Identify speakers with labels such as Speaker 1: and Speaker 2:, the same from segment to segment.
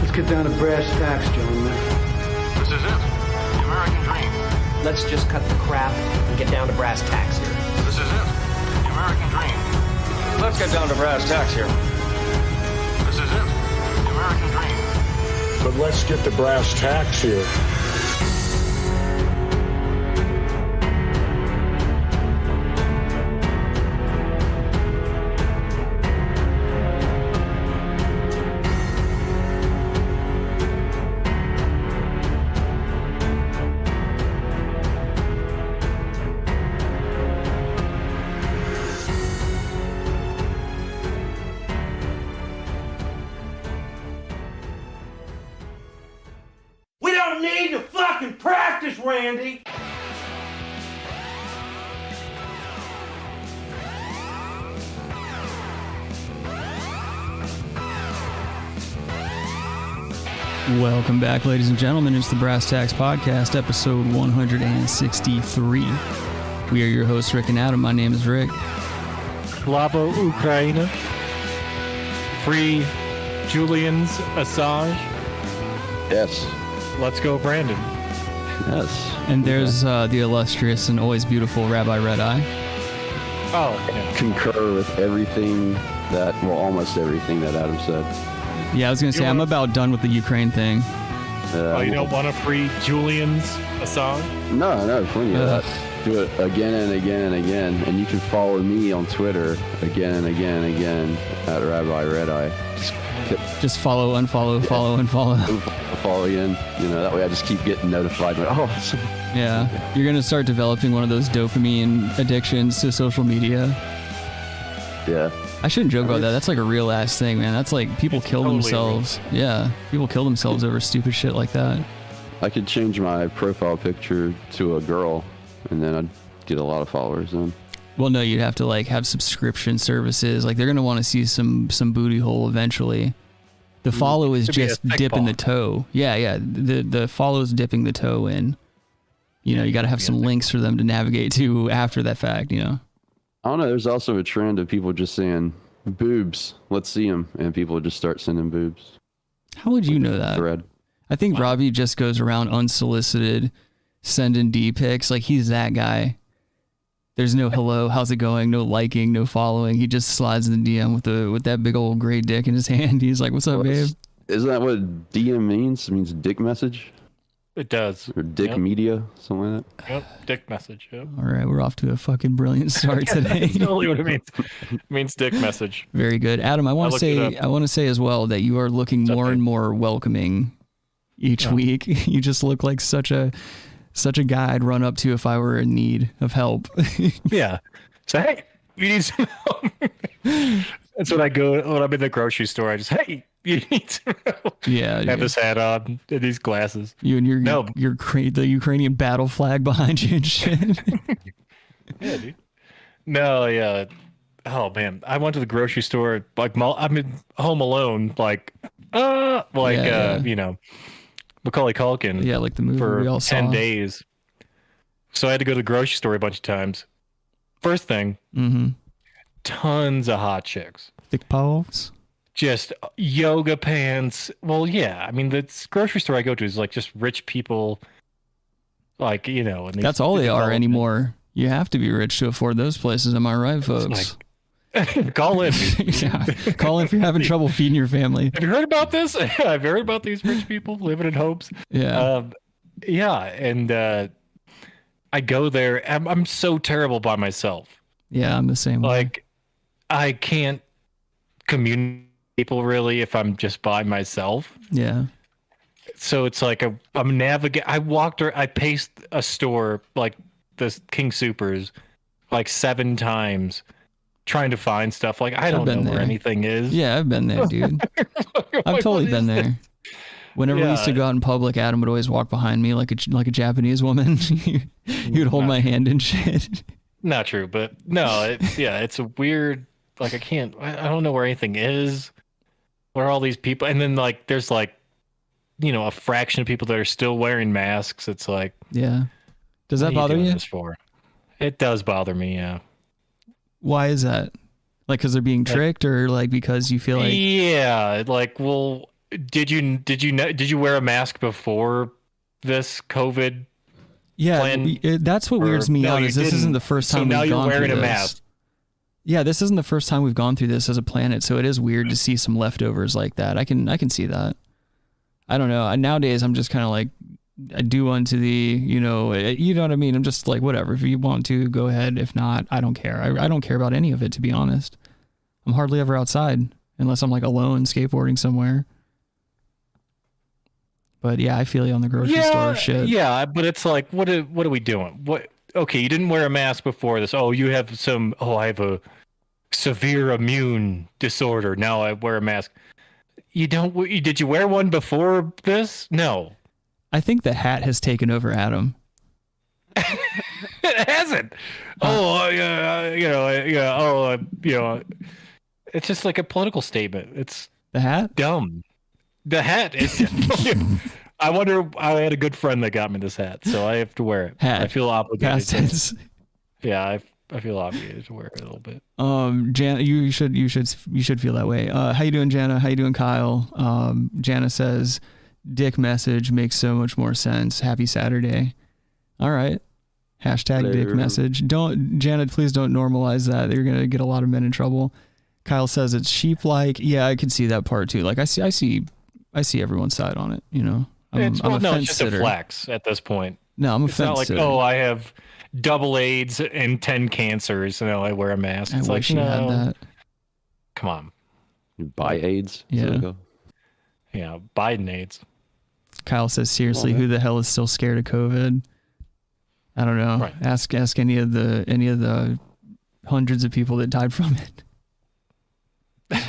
Speaker 1: Let's get down to brass tacks, gentlemen.
Speaker 2: This is it. The American dream.
Speaker 3: Let's just cut the crap and get down to brass tacks here.
Speaker 2: This is it. The American dream.
Speaker 4: Let's get down to brass tacks here.
Speaker 2: This is it. The American dream.
Speaker 5: But let's get the brass tacks here.
Speaker 6: We don't need to fucking practice, Randy.
Speaker 7: Welcome back, ladies and gentlemen. It's the Brass Tacks Podcast, episode 163. We are your hosts, Rick and Adam. My name is Rick.
Speaker 8: Slava Ukraina. Free Julian's Assange.
Speaker 9: Yes.
Speaker 8: Let's go, Brandon.
Speaker 9: Yes.
Speaker 7: And there's uh, the illustrious and always beautiful Rabbi Red Eye.
Speaker 8: Oh, yeah.
Speaker 9: Concur with everything that, well, almost everything that Adam said.
Speaker 7: Yeah, I was going to say, I'm
Speaker 8: wanna-
Speaker 7: about done with the Ukraine thing.
Speaker 9: Uh,
Speaker 8: oh, you don't want a free Julian's Assange?
Speaker 9: No, no, plenty
Speaker 7: Uh.
Speaker 9: of that. Do it again and again and again. And you can follow me on Twitter again and again and again at Rabbi Red Eye. Just
Speaker 7: Just follow, unfollow, follow, unfollow.
Speaker 9: follow again. You know, that way I just keep getting notified. Like, oh, so-
Speaker 7: Yeah, you're gonna start developing one of those dopamine addictions to social media.
Speaker 9: yeah.
Speaker 7: I shouldn't joke about that. That's like a real ass thing, man. That's like people kill
Speaker 8: totally
Speaker 7: themselves. Yeah, people kill themselves over stupid shit like that.
Speaker 9: I could change my profile picture to a girl and then I'd get a lot of followers then.
Speaker 7: Well, no, you'd have to like have subscription services. Like they're gonna want to see some some booty hole eventually. The follow is
Speaker 8: Could be a
Speaker 7: just
Speaker 8: thick
Speaker 7: dipping the
Speaker 8: ball.
Speaker 7: toe. Yeah, yeah. The the follow is dipping the toe in. You know, you got to have some links for them to navigate to after that fact. You know.
Speaker 9: I don't know. There's also a trend of people just saying boobs. Let's see them, and people just start sending boobs.
Speaker 7: How would you know that?
Speaker 9: Thread.
Speaker 7: I think Robbie just goes around unsolicited, sending D pics. Like he's that guy. There's no hello, how's it going? No liking, no following. He just slides in the DM with the with that big old gray dick in his hand. He's like, "What's up, babe?"
Speaker 9: What's- Isn't that what DM means? It means dick message
Speaker 8: It does.
Speaker 9: or dick
Speaker 8: Yep.
Speaker 9: media, something like that.
Speaker 8: Yep. Dick message. Yep.
Speaker 7: All right, we're off to a fucking brilliant start today.
Speaker 8: totally what it means. It means dick message.
Speaker 7: Very good, Adam. I want to
Speaker 8: looked it
Speaker 7: say I want to say as well that you are looking more
Speaker 8: okay.
Speaker 7: and more welcoming each week. You just look like such a such a guy I'd run up to if I were in need of help.
Speaker 8: Yeah. So hey, you need some help. That's when I go when I'm in the grocery store. I just hey, you need some help.
Speaker 7: yeah,
Speaker 8: I have this hat on and these glasses.
Speaker 7: You and your
Speaker 8: No.
Speaker 7: your cra- the Ukrainian battle flag behind you and shit.
Speaker 8: Yeah, dude. No, yeah. Oh man, I went to the grocery store like mul- I'm in home alone, like uh, like
Speaker 7: Yeah,
Speaker 8: uh,
Speaker 7: yeah.
Speaker 8: you know, Macaulay Culkin
Speaker 7: yeah, like the movie
Speaker 8: for
Speaker 7: we all saw.
Speaker 8: ten days. So I had to go to the grocery store a bunch of times. First thing,
Speaker 7: Mm-hmm.
Speaker 8: tons of hot chicks.
Speaker 7: Thick paws.
Speaker 8: just yoga pants. Well, yeah. I mean, the s- grocery store I go to is like just rich people, like you know, and these
Speaker 7: That's all they are
Speaker 8: development-
Speaker 7: anymore. You have to be rich to afford those places. Am I right, folks?
Speaker 8: Call in.
Speaker 7: yeah. Call if you're having trouble feeding your family.
Speaker 8: Have you heard about this? I've heard about these rich people living in homes.
Speaker 7: Yeah.
Speaker 8: Um, yeah, and uh, I go there. I'm, I'm so terrible by myself.
Speaker 7: yeah, I'm the same. way.
Speaker 8: Like, I can't communicate with people really if I'm just by myself.
Speaker 7: yeah.
Speaker 8: so it's like a, I'm navigate. I walked or I paced a store like the King Supers like seven times, trying to find stuff. Like I don't know
Speaker 7: been
Speaker 8: where
Speaker 7: there.
Speaker 8: anything is.
Speaker 7: Yeah, I've been there, dude.
Speaker 8: Like,
Speaker 7: I've
Speaker 8: what
Speaker 7: totally
Speaker 8: is
Speaker 7: been
Speaker 8: this?
Speaker 7: there. Whenever we used to
Speaker 8: Yeah.
Speaker 7: go out in public, Adam would always walk behind me like a like a Japanese woman. he would hold my hand and shit.
Speaker 8: Not true, but no, it, yeah, it's a weird. Like I can't. I I don't know where anything is. Where all these people, and then like there's like, you know, a fraction of people that are still wearing masks. It's like,
Speaker 7: Yeah. Does that
Speaker 8: what are
Speaker 7: bother
Speaker 8: doing
Speaker 7: you?
Speaker 8: This for? It does bother me. Yeah.
Speaker 7: Why is that? Like, because they're being tricked, or like because you feel like
Speaker 8: yeah like well did you did you know did you wear a mask before this COVID?
Speaker 7: Yeah,
Speaker 8: plan-
Speaker 7: we- it- that's what
Speaker 8: or-
Speaker 7: weirds me
Speaker 8: No,
Speaker 7: out.
Speaker 8: you
Speaker 7: Is this isn't
Speaker 8: didn't.
Speaker 7: the first
Speaker 8: So
Speaker 7: time
Speaker 8: now
Speaker 7: we've
Speaker 8: you're
Speaker 7: gone
Speaker 8: wearing
Speaker 7: through
Speaker 8: a
Speaker 7: this.
Speaker 8: mask.
Speaker 7: Yeah, this isn't the first time we've gone through this as a planet, so it is weird to see some leftovers like that. I can I can see that. I don't know. I- Nowadays, I'm just kind of like, I do unto thee, you know, eh, you know what I mean. I'm just like, whatever. If you want to, go ahead. If not, I don't care. I, I don't care about any of it, to be honest. I'm hardly ever outside unless I'm like alone skateboarding somewhere. But yeah, I feel you on the grocery store shit.
Speaker 8: Yeah, but it's like, what are, what are we doing? What? Okay, you didn't wear a mask before this. Oh, you have some. Oh, I have a severe immune disorder. Now I wear a mask. You don't. You, did you wear one before this? No,
Speaker 7: I think the hat has taken over Adam.
Speaker 8: it hasn't. oh, yeah, you know, uh, yeah. Oh, uh, you know, it's just like a political statement. It's
Speaker 7: The hat?
Speaker 8: dumb. The hat is. I wonder. I had a good friend that got me this hat, so I have to wear it.
Speaker 7: Hat.
Speaker 8: I feel obligated.
Speaker 7: Past
Speaker 8: to-
Speaker 7: tense.
Speaker 8: Yeah, I, I feel obligated to wear it a little bit.
Speaker 7: Um, Jan, you should you should you should feel that way. Uh, how you doing, Jana? How you doing, Kyle? Um, Jana says, "Dick message makes so much more sense." Happy Saturday. All right. Hashtag dick
Speaker 9: Hello.
Speaker 7: message. Don't Janet, please don't normalize that. You're gonna get a lot of men in trouble. Kyle says it's sheep like. Yeah, I can see that part too. Like I see I see I see everyone's side on it, you know. I'm,
Speaker 8: it's,
Speaker 7: I'm
Speaker 8: well,
Speaker 7: a
Speaker 8: no, it's
Speaker 7: fence
Speaker 8: just a
Speaker 7: sitter.
Speaker 8: flex at this point.
Speaker 7: No, I'm a
Speaker 8: It's
Speaker 7: fence
Speaker 8: not like,
Speaker 7: sitter.
Speaker 8: oh, I have double AIDS and ten cancers, and now I wear a mask.
Speaker 7: I
Speaker 8: It's like,
Speaker 7: wish you
Speaker 8: no,
Speaker 7: had that.
Speaker 8: come on,
Speaker 9: Buy AIDS. Is that what
Speaker 7: Yeah.
Speaker 9: they call
Speaker 8: yeah, Biden AIDS.
Speaker 7: Kyle says, seriously, who the hell is still scared of COVID? I don't know.
Speaker 8: Right.
Speaker 7: Ask ask any of the any of the hundreds of people that died from it.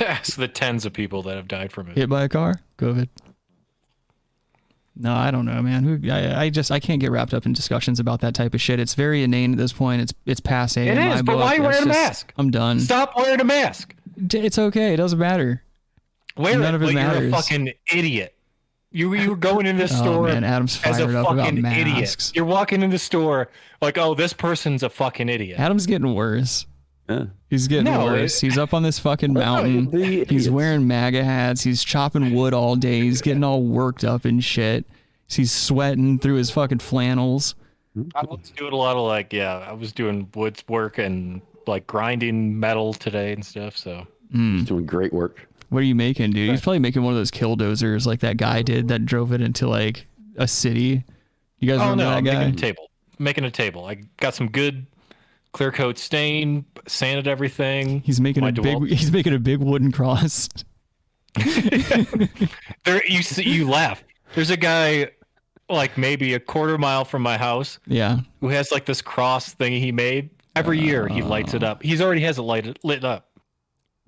Speaker 8: Ask the tens of people that have died from it.
Speaker 7: Hit by a car, COVID. No, I don't know, man. Who I, I just I can't get wrapped up in discussions about that type of shit. It's very inane at this point. It's it's passe.
Speaker 8: It
Speaker 7: in
Speaker 8: is,
Speaker 7: my
Speaker 8: but
Speaker 7: book.
Speaker 8: why you
Speaker 7: It's
Speaker 8: wearing a
Speaker 7: just-
Speaker 8: mask?
Speaker 7: I'm done.
Speaker 8: Stop wearing a mask.
Speaker 7: It's okay. It doesn't matter.
Speaker 8: Wear it,
Speaker 7: None of it
Speaker 8: but
Speaker 7: matters.
Speaker 8: You're a fucking idiot. You you were going in this
Speaker 7: Oh
Speaker 8: store
Speaker 7: man, Adam's
Speaker 8: as a
Speaker 7: fired up about
Speaker 8: fucking
Speaker 7: masks.
Speaker 8: idiot. You're walking in the store like, oh, this person's a fucking idiot.
Speaker 7: Adam's getting worse.
Speaker 9: Yeah.
Speaker 7: He's getting
Speaker 8: No,
Speaker 7: worse.
Speaker 8: it-
Speaker 7: He's up on this fucking mountain.
Speaker 9: the
Speaker 7: He's
Speaker 9: idiots.
Speaker 7: wearing MAGA hats. He's chopping wood all day. He's getting all worked up and shit. He's sweating through his fucking flannels.
Speaker 8: I was doing a lot of like, yeah, I was doing woods work and like grinding metal today and stuff. So
Speaker 9: He's doing great work.
Speaker 7: What are you making, dude? He's probably making one of those killdozers like that guy did that drove it into like a city. You guys
Speaker 8: oh
Speaker 7: remember
Speaker 8: no,
Speaker 7: that
Speaker 8: I'm making
Speaker 7: guy?
Speaker 8: a table. making a table. I got some good clear coat stain, sanded everything.
Speaker 7: He's making
Speaker 8: My
Speaker 7: a big.
Speaker 8: DeWalt.
Speaker 7: He's making a big wooden cross.
Speaker 8: There, you see, you laugh. There's a guy, like maybe a quarter mile from my house,
Speaker 7: yeah,
Speaker 8: who has like this cross thing he made. Every year he lights
Speaker 7: Ah.
Speaker 8: it up. He's already has it lighted lit up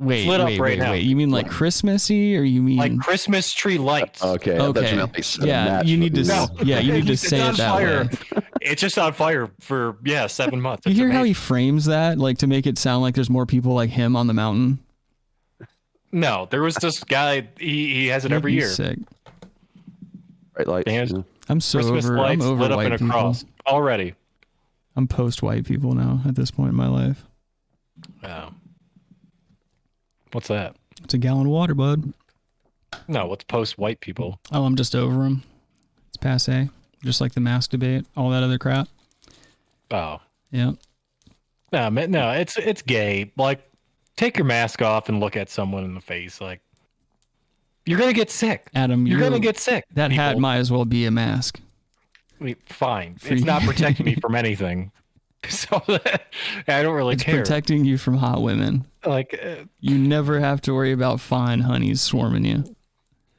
Speaker 7: wait,
Speaker 8: lit up
Speaker 7: wait,
Speaker 8: right
Speaker 7: wait,
Speaker 8: now.
Speaker 7: wait. You mean like Christmassy, or you mean
Speaker 8: like Christmas tree lights.
Speaker 9: Okay. I thought you
Speaker 7: Mm. Uh, Okay.
Speaker 9: meant they set a
Speaker 7: Yeah,
Speaker 9: match
Speaker 7: you
Speaker 9: for
Speaker 7: need to.
Speaker 9: the-
Speaker 7: s- Yeah, you need to
Speaker 8: It's
Speaker 7: say
Speaker 8: on
Speaker 7: it that
Speaker 8: fire.
Speaker 7: way.
Speaker 8: It's just on fire for yeah seven months.
Speaker 7: You
Speaker 8: It's
Speaker 7: hear how he
Speaker 8: amazing.
Speaker 7: frames that, like to make it sound like there's more people like him on the mountain.
Speaker 8: No, there was this guy. He, he has it every
Speaker 7: He's
Speaker 8: year.
Speaker 7: Sick.
Speaker 9: Right, like
Speaker 8: Damn.
Speaker 9: yeah.
Speaker 7: I'm so
Speaker 8: Christmas
Speaker 7: over. I'm
Speaker 8: lights
Speaker 7: over
Speaker 8: lit up
Speaker 7: white
Speaker 8: and
Speaker 7: people.
Speaker 8: across already.
Speaker 7: I'm post white people now at this point in my life.
Speaker 8: Wow. What's that?
Speaker 7: It's a gallon of water, bud.
Speaker 8: No, what's post white people?
Speaker 7: Oh, I'm just over them. It's passe. Just like the mask debate, all that other crap.
Speaker 8: Oh,
Speaker 7: Yeah.
Speaker 8: no, man, no, it's it's gay. Like, take your mask off and look at someone in the face. Like, you're gonna get sick.
Speaker 7: Adam,
Speaker 8: You're
Speaker 7: you're-
Speaker 8: gonna get sick.
Speaker 7: That
Speaker 8: people.
Speaker 7: hat might as well be a mask.
Speaker 8: We- Fine, it's not protecting me from anything. So I don't really
Speaker 7: It's
Speaker 8: care.
Speaker 7: protecting you from hot women.
Speaker 8: like, uh,
Speaker 7: You never have to worry about fine honeys swarming you.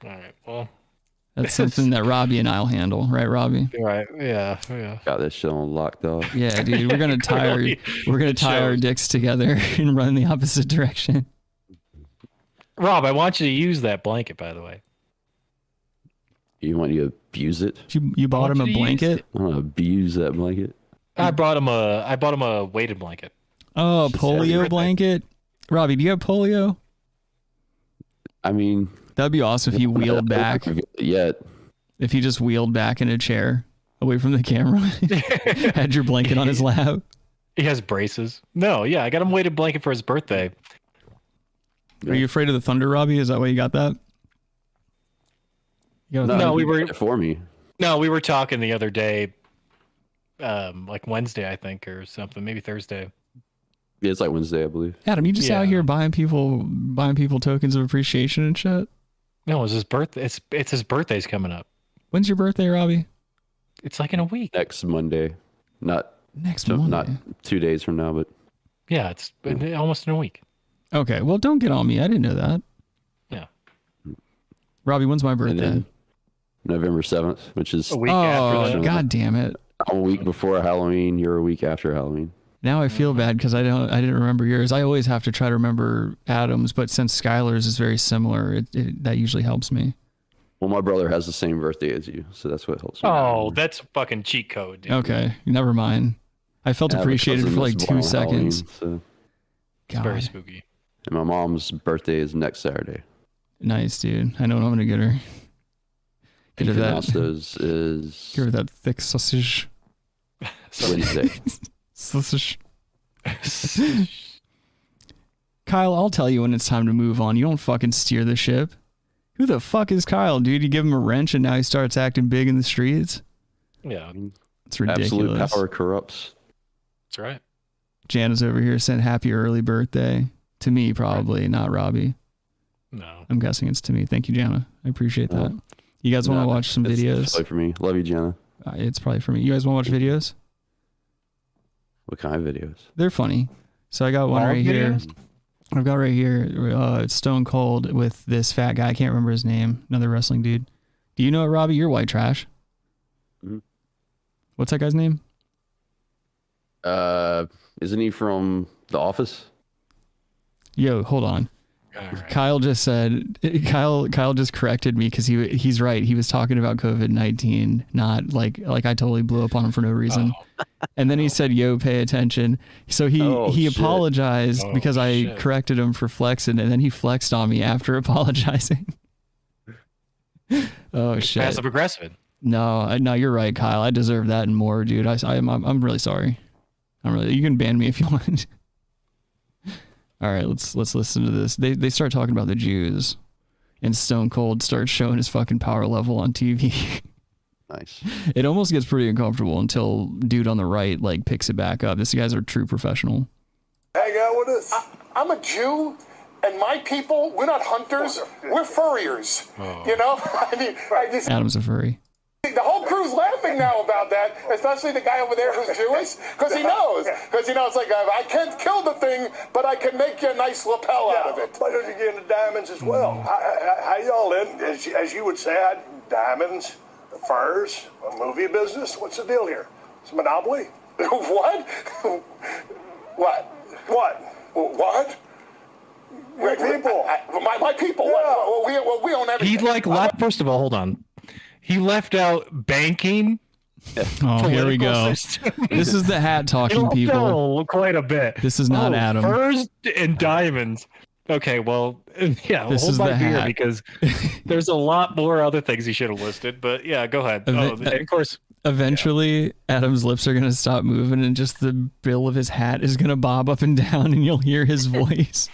Speaker 8: all right, well,
Speaker 7: That's something that Robbie and I'll handle, right, Robbie?
Speaker 8: all right, yeah, yeah.
Speaker 9: got this shit on lockdown.
Speaker 7: Yeah, dude, we're gonna tie our,
Speaker 8: clearly.
Speaker 7: we're gonna
Speaker 8: It
Speaker 7: tie our
Speaker 8: shows.
Speaker 7: dicks together and run the opposite direction.
Speaker 8: Rob, I want you to use that blanket, by the way.
Speaker 9: You want you to abuse it?
Speaker 7: You you bought
Speaker 8: want
Speaker 7: him a
Speaker 8: you to use
Speaker 7: blanket?
Speaker 9: I want to abuse that blanket.
Speaker 7: Mm.
Speaker 8: I brought him a I bought him a weighted blanket.
Speaker 7: Oh, a
Speaker 8: you're
Speaker 7: polio
Speaker 8: right.
Speaker 7: blanket. Robbie, do you have polio?
Speaker 9: I mean,
Speaker 7: That'd be awesome if you wheeled back.
Speaker 9: Yet,
Speaker 7: If he just wheeled back in a chair away from the camera, had your blanket on his lap.
Speaker 8: He has braces. No, yeah, I got him a weighted blanket for his birthday.
Speaker 7: Are you afraid of the thunder, Robbie? Is that why you got that? You gotta
Speaker 8: No,
Speaker 7: think-
Speaker 8: we
Speaker 9: you
Speaker 8: were-
Speaker 9: did it for me.
Speaker 8: No, we were talking the other day, um, like Wednesday, I think, or something, maybe Thursday.
Speaker 9: Yeah, it's like Wednesday, I believe.
Speaker 7: Adam, you just out
Speaker 8: Yeah.
Speaker 7: here buying people buying people tokens of appreciation and shit.
Speaker 8: No, it was his birthday. It's it's his birthday's coming up.
Speaker 7: When's your birthday, Robbie?
Speaker 8: It's like in a week.
Speaker 9: Next Monday, not
Speaker 7: Next
Speaker 9: so-
Speaker 7: month.
Speaker 9: not two days from now, but
Speaker 8: Yeah, it's been almost in a week.
Speaker 7: Okay. Well, don't get on me. I didn't know that.
Speaker 8: Yeah.
Speaker 7: Robbie, when's my
Speaker 9: and
Speaker 7: birthday?
Speaker 9: then November seventh, which is
Speaker 8: A
Speaker 7: Oh,
Speaker 8: week after that.
Speaker 7: god damn it.
Speaker 9: I'm a week before Halloween. You're a week after Halloween.
Speaker 7: Now I feel bad because I don't. I didn't remember yours. I always have to try to remember Adams, but since Skylar's is very similar, it, it, that usually helps me.
Speaker 9: Well, my brother has the same birthday as you, so that's what helps. me. Um,
Speaker 7: Mm.
Speaker 8: Oh, that's a fucking cheat code, dude.
Speaker 7: Okay, never mind. I felt
Speaker 9: I have a
Speaker 7: appreciated
Speaker 9: cousin
Speaker 7: for like
Speaker 9: that's
Speaker 7: two
Speaker 9: born on Halloween,
Speaker 7: seconds.
Speaker 9: so-
Speaker 8: It's very
Speaker 7: God.
Speaker 8: spooky.
Speaker 9: And my mom's birthday is next Saturday.
Speaker 7: Nice, dude. I know what I'm gonna get her. Get her
Speaker 9: And
Speaker 7: that.
Speaker 9: pronounce those is
Speaker 7: Give her that thick sausage.
Speaker 9: Wednesday.
Speaker 7: Sausage. Kyle, I'll tell you when it's time to move on. You don't fucking steer the ship. Who the fuck is Kyle, dude? You give him a wrench and now he starts acting big in the streets.
Speaker 8: yeah,
Speaker 7: It's ridiculous.
Speaker 9: Absolute power corrupts.
Speaker 8: that's right.
Speaker 7: Jan is over here saying happy early birthday to me, probably not Robbie.
Speaker 8: No.
Speaker 7: I'm guessing it's to me. Thank you, Jana. I appreciate that.
Speaker 9: Well,
Speaker 7: You guys want to
Speaker 9: no,
Speaker 7: watch some
Speaker 9: It's-
Speaker 7: videos?
Speaker 9: it's like for me. Love you, Jenna.
Speaker 7: Uh, it's probably for me. You guys want to watch videos?
Speaker 9: What kind of videos?
Speaker 7: They're funny. So I got one
Speaker 8: All
Speaker 7: right here.
Speaker 8: videos?
Speaker 7: I've got right here. Uh, it's Stone Cold with this fat guy. I can't remember his name. Another wrestling dude. Do you know it, Robbie? You're white trash.
Speaker 9: Mhm.
Speaker 7: What's that guy's name?
Speaker 9: Uh, isn't he from The Office?
Speaker 7: Yo, hold on.
Speaker 8: All right.
Speaker 7: Kyle just said Kyle Kyle just corrected me because he he's right. He was talking about COVID nineteen, not like like I totally blew up on him for no reason.
Speaker 8: Oh.
Speaker 7: And then he said, "Yo, pay attention." So he
Speaker 9: Oh,
Speaker 7: he
Speaker 9: shit.
Speaker 7: apologized
Speaker 8: Oh,
Speaker 7: because I
Speaker 8: shit.
Speaker 7: corrected him for flexing, and then he flexed on me after apologizing. oh shit!
Speaker 8: Passive aggressive.
Speaker 7: No, I- no, you're right, Kyle. I deserve that and more, dude. I, I am I'm, I'm really sorry. I'm really. You can ban me if you want. All right, let's let's listen to this. They they start talking about the Jews, and Stone Cold starts showing his fucking power level on TV.
Speaker 9: Nice.
Speaker 7: it almost gets pretty uncomfortable until dude on the right like picks it back up. This guy's a true professional.
Speaker 10: Hang out with us.
Speaker 11: I'm a Jew, and my people, we're not hunters, we're furriers. You know? I mean, I just,
Speaker 7: Adam's a furry.
Speaker 11: the whole crew's laughing now about that, especially the guy over there who's Jewish, because he knows. Because, you know, it's like, uh, I I can't kill the thing, but I can make you a nice lapel out of
Speaker 10: Yeah,
Speaker 11: it. Mm.
Speaker 10: Why don't you get into diamonds as well? How y'all in, as, as you would say, I- diamonds, furs, a movie business? What's the deal here? It's a monopoly?
Speaker 11: what? what?
Speaker 10: What?
Speaker 11: What?
Speaker 10: Your people.
Speaker 11: I- I- my, my people. What,
Speaker 10: Yeah.
Speaker 11: what, we, well, we own
Speaker 8: He
Speaker 11: everything.
Speaker 8: like left. First of all, hold on. He left out banking.
Speaker 7: Oh, here
Speaker 8: political
Speaker 7: we go.
Speaker 8: system.
Speaker 7: This is the hat talking
Speaker 8: It'll
Speaker 7: people.
Speaker 8: fill quite a bit.
Speaker 7: This is not Adam.
Speaker 8: Furs and diamonds. Okay, well, yeah,
Speaker 7: This
Speaker 8: hold
Speaker 7: is
Speaker 8: my
Speaker 7: the
Speaker 8: beer
Speaker 7: hat.
Speaker 8: because there's a lot more other things he should have listed. But yeah, go ahead.
Speaker 7: Of
Speaker 8: Oh,
Speaker 7: it-
Speaker 8: and of course,
Speaker 7: Eventually, Adam's lips are going to stop moving and just the bill of his hat is going to bob up and down and you'll hear his voice.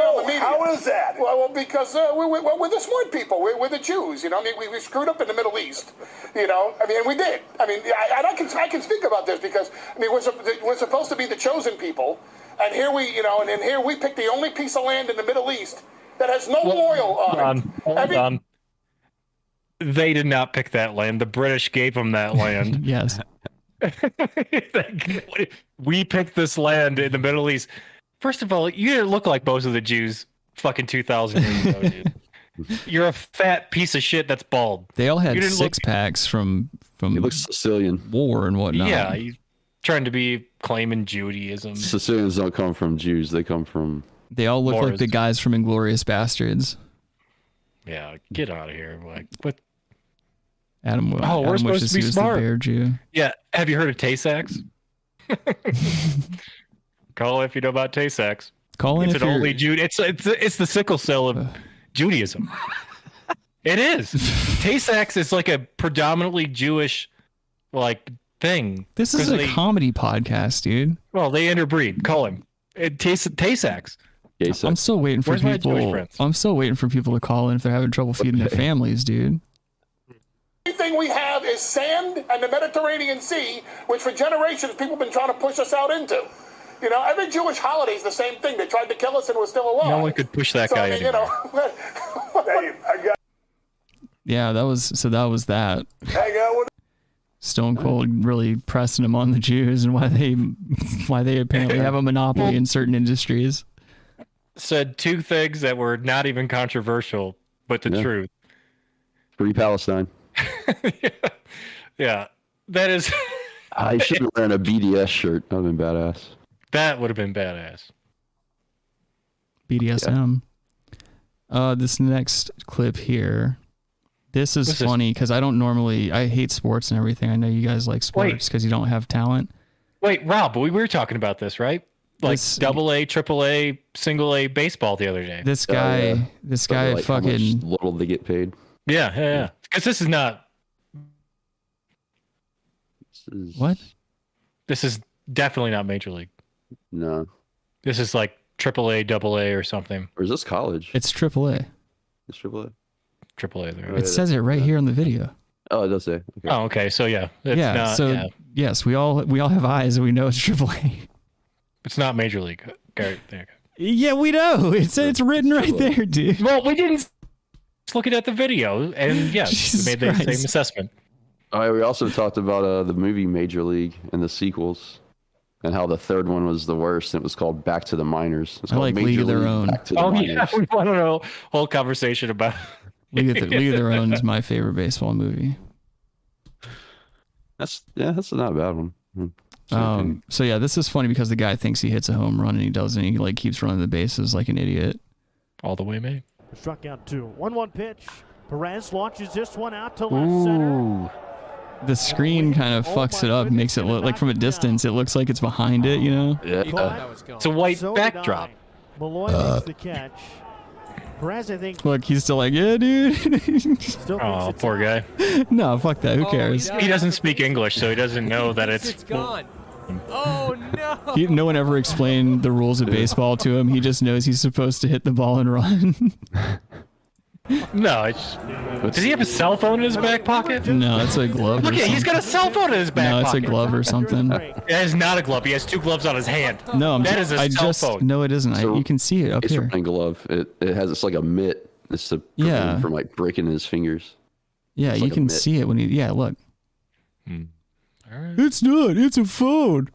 Speaker 11: own the media.
Speaker 10: How is that?
Speaker 11: Well, well, because uh, we, we, we're the smart people. We're, we're the Jews. You know, I mean, we, we screwed up in the Middle East. You know, I mean, we did. I mean, I, and I can I can speak about this because I mean, we're, sup- we're supposed to be the chosen people, and here we, you know, and, and here we pick the only piece of land in the Middle East that has no oil
Speaker 8: hold
Speaker 11: on it.
Speaker 8: on, hold
Speaker 11: Every-
Speaker 8: on. They did not pick that land. The British gave them that land.
Speaker 7: Yes.
Speaker 8: we picked this land in the Middle East. First of all, you didn't look like most of the Jews fucking 2000 years ago, dude. You're a fat piece of shit that's bald.
Speaker 7: They all had
Speaker 8: You didn't look-
Speaker 7: six packs from from
Speaker 9: He looks Sicilian.
Speaker 7: war and whatnot.
Speaker 8: Yeah, you trying to be claiming Judaism.
Speaker 9: Sicilians don't come from Jews. They come from
Speaker 7: They all look like
Speaker 8: Wars.
Speaker 7: the guys from Inglorious Bastards.
Speaker 8: Yeah, get out of here. Like, what?
Speaker 7: Adam, oh,
Speaker 8: Oh,
Speaker 7: Adam
Speaker 8: we're supposed
Speaker 7: wishes
Speaker 8: to be
Speaker 7: he was
Speaker 8: smart.
Speaker 7: the bear Jew.
Speaker 8: Yeah, have you heard of Tay Sachs? Call if you know about Tay Sachs.
Speaker 7: Call in
Speaker 8: It's
Speaker 7: if
Speaker 8: an
Speaker 7: you're,
Speaker 8: only Jude. It's it's it's the sickle cell of Judaism. it is. Tay Sachs is like a predominantly Jewish, like thing.
Speaker 7: This is
Speaker 8: 'Cause
Speaker 7: a
Speaker 8: they-
Speaker 7: comedy podcast, dude.
Speaker 8: Well, they interbreed. Call him. It, Tay, Tay Sachs.
Speaker 9: Gay sex.
Speaker 7: I'm still waiting for
Speaker 8: Where's my Jewish
Speaker 7: people.
Speaker 8: friends?
Speaker 7: I'm still waiting for people to call in if they're having trouble feeding their families, dude.
Speaker 11: only thing we have is sand and the Mediterranean Sea, which for generations people have been trying to push us out into. You know, every Jewish holiday is the same thing. They tried to kill us and we're still alive.
Speaker 8: No one could push that
Speaker 11: Oh, so,
Speaker 8: guy
Speaker 11: I mean, you
Speaker 8: anymore.
Speaker 11: know,
Speaker 10: Hey, I got
Speaker 7: Yeah, that was so. That was that.
Speaker 10: hang out with
Speaker 7: Stone Cold really pressing him on the Jews and why they why they apparently have a monopoly in certain industries.
Speaker 8: Said two things that were not even controversial, but the
Speaker 9: Yeah.
Speaker 8: truth.
Speaker 9: Free Palestine.
Speaker 8: Yeah, that is
Speaker 9: I should have wearing a BDS shirt. That would have been badass.
Speaker 8: that would have been badass.
Speaker 7: BDSM. Uh, this next clip here. This is
Speaker 8: This is-
Speaker 7: funny because I don't normally. I hate sports and everything. I know you guys like
Speaker 8: Wait.
Speaker 7: sports because you don't have talent.
Speaker 8: Wait, Rob, we were talking about this, right? Like
Speaker 7: This-
Speaker 8: double A, triple A, single A baseball the other day.
Speaker 7: This
Speaker 9: Oh,
Speaker 7: guy.
Speaker 9: yeah.
Speaker 7: This
Speaker 9: But,
Speaker 7: guy
Speaker 9: like, how much
Speaker 7: fucking.
Speaker 9: little they get paid.
Speaker 8: yeah, yeah, yeah. Because this is not.
Speaker 9: This is-
Speaker 7: What?
Speaker 8: This is definitely not major league.
Speaker 9: No.
Speaker 8: This is like triple A, double A, or something.
Speaker 9: Or is this college?
Speaker 7: It's AAA.
Speaker 9: It's AAA.
Speaker 8: Triple A. There.
Speaker 9: Right.
Speaker 7: It says it right here on the video.
Speaker 9: Oh, it does say. Okay.
Speaker 8: Oh, okay. So yeah, it's
Speaker 7: yeah.
Speaker 8: not.
Speaker 7: so
Speaker 8: yeah,
Speaker 7: yes, we all we all have eyes and we know it's AAA.
Speaker 8: it's not major league. Gary, there you go.
Speaker 7: yeah, we know. It's it's written right
Speaker 9: AAA.
Speaker 7: there, dude.
Speaker 8: Well, we didn't. Just looking at the video, and yeah, we
Speaker 7: Jesus
Speaker 8: made the
Speaker 7: Christ.
Speaker 8: same assessment.
Speaker 9: All right. We also talked about uh, the movie Major League and the sequels, and how the third one was the worst. And it was called Back to the Minors. It's
Speaker 7: I
Speaker 9: called
Speaker 7: like League of Their Own.
Speaker 9: Back to the
Speaker 8: Oh
Speaker 9: Minors.
Speaker 8: yeah, we want to know whole conversation about.
Speaker 7: League of, the, League of Their Own is my favorite baseball movie.
Speaker 9: That's yeah. That's not a bad one. Hmm. So,
Speaker 7: Um, so yeah, this is funny because the guy thinks he hits a home run and he doesn't. He like keeps running the bases like an idiot.
Speaker 8: All the way, mate.
Speaker 12: Struck out two. 1 1 pitch. Perez launches this one out to left center.
Speaker 9: Ooh.
Speaker 7: The screen kind of
Speaker 12: Oh
Speaker 7: fucks
Speaker 12: my
Speaker 7: it up,
Speaker 12: goodness,
Speaker 7: makes it
Speaker 12: get it
Speaker 7: look like
Speaker 12: knocked
Speaker 7: from a
Speaker 12: down.
Speaker 7: distance, it looks like it's behind it. You know,
Speaker 9: Yeah.
Speaker 8: It's a white
Speaker 12: So did
Speaker 8: backdrop.
Speaker 12: I. Malloy makes the catch. Perez, I think,
Speaker 7: look, he's still like, yeah, dude.
Speaker 12: still thinks
Speaker 8: Oh,
Speaker 12: it's
Speaker 8: poor
Speaker 12: out.
Speaker 8: guy.
Speaker 7: no, fuck that. Who cares?
Speaker 8: He doesn't speak English, so he doesn't know that it's.
Speaker 3: gone. Oh no!
Speaker 7: He, no one ever explained the rules of baseball to him. He just knows he's supposed to hit the ball and run.
Speaker 8: No, it's. Does he have a cell phone in his back pocket?
Speaker 7: no, it's a glove.
Speaker 8: Look
Speaker 7: or
Speaker 8: at, he's
Speaker 7: something.
Speaker 8: got a cell phone in his back
Speaker 7: no, it's a
Speaker 8: pocket.
Speaker 7: glove or something.
Speaker 12: Break.
Speaker 8: That is not a glove. He has two gloves on his hand.
Speaker 7: No, I'm
Speaker 8: That
Speaker 7: ju-
Speaker 8: is a
Speaker 7: I
Speaker 8: cell
Speaker 7: just
Speaker 8: phone.
Speaker 7: no, it isn't. I,
Speaker 9: So
Speaker 7: you can see it up
Speaker 9: It's a
Speaker 7: here.
Speaker 9: running glove. It it has it's like a mitt. It's to prevent
Speaker 7: Yeah.
Speaker 9: him from like breaking his fingers.
Speaker 7: Yeah,
Speaker 9: It's
Speaker 7: you
Speaker 9: like a
Speaker 7: can
Speaker 9: mitt.
Speaker 7: see it when you. Yeah, look.
Speaker 8: Hmm.
Speaker 7: It's not. It's a phone.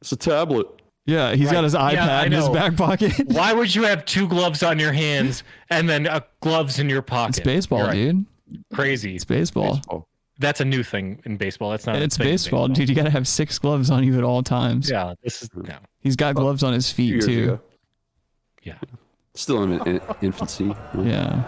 Speaker 9: It's a tablet.
Speaker 7: Yeah, he's got his iPad
Speaker 8: I
Speaker 7: in his
Speaker 8: know.
Speaker 7: back pocket.
Speaker 8: Why would you have two gloves on your hands and then uh, gloves in your pocket?
Speaker 7: It's baseball,
Speaker 8: You're right.
Speaker 7: dude.
Speaker 8: Crazy.
Speaker 7: It's baseball.
Speaker 9: Oh,
Speaker 8: That's a new thing in baseball. That's not.
Speaker 7: And
Speaker 8: a
Speaker 7: it's
Speaker 8: thing in
Speaker 7: baseball, dude. You gotta have six gloves on you at all times.
Speaker 8: Yeah, this is no.
Speaker 7: He's got gloves on his
Speaker 9: two
Speaker 7: feet
Speaker 9: years
Speaker 7: too.
Speaker 9: ago.
Speaker 8: Yeah.
Speaker 9: Still in, in infancy.
Speaker 7: Yeah.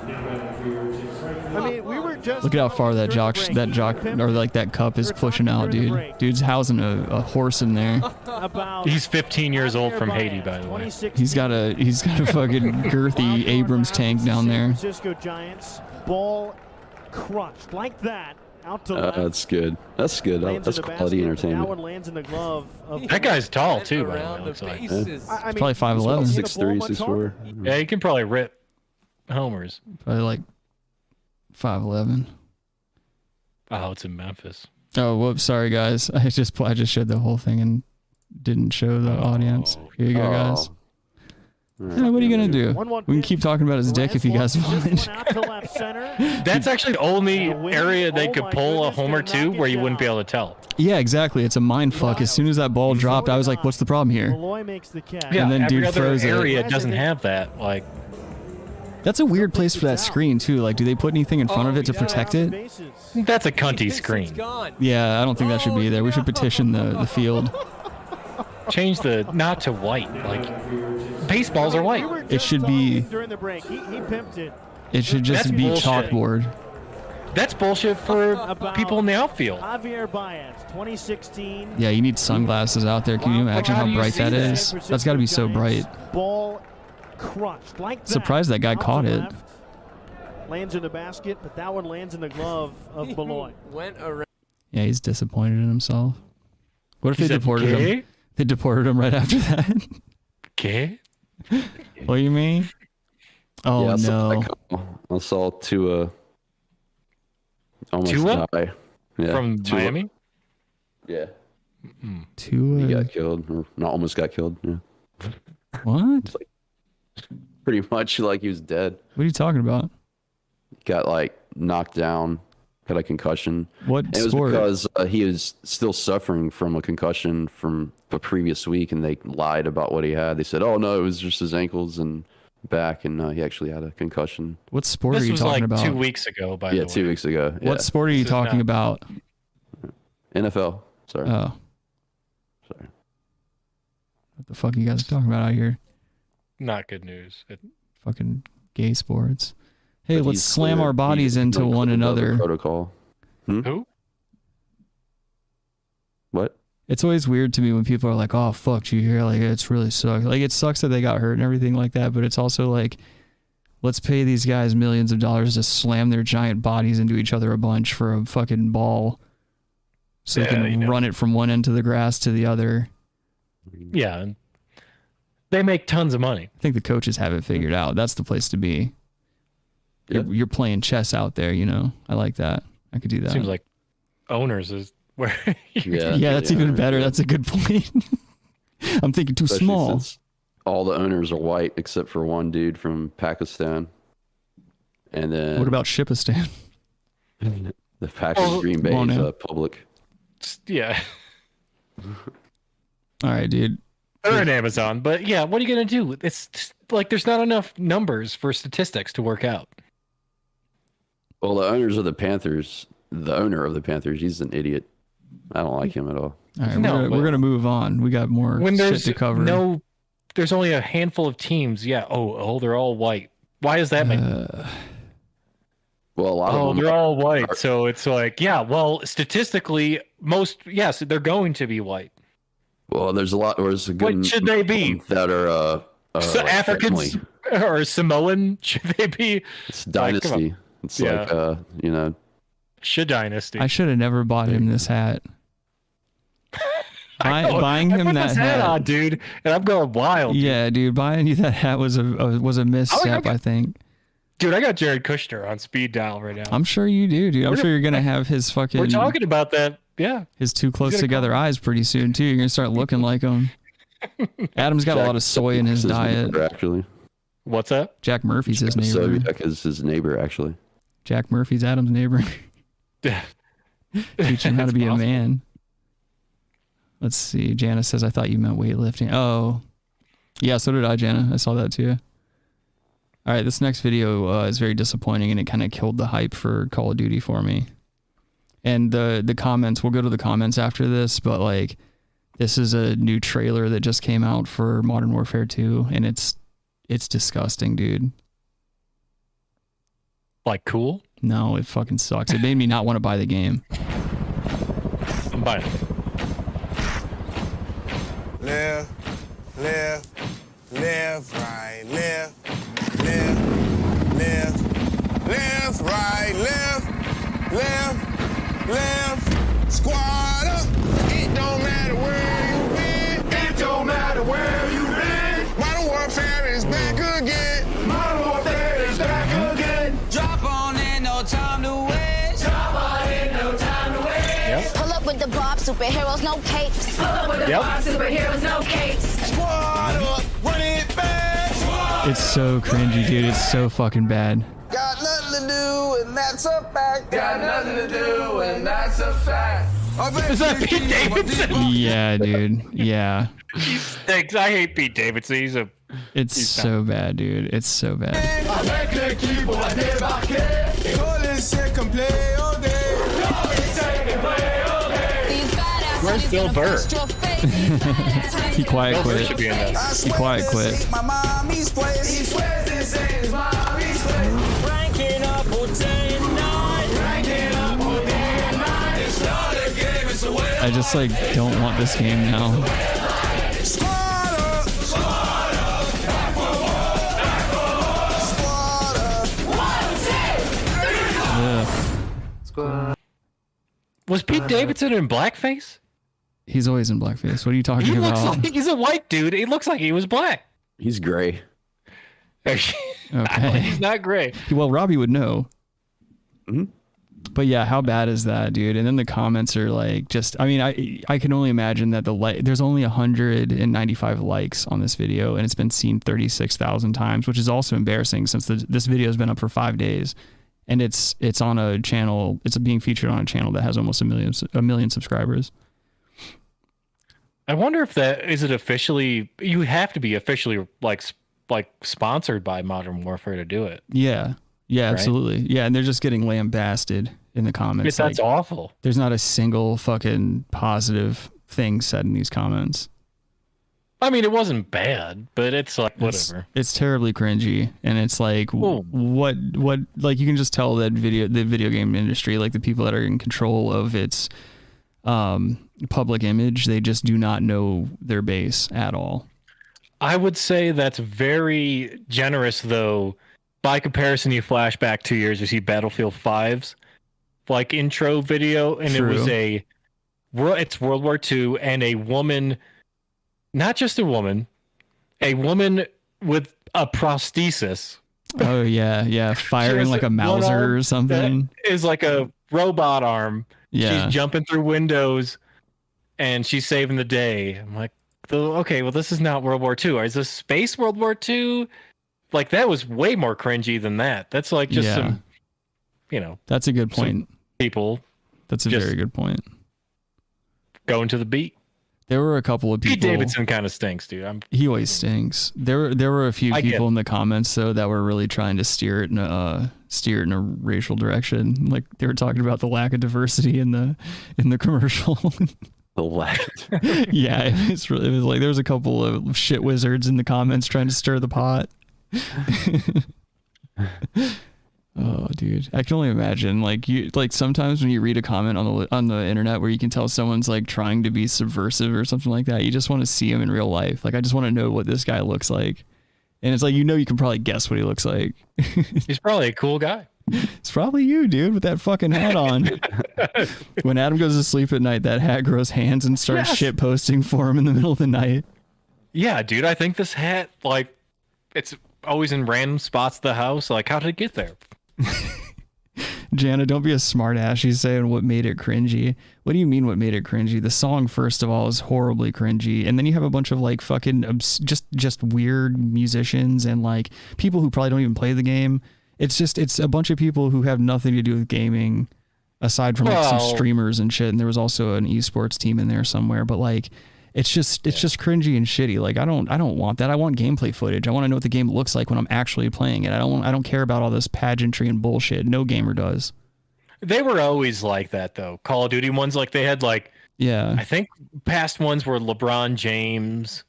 Speaker 12: I mean, we were just
Speaker 7: Look at how far that jock,
Speaker 12: during the
Speaker 7: that jock,
Speaker 12: break.
Speaker 7: or like that cup is pushing out, dude. Dude's housing a, a horse in there.
Speaker 12: about
Speaker 8: He's 15 years old from Haiti, by the way.
Speaker 7: He's got a, he's got a fucking girthy Abrams tank down
Speaker 8: Hmm?
Speaker 7: there.
Speaker 12: Francisco Giants ball crushed like that out to
Speaker 9: Uh,
Speaker 12: left.
Speaker 9: that's good. That's good.
Speaker 12: Lands in
Speaker 9: That's
Speaker 12: the
Speaker 9: quality
Speaker 12: basket, but That one
Speaker 9: entertainment.
Speaker 12: lands in the glove of.
Speaker 8: That guy's tall too, by the way.
Speaker 3: Around
Speaker 8: it
Speaker 3: the
Speaker 8: Looks like.
Speaker 3: bases.
Speaker 12: I, I mean,
Speaker 7: Probably five eleven.
Speaker 12: Hit a
Speaker 9: Six three,
Speaker 12: ball
Speaker 9: six
Speaker 12: much
Speaker 9: four.
Speaker 12: harder?
Speaker 8: Yeah, he can probably rip homers.
Speaker 7: Probably like five eleven.
Speaker 8: Oh, it's in Memphis.
Speaker 7: Oh, whoops! Sorry, guys. I just pl- I just showed the whole thing and didn't show the audience. Here you go, guys. Oh. Yeah, Oh. what are you gonna do?
Speaker 12: One, one
Speaker 7: we can
Speaker 12: pitch.
Speaker 7: keep talking about his dick if you guys
Speaker 12: Perez launches this one
Speaker 7: want.
Speaker 12: out to left center.
Speaker 8: That's actually the only
Speaker 12: Yeah, win.
Speaker 8: area they
Speaker 12: Oh
Speaker 8: could
Speaker 12: my
Speaker 8: pull a
Speaker 12: goodness,
Speaker 8: homer
Speaker 12: gonna
Speaker 8: to
Speaker 12: knock it
Speaker 8: where you wouldn't be
Speaker 12: down.
Speaker 8: able to tell.
Speaker 7: yeah, exactly. It's a mind fuck. As soon as that ball dropped, I was like, "What's the problem here?"
Speaker 12: Malloy makes the catch.
Speaker 8: Yeah,
Speaker 7: And then
Speaker 8: every
Speaker 7: dude
Speaker 8: other
Speaker 7: throws it.
Speaker 8: area doesn't have that. Like,
Speaker 7: That's a weird place for that screen too. Like, do they put anything in front of
Speaker 12: Oh,
Speaker 7: it to protect it?
Speaker 12: Bases.
Speaker 8: that's a cunty
Speaker 3: This is
Speaker 8: screen.
Speaker 3: gone.
Speaker 7: Yeah, I don't think that should be there. We should petition the the field.
Speaker 8: Change the not to white. Like, baseballs are
Speaker 12: We were
Speaker 8: white.
Speaker 7: It
Speaker 12: just
Speaker 7: should be-
Speaker 12: talking During the break, he, he pimped it.
Speaker 7: It should just
Speaker 8: That's
Speaker 7: be
Speaker 8: bullshit.
Speaker 7: chalkboard.
Speaker 8: That's bullshit for
Speaker 12: About
Speaker 8: people in the outfield.
Speaker 12: Javier Baez, 2016.
Speaker 7: Yeah, you need sunglasses out there. Can you imagine
Speaker 8: how
Speaker 7: how
Speaker 8: do you
Speaker 7: bright
Speaker 8: see
Speaker 7: that
Speaker 8: that?
Speaker 7: is? That's got to be so bright.
Speaker 12: Ball crushed like that.
Speaker 7: Surprised that guy
Speaker 12: Out to
Speaker 7: caught it.
Speaker 12: left. Lands in the basket, but that one lands in the glove of Malloy.
Speaker 3: Went around.
Speaker 7: Yeah, he's disappointed in himself. What if
Speaker 8: He
Speaker 7: they
Speaker 8: said,
Speaker 7: deported him?
Speaker 8: "Gay?
Speaker 7: They deported him right after that.
Speaker 8: Gay?
Speaker 7: what do you mean? Oh
Speaker 9: yeah, I saw
Speaker 7: no!
Speaker 9: that come. I saw Tua almost
Speaker 8: Tua?
Speaker 9: die. Yeah,
Speaker 8: From
Speaker 9: Tua.
Speaker 8: Miami?
Speaker 9: Yeah, he
Speaker 7: Tua,
Speaker 9: got killed. Or not almost got killed. Yeah,
Speaker 7: what? What
Speaker 9: pretty much like he was dead.
Speaker 7: are you talking about?
Speaker 9: Got like knocked down. Got a concussion.
Speaker 7: What
Speaker 9: And it was
Speaker 7: sport?
Speaker 9: because uh, he is still suffering from a concussion from the previous week, and they lied about what he had. They said, "Oh no, it was just his ankles and back, and uh, he actually had a concussion."
Speaker 7: what sport are
Speaker 8: This
Speaker 7: you
Speaker 8: was
Speaker 7: talking
Speaker 8: like
Speaker 7: about?
Speaker 8: two weeks ago, by
Speaker 9: yeah,
Speaker 8: the way.
Speaker 9: two weeks ago.
Speaker 7: What sport are you
Speaker 8: is
Speaker 7: talking
Speaker 8: not-
Speaker 7: about?
Speaker 9: Yeah. NFL. Sorry,
Speaker 7: Oh,
Speaker 9: sorry.
Speaker 7: what the fuck you guys are talking about out here?
Speaker 8: Not good news. It-
Speaker 7: Fucking gay sports. Hey,
Speaker 9: But
Speaker 7: let's
Speaker 9: he's
Speaker 7: slam
Speaker 9: clear.
Speaker 7: our bodies
Speaker 9: He's
Speaker 7: into
Speaker 9: unclear
Speaker 7: one
Speaker 9: of the
Speaker 7: another.
Speaker 9: Protocol. Hmm?
Speaker 8: who?
Speaker 9: What?
Speaker 7: It's always weird to me when people are like, "Oh fuck, you hear like it's really sucks. Like it sucks that they got hurt and everything like that, but it's also like let's pay these guys millions of dollars to slam their giant bodies into each other a bunch for a fucking ball so they
Speaker 8: Yeah,
Speaker 7: can
Speaker 8: you know.
Speaker 7: run it from one end of the grass to the other.
Speaker 8: Yeah. and They make tons of money.
Speaker 7: I think the coaches have it figured out. That's the place to be.
Speaker 9: Yeah.
Speaker 7: You're, you're playing chess out there, you know. I like that. I could do that.
Speaker 8: Seems like owners is where.
Speaker 9: Yeah,
Speaker 7: yeah, that's even better. That's a good point. I'm thinking too
Speaker 9: Especially
Speaker 7: small.
Speaker 9: since all the owners are white except for one dude from Pakistan. And then
Speaker 7: What about Shipistan?
Speaker 9: the Packers
Speaker 8: Oh,
Speaker 9: Green Bay
Speaker 7: come on
Speaker 9: is
Speaker 7: now.
Speaker 9: uh, public.
Speaker 8: yeah.
Speaker 7: All right, dude.
Speaker 8: They're in Amazon, but yeah, what are you gonna do? It's just, like there's not enough numbers for statistics to work out.
Speaker 9: Well, the owners of the Panthers, the owner of the Panthers, he's an idiot. I don't like him at all.
Speaker 7: All right,
Speaker 8: No,
Speaker 7: we're, gonna, we're
Speaker 8: but-
Speaker 7: gonna move on. We got more
Speaker 8: When
Speaker 7: shit
Speaker 8: there's
Speaker 7: to cover.
Speaker 8: no, there's only a handful of teams. Yeah. Oh, oh, they're all white. Why does that make?
Speaker 7: Uh,
Speaker 9: Well, a lot
Speaker 8: oh,
Speaker 9: of them.
Speaker 8: they're all white. So it's like, yeah. Well, statistically, most yes, they're going to be white.
Speaker 9: well, there's a lot. Or there's a good
Speaker 8: What should they be?
Speaker 9: amount that are uh, uh
Speaker 8: so
Speaker 9: like
Speaker 8: Africans
Speaker 9: family.
Speaker 8: or Samoan should they be?
Speaker 9: It's
Speaker 8: Like, come on.
Speaker 9: dynasty. it's
Speaker 8: Yeah.
Speaker 9: like uh, you know,
Speaker 8: Should dynasty?
Speaker 7: I should have never bought him this hat.
Speaker 8: I
Speaker 7: Buy-
Speaker 8: know.
Speaker 7: buying
Speaker 8: Oh, I
Speaker 7: him
Speaker 8: put
Speaker 7: that
Speaker 8: this hat,
Speaker 7: hat.
Speaker 8: on, dude, and I'm going wild,
Speaker 7: Yeah, dude, buying you that hat was a, a was
Speaker 8: Oh,
Speaker 7: a misstep.
Speaker 8: got-
Speaker 7: I think.
Speaker 8: dude. I got Jared Kushner on speed dial right now.
Speaker 7: I'm sure you do, dude. I'm sure you're gonna have his
Speaker 8: We're
Speaker 7: fucking
Speaker 8: talking about that. Yeah.
Speaker 7: his two close
Speaker 8: gonna
Speaker 7: together eyes pretty soon too. You're gonna start looking like him. Adam's got a lot of soy in his
Speaker 9: his
Speaker 7: diet.
Speaker 9: neighbor, actually.
Speaker 8: What's up?
Speaker 7: Jack Murphy's his neighbor.
Speaker 9: Soviak is his neighbor, actually.
Speaker 7: Jack Murphy's Adam's neighbor. teach him how
Speaker 8: That's
Speaker 7: to be
Speaker 8: possible.
Speaker 7: a man. Let's see. Jana says, I thought you meant weightlifting. Oh, yeah, so did I, Jana. I saw that too. All right, this next video uh, is very disappointing and it kind of killed the hype for Call of Duty for me. And the, the comments, we'll go to the comments after this, but like, this is a new trailer that just came out for Modern Warfare 2, and it's it's disgusting, dude.
Speaker 8: Like cool?
Speaker 7: No, it fucking sucks. It made me not want to buy the game.
Speaker 8: I'm buying. it.
Speaker 13: Live, live, live, right, live, live, live, live, right, live, live, live. Squad up. It don't matter where you been. It don't matter where you been. Modern warfare is back again. Modern warfare is back again. Drop on in, no time to waste. Drop on in, no time to waste.
Speaker 14: Pull up with the Bob superheroes, no capes. Pull up with the
Speaker 8: Yep.
Speaker 14: Bob superheroes, no capes.
Speaker 13: Squad up, run it fast.
Speaker 7: It's so cringy, dude. It's so fucking bad.
Speaker 13: Got nothing to do, and that's a fact. Got nothing to do, and that's a fact.
Speaker 8: Is that Pete Davidson?
Speaker 7: Yeah, dude. Yeah.
Speaker 8: He stinks. I hate Pete Davidson. He's a
Speaker 7: It's so bad, dude. It's so bad.
Speaker 14: These badass
Speaker 8: Where's
Speaker 14: honeys
Speaker 8: Bill
Speaker 14: gonna
Speaker 8: Burr?
Speaker 14: bust your face. These badass honeys
Speaker 7: He
Speaker 14: gonna
Speaker 7: quiet
Speaker 14: bust
Speaker 7: quit.
Speaker 14: your
Speaker 8: should be in
Speaker 14: face.
Speaker 8: that.
Speaker 7: Be quiet, quit.
Speaker 13: My mommy's place. He swears this ain't his mommy's place. Ranking up all day and night. Ranking up all day and night. It's not a game, it's a way.
Speaker 7: I just like don't want this game now.
Speaker 13: Squad up. Squad up. Back for war. Back for war. Squad up.
Speaker 7: Ugh.
Speaker 8: was Pete Davidson in blackface?
Speaker 7: He's always in blackface. What are you talking
Speaker 8: He looks
Speaker 7: about?
Speaker 8: like he's a white dude. He looks like he was black.
Speaker 9: He's gray.
Speaker 8: He's not gray.
Speaker 7: Well, Robbie would know.
Speaker 8: Hmm?
Speaker 9: Mhm.
Speaker 7: But yeah, how bad is that, dude? And then the comments are like, just I mean, I I can only imagine that the like there's only 195 likes on this video, and it's been seen 36,000 times, which is also embarrassing since the, this video has been up for five days, and it's it's on a channel, it's being featured on a channel that has almost a million a million subscribers.
Speaker 8: I wonder if that is it officially. You have to be officially like s- like sponsored by Modern Warfare to do it.
Speaker 7: Yeah, yeah,
Speaker 8: Right?
Speaker 7: absolutely, yeah, and they're just getting lambasted in the comments.
Speaker 8: that's
Speaker 7: like,
Speaker 8: awful.
Speaker 7: There's not a single fucking positive thing said in these comments.
Speaker 8: I mean, it wasn't bad, but it's like
Speaker 7: It's-
Speaker 8: whatever.
Speaker 7: It's, terribly cringy, and it's like w- what what like you can just tell that video the video game industry, like the people that are in control of its um public image, they just do not know their base at all.
Speaker 8: I would say that's very generous, though. By comparison, you flash back two years, you see Battlefield 5's like intro video, and it was
Speaker 7: True.
Speaker 8: a wor- it's World War II, and a woman, not just a woman, a woman with a prosthesis
Speaker 7: Oh yeah, yeah, firing
Speaker 8: has
Speaker 7: like a
Speaker 8: one
Speaker 7: Mauser
Speaker 8: arm
Speaker 7: or
Speaker 8: that-
Speaker 7: something.
Speaker 8: is like a robot arm.
Speaker 7: Yeah.
Speaker 8: She's jumping through windows and she's saving the day. I'm like, "The- okay, well, this is not World War II. Is this space World War II? Like, that was way more cringy than that. That's like just
Speaker 7: Yeah.
Speaker 8: some, you know,
Speaker 7: That's a good
Speaker 8: some
Speaker 7: point.
Speaker 8: people
Speaker 7: That's a
Speaker 8: just-
Speaker 7: very good point.
Speaker 8: going to the beat.
Speaker 7: There were a couple of people.
Speaker 8: Pete Davidson kind of stinks, dude. I'm,
Speaker 7: He always stinks. There were there were a few
Speaker 8: I get
Speaker 7: people
Speaker 8: it.
Speaker 7: in the comments though that were really trying to steer it in a uh, steer it in a racial direction. Like they were talking about the lack of diversity in the in the commercial.
Speaker 9: The left.
Speaker 7: yeah, it was really, it was like there was a couple of shit wizards in the comments trying to stir the pot. oh, dude, I can only imagine. Like you, like sometimes when you read a comment on the on the internet where you can tell someone's like trying to be subversive or something like that, you just want to see him in real life. Like I just want to know what this guy looks like, and it's like you know you can probably guess what he looks like.
Speaker 8: he's probably a cool guy.
Speaker 7: It's probably you, dude, with that fucking hat on. when Adam goes to sleep at night, that hat grows hands and starts
Speaker 8: Yes.
Speaker 7: shit posting for him in the middle of the night.
Speaker 8: Yeah, dude, I think this hat, like, it's always in random spots of the house. Like, how did it get there?
Speaker 7: Jana, don't be a smartass. She's saying what made it cringy. What do you mean what made it cringy? The song, first of all, is horribly cringy, and then you have a bunch of like fucking obs- just just weird musicians and like people who probably don't even play the game. It's just it's a bunch of people who have nothing to do with gaming, aside from like
Speaker 8: Well-
Speaker 7: some streamers and shit. And there was also an esports team in there somewhere, but like. It's just it's just cringy and shitty. Like I don't I don't want that. I want gameplay footage. I want to know what the game looks like when I'm actually playing it. I don't want, I don't care about all this pageantry and bullshit. No gamer does.
Speaker 8: They were always like that though. Call of Duty ones, like they had like
Speaker 7: Yeah.
Speaker 8: I think past ones were LeBron James,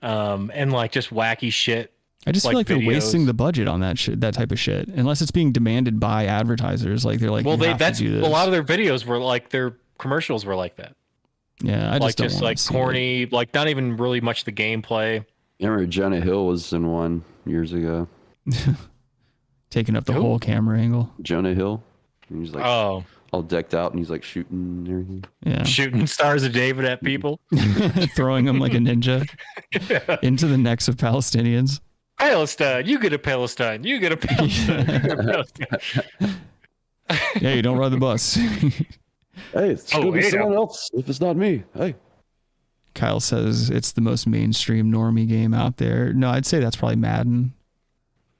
Speaker 8: um, and like just wacky shit.
Speaker 7: I just feel like they're
Speaker 8: videos.
Speaker 7: wasting the budget on that shit, that type of shit, unless it's being demanded by advertisers. Like they're like,
Speaker 8: well,
Speaker 7: you
Speaker 8: they
Speaker 7: have
Speaker 8: that's
Speaker 7: to do this.
Speaker 8: a lot of their videos were like their commercials were like that,
Speaker 7: yeah. I
Speaker 8: like
Speaker 7: just don't
Speaker 8: just
Speaker 7: wanna
Speaker 8: like
Speaker 7: see it.
Speaker 8: corny, like not even really much the gameplay.
Speaker 9: I remember Jonah Hill was in one years ago.
Speaker 7: taking up the
Speaker 8: Who?
Speaker 7: whole camera angle.
Speaker 9: Jonah Hill. And he's like
Speaker 8: oh,
Speaker 9: all decked out and he's like shooting and everything.
Speaker 7: Yeah,
Speaker 8: shooting stars of David at people.
Speaker 7: throwing them like a ninja into the necks of Palestinians.
Speaker 8: Palestine, you get a Palestine, you get a Palestine, you get a Palestine.
Speaker 7: Yeah, you don't ride the bus.
Speaker 9: Hey, it's
Speaker 8: Oh,
Speaker 9: gonna be
Speaker 8: yeah.
Speaker 9: someone else if it's not me. Hey.
Speaker 7: Kyle says it's the most mainstream normie game out there. No, I'd say that's probably Madden.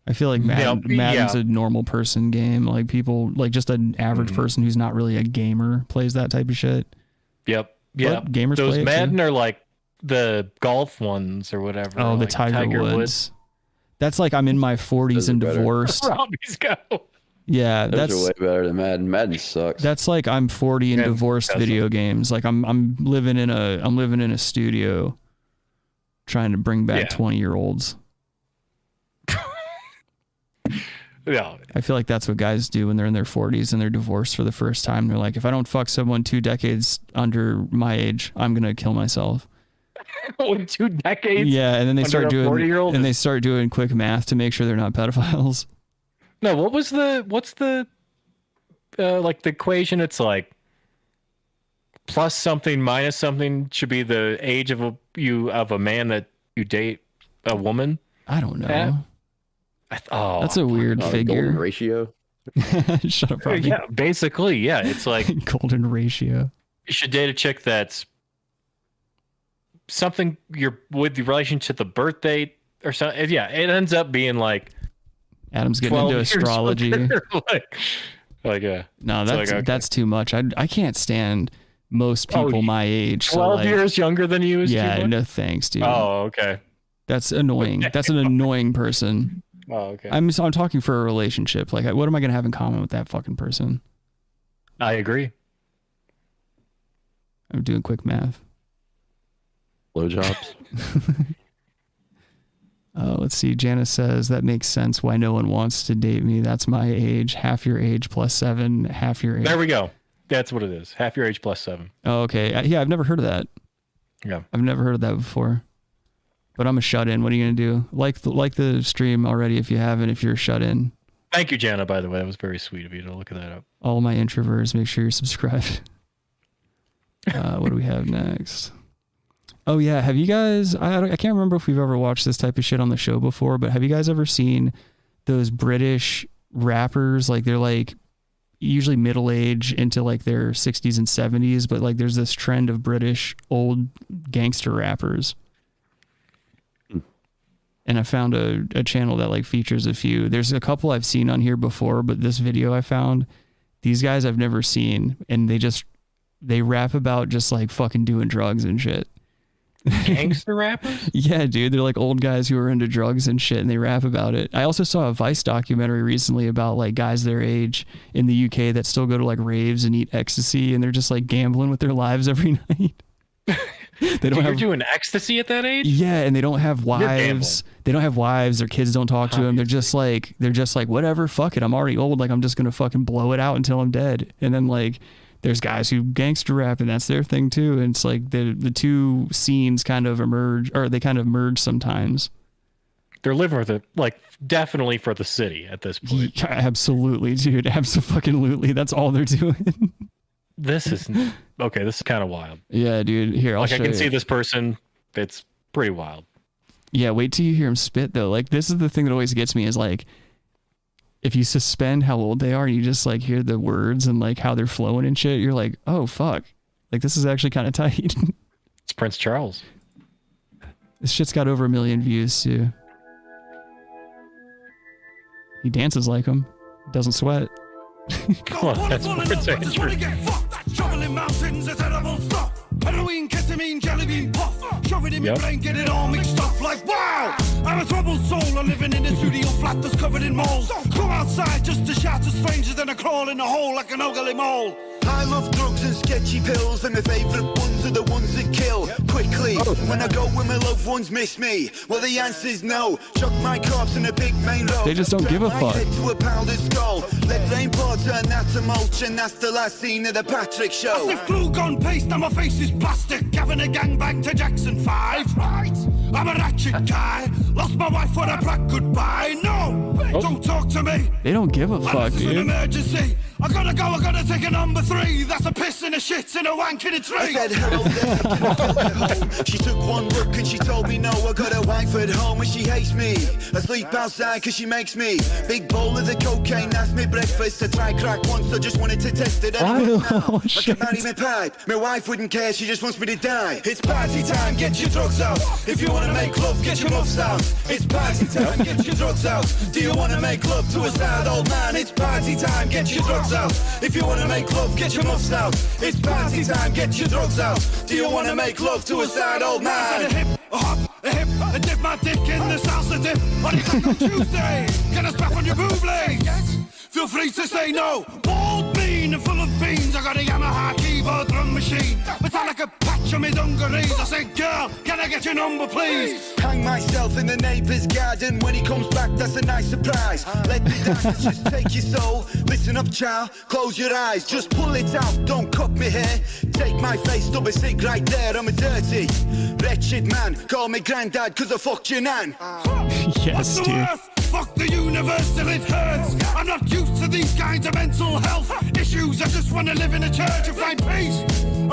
Speaker 7: I feel like Madden,
Speaker 8: Yeah,
Speaker 7: Madden's
Speaker 8: yeah.
Speaker 7: a normal person game. Like people, like just an average
Speaker 8: Mm-hmm.
Speaker 7: person who's not really a gamer plays that type of shit.
Speaker 8: Yep, yep.
Speaker 7: gamers
Speaker 8: Those
Speaker 7: play it, too.
Speaker 8: Madden are like the golf ones or whatever.
Speaker 7: Oh, the
Speaker 8: like
Speaker 7: Tiger, Woods. That's like I'm in my 40s and
Speaker 9: are better.
Speaker 7: divorced.
Speaker 8: Robbie's go.
Speaker 7: Yeah,
Speaker 9: Those
Speaker 7: that's
Speaker 9: are way better than Madden. Madden sucks.
Speaker 7: that's like I'm 40 and
Speaker 8: Yeah,
Speaker 7: divorced
Speaker 8: that's-
Speaker 7: video games. Like I'm I'm living in a I'm living in a studio trying to bring back
Speaker 8: Yeah.
Speaker 7: 20 year olds.
Speaker 8: Yeah,
Speaker 7: I feel like that's what guys do when they're in their 40s and they're divorced for the first time. They're like, if I don't fuck someone two decades under my age, I'm gonna kill myself.
Speaker 8: in two decades.
Speaker 7: yeah, and then they
Speaker 8: under
Speaker 7: start
Speaker 8: a
Speaker 7: doing
Speaker 8: 40-year-old
Speaker 7: and they
Speaker 8: is-
Speaker 7: start doing quick math to make sure they're not pedophiles.
Speaker 8: No, what was the what's the uh, like the equation? It's like plus something minus something should be the age of a you of a man that you date a woman?
Speaker 7: I don't know.
Speaker 8: At? I th- oh,
Speaker 7: That's a weird
Speaker 9: Uh, golden
Speaker 7: figure.
Speaker 9: ratio.
Speaker 7: Shut up, Robbie.
Speaker 8: yeah, basically, yeah. It's like
Speaker 7: Golden ratio.
Speaker 8: you should date a chick that's something you're with the relationship to the birth date or something. Yeah, it ends up being like
Speaker 7: Adam's getting
Speaker 8: 12
Speaker 7: into
Speaker 8: years
Speaker 7: astrology.
Speaker 8: later, like, like uh, yeah.
Speaker 7: No,
Speaker 8: It's
Speaker 7: that's
Speaker 8: like, okay.
Speaker 7: that's too much. I I can't stand most
Speaker 8: Oh,
Speaker 7: people my age. so,
Speaker 8: 12
Speaker 7: like,
Speaker 8: years younger than you is too
Speaker 7: Yeah,
Speaker 8: much?
Speaker 7: no thanks, dude.
Speaker 8: Oh, okay.
Speaker 7: That's annoying. That's an annoying person.
Speaker 8: Oh, okay.
Speaker 7: I'm so I'm talking for a relationship. Like, what am I gonna have in common with that fucking person?
Speaker 8: I agree.
Speaker 7: I'm doing quick math.
Speaker 9: Blowjobs.
Speaker 7: Uh, let's see. Janice says that makes sense. Why no one wants to date me? That's my age, half your age plus seven, half your age.
Speaker 8: There we go. That's what it is. Half your age plus seven.
Speaker 7: Oh, okay. Uh, Yeah, I've never heard of that.
Speaker 8: Yeah.
Speaker 7: I've never heard of that before. But I'm a shut in. What are you gonna do? Like the, like the stream already if you haven't. If you're shut in,
Speaker 8: Thank you, Jana, by the way. That was very sweet of you to look that up.
Speaker 7: all my introverts, make sure you're subscribed. Uh, what do we have next? Oh yeah, have you guys? I don't, I can't remember if we've ever watched this type of shit on the show before, but have you guys ever seen those British rappers? Like they're like usually middle age into like their 60s and 70s, but like there's this trend of British old gangster rappers. And I found a, a channel that like features a few. There's a couple I've seen on here before, but this video I found, these guys I've never seen, and they just they rap about just like fucking doing drugs and shit.
Speaker 8: Gangster rappers?
Speaker 7: Yeah, dude. They're like old guys who are into drugs and shit and they rap about it. I also saw a Vice documentary recently about like guys their age in the UK that still go to like raves and eat ecstasy and they're just like gambling with their lives every night. they
Speaker 8: Dude,
Speaker 7: don't
Speaker 8: you're
Speaker 7: have
Speaker 8: doing ecstasy at that age?
Speaker 7: Yeah, and they don't have
Speaker 8: gambling.
Speaker 7: wives. They don't have wives, their kids don't talk to them. They're just like they're just like whatever, fuck it. I'm already old, like I'm just going to fucking blow it out until I'm dead. And then like there's guys who gangster rap and that's their thing too and it's like the the two scenes kind of emerge or they kind of merge sometimes.
Speaker 8: They're living with it, like, definitely for the city at this point.
Speaker 7: Yeah, absolutely, dude. Absolutely. That's all they're doing.
Speaker 8: This is okay. This is kind of wild.
Speaker 7: yeah, dude. Here, I'll
Speaker 8: like,
Speaker 7: show
Speaker 8: I can
Speaker 7: you.
Speaker 8: see this person. It's pretty wild.
Speaker 7: Yeah, wait till you hear him spit though. Like this is the thing that always gets me is like if you suspend how old they are and you just like hear the words and like how they're flowing and shit, you're like, "Oh fuck." Like this is actually kind of tight.
Speaker 8: It's Prince Charles.
Speaker 7: this shit's got over a million views too. He dances like him. Doesn't sweat.
Speaker 8: Come on, that's Prince Andrew.
Speaker 15: Shoveling mountains is edible stuff. Heroin, ketamine, jelly bean puff. Shove it in
Speaker 8: Yep.
Speaker 15: my brain, get it all mixed up like wow. I'm a troubled soul, I'm living in a studio flat that's covered in moles. Come outside just to shout to strangers, then I crawl in a hole like an ugly mole. I love drugs and sketchy pills, and my favourite ones are the ones that kill quickly. When I go when my loved ones miss me, well the answer's no. Chuck my corpse in a big main road.
Speaker 7: They just don't give a
Speaker 15: My
Speaker 7: fuck.
Speaker 15: head to a pounded skull. Lead rain porter and that's a mulch, and that's the last scene of the Patrick show. Massive glue gun paste, now my face is plastic. Having a gangbang to Jackson 5. Right. I'm a ratchet guy. Lost my wife for a black goodbye. No, don't talk to me.
Speaker 7: They don't give a
Speaker 15: And
Speaker 7: fuck,
Speaker 15: this is an
Speaker 7: dude.
Speaker 15: emergency. I gotta go, I gotta take a number three. That's a piss and a shit and a wank in a tree. I said hello there. she took one look and she told me no. I got a wife at home and she hates me. I sleep outside cause she makes me. Big bowl of the cocaine, that's my breakfast. I tried crack once, I just wanted to test it. I don't
Speaker 7: Oh,
Speaker 15: know. I can marry my pipe. My wife wouldn't care, she just wants me to die. It's party time, get your drugs out. If you wanna make love, get your muffs out. It's party time, get your drugs out. Do you wanna make love to a sad old man? It's party time, get your drugs out. If you wanna make love, get your muffs out. It's party time, get your drugs out. Do you wanna make love to a sad old man? A hip, a hop, a hip, a dip my dick in the salsa dip. On it back on Tuesday, get us back on your boo blades. Feel free to say no. Bald bean and full of beans. I got a Yamaha keyboard drum machine. Metallic a patch on me dungarees. I said, girl, can I get your number, please? Hang myself in the neighbor's garden. When he comes back, that's a nice surprise. Let the darkness just take your soul. Listen up, child. Close your eyes. Just pull it out. Don't cut me hair. Take my face. Stop a sick right there. I'm a dirty, wretched man. Call me granddad, cause I fucked your nan.
Speaker 7: Yes,
Speaker 15: What's the
Speaker 7: dude.
Speaker 15: worth? Fuck the universe till it hurts. I'm not used to these kinds of mental health issues. I just want to live in a church and find peace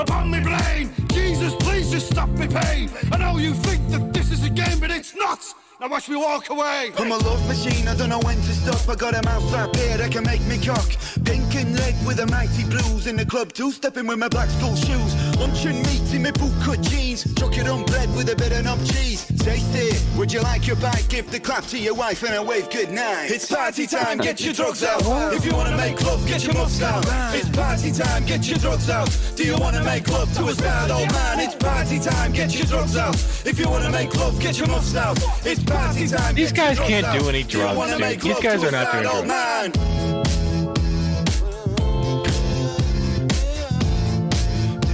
Speaker 15: upon my brain. Jesus, please just stop me pain. I know you think that this is a game, but it's not.
Speaker 13: Now watch me walk away.
Speaker 15: I'm a love machine, I don't know when to stop. I got a mouth up here that can make me cock. Pink and red with a mighty blues. In the club, two stepping with my black school shoes. Lunching meat in my boot cut jeans. Chuck it on bread with a bit of knob cheese. Taste it. Would you like your bite? Give the clap to your wife and a wave good night. It's party time, get your drugs out. If you wanna make love, get your muffs out. It's party time, get your drugs out. Do you wanna make love to a sad old man? It's party time, get your drugs out. If you wanna make love, get your muffs out. It's party time.
Speaker 8: These guys can't do any drugs, dude. These guys are not doing drugs.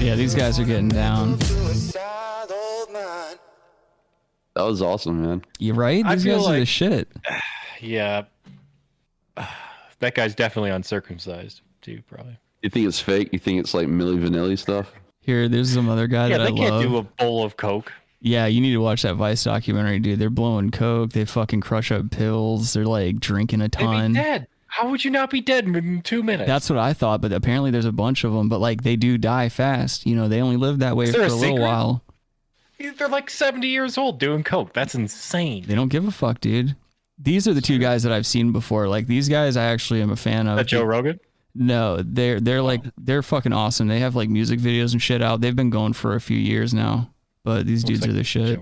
Speaker 7: Yeah, these guys are getting down.
Speaker 9: That was awesome, man.
Speaker 7: You right?
Speaker 8: I
Speaker 7: These
Speaker 8: feel
Speaker 7: guys are the
Speaker 8: like-
Speaker 7: shit.
Speaker 8: Yeah. That guy's definitely uncircumcised, too, probably.
Speaker 9: You think it's fake? You think it's like Millie Vanilli stuff?
Speaker 7: Here, there's some other guy
Speaker 8: yeah,
Speaker 7: that
Speaker 8: they
Speaker 7: I
Speaker 8: can't
Speaker 7: love.
Speaker 8: do a bowl of Coke.
Speaker 7: Yeah, you need to watch that Vice documentary, dude. They're blowing coke. They fucking crush up pills. They're like drinking a
Speaker 8: They'd be
Speaker 7: ton.
Speaker 8: dead. How would you not be dead in two minutes?
Speaker 7: That's what I thought, but apparently there's a bunch of them. But like they do die fast. You know, they only live that way
Speaker 8: Is
Speaker 7: for
Speaker 8: there
Speaker 7: a,
Speaker 8: a
Speaker 7: little
Speaker 8: secret?
Speaker 7: while.
Speaker 8: They're like 70 years old doing Coke. That's insane.
Speaker 7: They don't give a fuck, dude. These are the two guys that I've seen before. Like these guys, I actually am a fan of.
Speaker 8: That Joe Rogan? Oh.
Speaker 7: No, they're they're like they're fucking awesome. They have like music videos and shit out. They've been going for a few years now, but these dudes are the shit.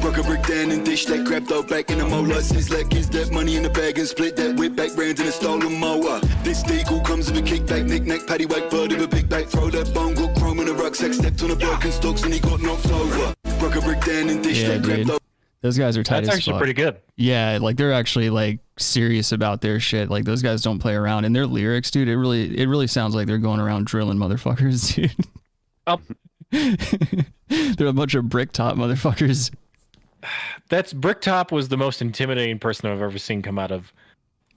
Speaker 15: Broke a brick down and dish that crap though back in the molar. Since lack is that money in the bag and split that whip back round in a stolen mower. This deagle comes with a kickback, knick-knack, paddywhack, bird of a big back. Throw that bone, got chrome in a rucksack, stepped on a broken stalks and he got knocked over. Broke a brick down and dish
Speaker 7: Yeah,
Speaker 15: that crap
Speaker 7: dude.
Speaker 15: though.
Speaker 7: Those guys are tight
Speaker 8: That's
Speaker 7: as
Speaker 8: actually
Speaker 7: fuck.
Speaker 8: pretty good.
Speaker 7: Yeah, like they're actually like serious about their shit. Like those guys don't play around, and their lyrics, dude. It really, it really sounds like they're going around drilling motherfuckers, dude.
Speaker 8: Up.
Speaker 7: they're a bunch of brick top motherfuckers.
Speaker 8: That's Bricktop was the most intimidating person I've ever seen come out of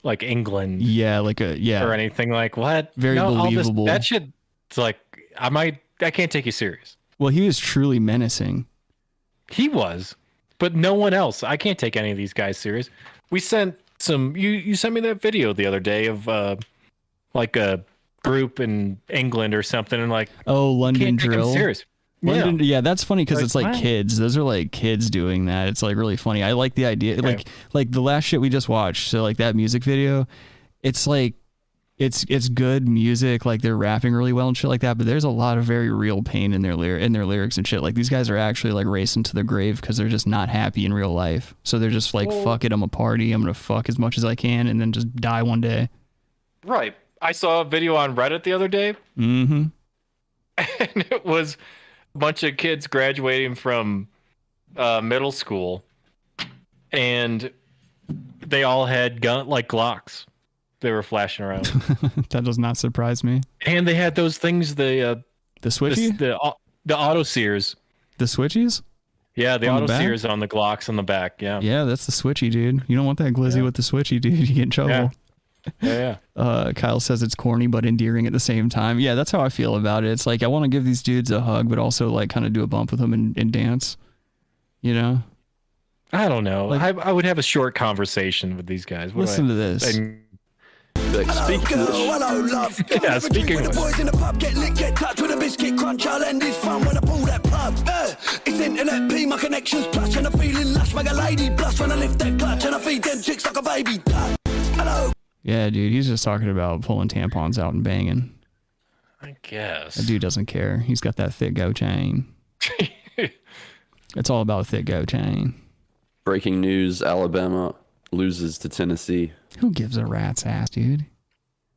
Speaker 8: like England
Speaker 7: Yeah, like a yeah.
Speaker 8: or anything like what?
Speaker 7: Very
Speaker 8: all this-
Speaker 7: believable.
Speaker 8: that shit. It's like I might. I can't take you serious.
Speaker 7: Well, he was truly menacing.
Speaker 8: He was, but no one else. I can't take any of these guys serious. We sent some. You you sent me that video the other day of uh, like a group in England or something, and like
Speaker 7: Oh, London
Speaker 8: can't take 'em
Speaker 7: drill.
Speaker 8: serious.
Speaker 7: London, yeah. that's funny because
Speaker 8: Like,
Speaker 7: it's like
Speaker 8: wow.
Speaker 7: kids. Those are like kids doing that. It's like really funny. I like the idea. Like like the last shit we just watched. So like that music video, it's like it's it's good music. Like they're rapping really well and shit like that. But there's a lot of very real pain in their lyr- in their lyrics and shit. Like these guys are actually like racing to the grave because they're just not happy in real life. So they're just like
Speaker 8: Well-
Speaker 7: fuck it. I'm a party. I'm gonna fuck as much as I can and then just die one day.
Speaker 8: Right. I saw a video on Reddit the other day
Speaker 7: Mm-hmm.
Speaker 8: and it was a bunch of kids graduating from uh, middle school, and they all had gun like Glocks. They were flashing around,
Speaker 7: that does not surprise me.
Speaker 8: and they had those things the uh,
Speaker 7: The
Speaker 8: the,
Speaker 7: switchy,
Speaker 8: the au- the auto sears.
Speaker 7: the switchies.
Speaker 8: Yeah, the
Speaker 7: On the
Speaker 8: auto
Speaker 7: back?
Speaker 8: sears on the Glocks on the back. Yeah,
Speaker 7: Yeah, that's the switchy, dude. You don't want that glizzy with the switchy, dude. You get in trouble.
Speaker 8: Yeah.
Speaker 7: Oh.
Speaker 8: yeah.
Speaker 7: Uh, Kyle says it's corny but endearing at the same time. Yeah, that's how I feel about it. It's like I want to give these dudes a hug, but also like kind of do a bump with them and, and dance. You know?
Speaker 8: I don't know.
Speaker 7: Like-
Speaker 8: I, I would have a short conversation with these guys. What do I-
Speaker 7: Listen to this.
Speaker 8: And-
Speaker 9: speaking
Speaker 15: Girl,
Speaker 9: of which,
Speaker 15: hello, love. Come
Speaker 8: Yeah,
Speaker 15: have a drink
Speaker 8: speaking
Speaker 15: with
Speaker 8: of
Speaker 15: the boys in the pub, get lit, get touch with a biscuit crunch. I'll end this fun when I pull that plug. Uh, it's internet P, my connection's plush, and I'm feeling lush. Make a lady blush when I lift that clutch, and I feed them chicks like a baby duck. Hello,
Speaker 7: Yeah, dude. He's just talking about pulling tampons out and banging.
Speaker 8: I guess.
Speaker 7: That dude doesn't care. He's got that thick go chain. it's all about a thick go chain.
Speaker 9: breaking news: Alabama loses to Tennessee.
Speaker 7: Who gives a rat's ass, dude?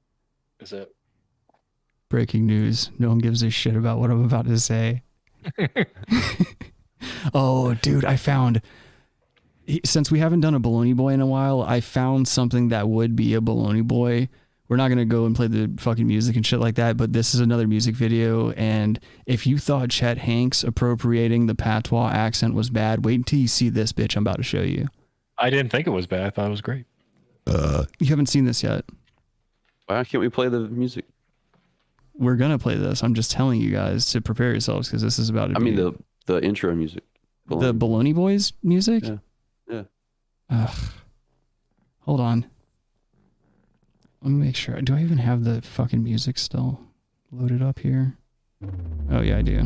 Speaker 8: Is it?
Speaker 7: Breaking news. No one gives a shit about what I'm about to say. oh, dude, I found. he- Since we haven't done a baloney boy in a while, I found something that would be a baloney boy. We're not going to go and play the fucking music and shit like that, but this is another music video. And if you thought Chet Hanks appropriating the patois accent was bad, wait until you see this bitch I'm about to show you.
Speaker 8: I didn't think it was bad. I thought it was great.
Speaker 7: You haven't seen this yet.
Speaker 9: Why can't we play the music?
Speaker 7: We're going to play this. I'm just telling you guys to prepare yourselves because this is about to
Speaker 9: I mean
Speaker 7: be
Speaker 9: the the intro music.
Speaker 7: the Baloney Boys music.
Speaker 9: Yeah. Yeah.
Speaker 7: Ugh. Hold on. Let me make sure. Do I even have the fucking music still loaded up here? Oh yeah, I do.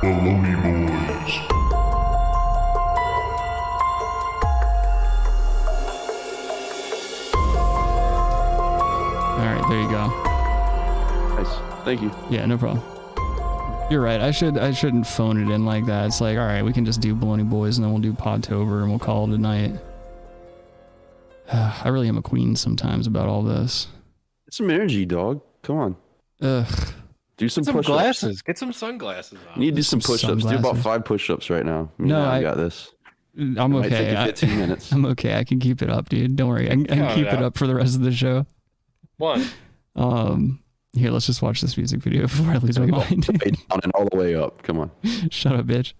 Speaker 16: The Looney Boys.
Speaker 7: All right, there you go.
Speaker 9: Nice. Thank you.
Speaker 7: Yeah, no problem. You're right. I should I shouldn't phone it in like that. It's like, all right, we can just do Baloney Boys and then we'll do Podtober and we'll call it a night. I really am a queen sometimes about all this.
Speaker 9: Get some energy, dog. Come on.
Speaker 7: Ugh.
Speaker 9: Do some,
Speaker 8: Get some
Speaker 9: push-ups.
Speaker 8: glasses. Get some sunglasses on.
Speaker 9: You need to do
Speaker 7: Some
Speaker 9: some push-ups. Do about
Speaker 7: sunglasses.
Speaker 9: five push-ups right now. You
Speaker 7: No,
Speaker 9: know,
Speaker 7: I-
Speaker 9: you got this.
Speaker 7: I'm
Speaker 9: It might
Speaker 7: okay.
Speaker 9: take you
Speaker 7: I-
Speaker 9: 15 minutes.
Speaker 7: I'm okay. I can keep it up, dude. Don't worry. I can, I can
Speaker 9: No,
Speaker 7: keep it
Speaker 9: no.
Speaker 7: up for the rest of the show.
Speaker 8: One.
Speaker 7: Um, here, let's just watch this music video before I lose my
Speaker 9: All
Speaker 7: mind.
Speaker 9: the way down and all the way up. Come on.
Speaker 7: Shut up, bitch.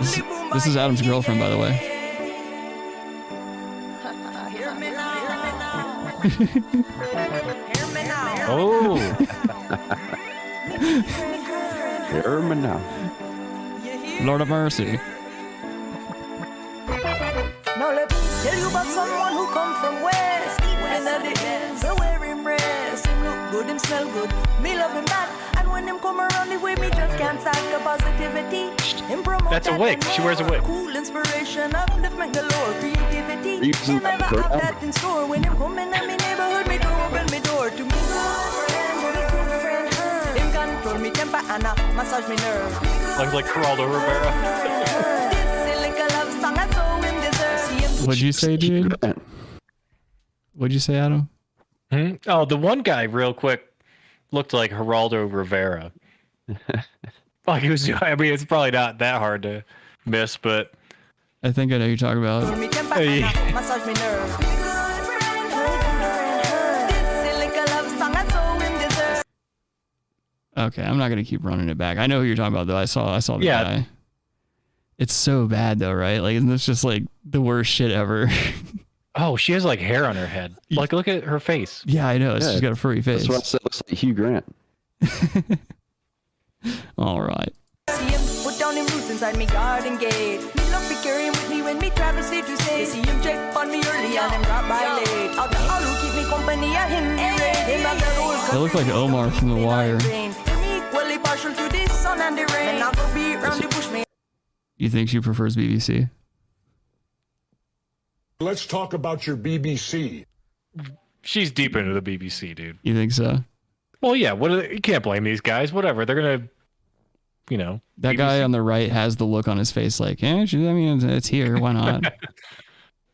Speaker 7: This, this is Adam's girlfriend, by the way.
Speaker 8: Oh.
Speaker 9: Hear me now.
Speaker 7: Lord of mercy.
Speaker 17: Now let me tell you about someone who come from West. When of the east, so wear him rest. Him look good, him smell good. Me love him that. And when him come around the way, me just can't stop the positivity. Him promote
Speaker 8: That's a
Speaker 17: that
Speaker 8: wig.
Speaker 17: and
Speaker 8: She wears a
Speaker 17: more.
Speaker 8: wig.
Speaker 17: Cool inspiration, upliftment galore, creativity.
Speaker 8: Are you using
Speaker 17: Him
Speaker 8: that
Speaker 17: ever
Speaker 8: girl?
Speaker 17: have that in store. When him come in my neighborhood, me door open me door to me. Good friend, good friend, her. Him control me temper and uh, massage me nerve.
Speaker 8: Looks like Geraldo Rivera.
Speaker 17: This like a love song, I so him deserve. See him
Speaker 7: What'd you say, dude? What'd you say, Adam?
Speaker 8: Hmm? Oh, the one guy, real quick, looked like Geraldo Rivera. like he was. I mean, it's probably not that hard to miss, but
Speaker 7: I think I know who you're talking about.
Speaker 17: me temper
Speaker 8: Hey.
Speaker 17: and massage me nerve. This like a love song, I so him deserve.
Speaker 7: Okay, I'm not gonna keep running it back. I know who you're talking about though. I saw I saw the
Speaker 8: Yeah.
Speaker 7: guy. It's so bad though, right? Like, and it's just like the worst shit ever.
Speaker 8: oh, she has like hair on her head. Like, look at her face.
Speaker 7: yeah, I know. It's,
Speaker 9: Yeah,
Speaker 7: She's got a furry face.
Speaker 9: That's what I said. Looks like Hugh Grant.
Speaker 7: All right.
Speaker 17: See him put down him roots inside me garden gate. Me love to carry him with me when me travel state to state. See him check on me early and him drop by late. Out the all who keep me company, I him be raid. Him have the whole
Speaker 7: They look like Omar from The Wire.
Speaker 17: brain. Him equally partial to the sun and the rain. And I go be round the bush, me
Speaker 7: You think she prefers BBC?
Speaker 5: Let's talk about your BBC.
Speaker 8: She's deep into the BBC, dude.
Speaker 7: You think so?
Speaker 8: Well, yeah. What are they, you can't blame these guys. Whatever. They're gonna, you know.
Speaker 7: That guy on the right has the look on his face like, yeah, she, I mean, it's- it's here. Why not?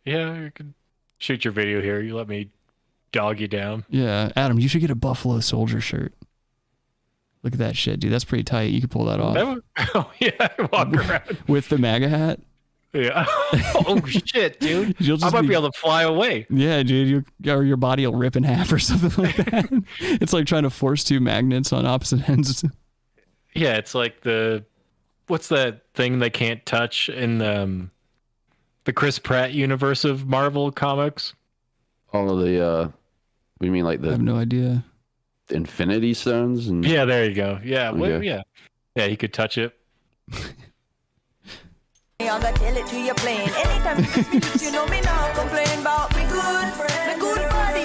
Speaker 8: Yeah, you can shoot your video here. You let me dog you down.
Speaker 7: yeah, Adam, you should get a Buffalo Soldier shirt. Look at that shit, dude. That's pretty tight. You could pull that off
Speaker 8: That would- oh yeah, walk around.
Speaker 7: with the MAGA hat.
Speaker 8: Yeah. oh shit, dude.
Speaker 7: You'll
Speaker 8: I
Speaker 7: just
Speaker 8: might
Speaker 7: be-
Speaker 8: be able to fly away.
Speaker 7: Yeah, dude, your or your body will rip in half or something like that. it's like trying to force two magnets on opposite ends.
Speaker 8: Yeah, it's like the what's that thing they can't touch in the um, the Chris Pratt universe of Marvel comics?
Speaker 9: All of the. uh We mean like
Speaker 7: I
Speaker 9: the
Speaker 7: have no idea.
Speaker 9: Infinity Stones and
Speaker 8: Yeah, there you go. Yeah, what-
Speaker 9: Okay.
Speaker 8: yeah, yeah. He could touch it.
Speaker 17: I'm gonna tell it to your plane. Anytime you kiss me lips, you know me now. Complain about me good friend, me good body.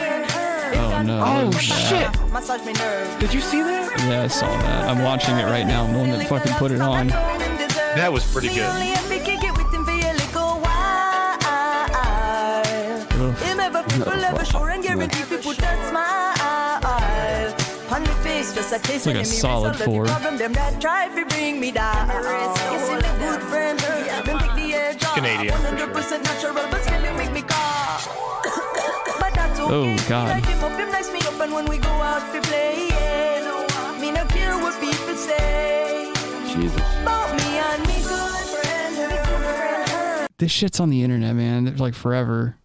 Speaker 7: Oh no.
Speaker 17: Oh,
Speaker 7: shit.
Speaker 17: Massage me nerve.
Speaker 8: Did you see that?
Speaker 7: Yeah, I saw that. I'm watching it right now. I'm the one that fucking put it on.
Speaker 8: That was pretty
Speaker 17: Only if we kick it with him for a little while. Him ever people ever sure and guarantee if you put that smile on me face, just a taste
Speaker 7: It's like a
Speaker 17: when you
Speaker 7: solid
Speaker 17: resolve the
Speaker 7: four.
Speaker 17: problem, Them that try to bring me down. Kissing me good friend, them take the edge off.
Speaker 7: Canadian, for sure.
Speaker 17: 100% natural, but still it make me cough. But that's okay.
Speaker 7: Oh, God.
Speaker 17: Like him up, him nice me up, and when we go out to play, yeah. uh, Me no care what people say
Speaker 9: Jesus.
Speaker 17: about me and me good friend, me good friend.
Speaker 7: This shit's on the internet, man. They're like forever.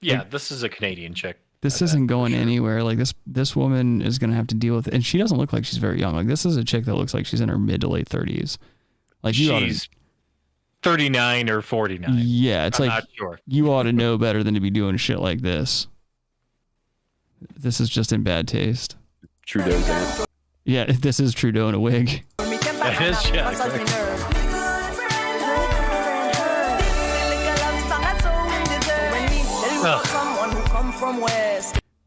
Speaker 8: Yeah, this is a Canadian chick.
Speaker 7: This isn't going anywhere. Like this this woman is gonna have to deal with and she doesn't look like she's very young. Like this is a chick that looks like she's in her mid to late thirties. Like you ought to,
Speaker 8: She's thirty nine or forty nine.
Speaker 7: Yeah, it's
Speaker 8: I'm
Speaker 7: like
Speaker 8: not sure.
Speaker 7: you ought to know better than to be doing shit like this. This is just in bad taste.
Speaker 9: Trudeau's aunt.
Speaker 7: Yeah, this is Trudeau in a wig.
Speaker 17: Me temper
Speaker 8: That is
Speaker 17: and I
Speaker 8: Jack,
Speaker 17: massage me
Speaker 8: right?
Speaker 17: nerve. Me good friend, me good friend. This is like a love song I so deserve. When me tell you about
Speaker 8: Ugh.
Speaker 17: someone who come from West.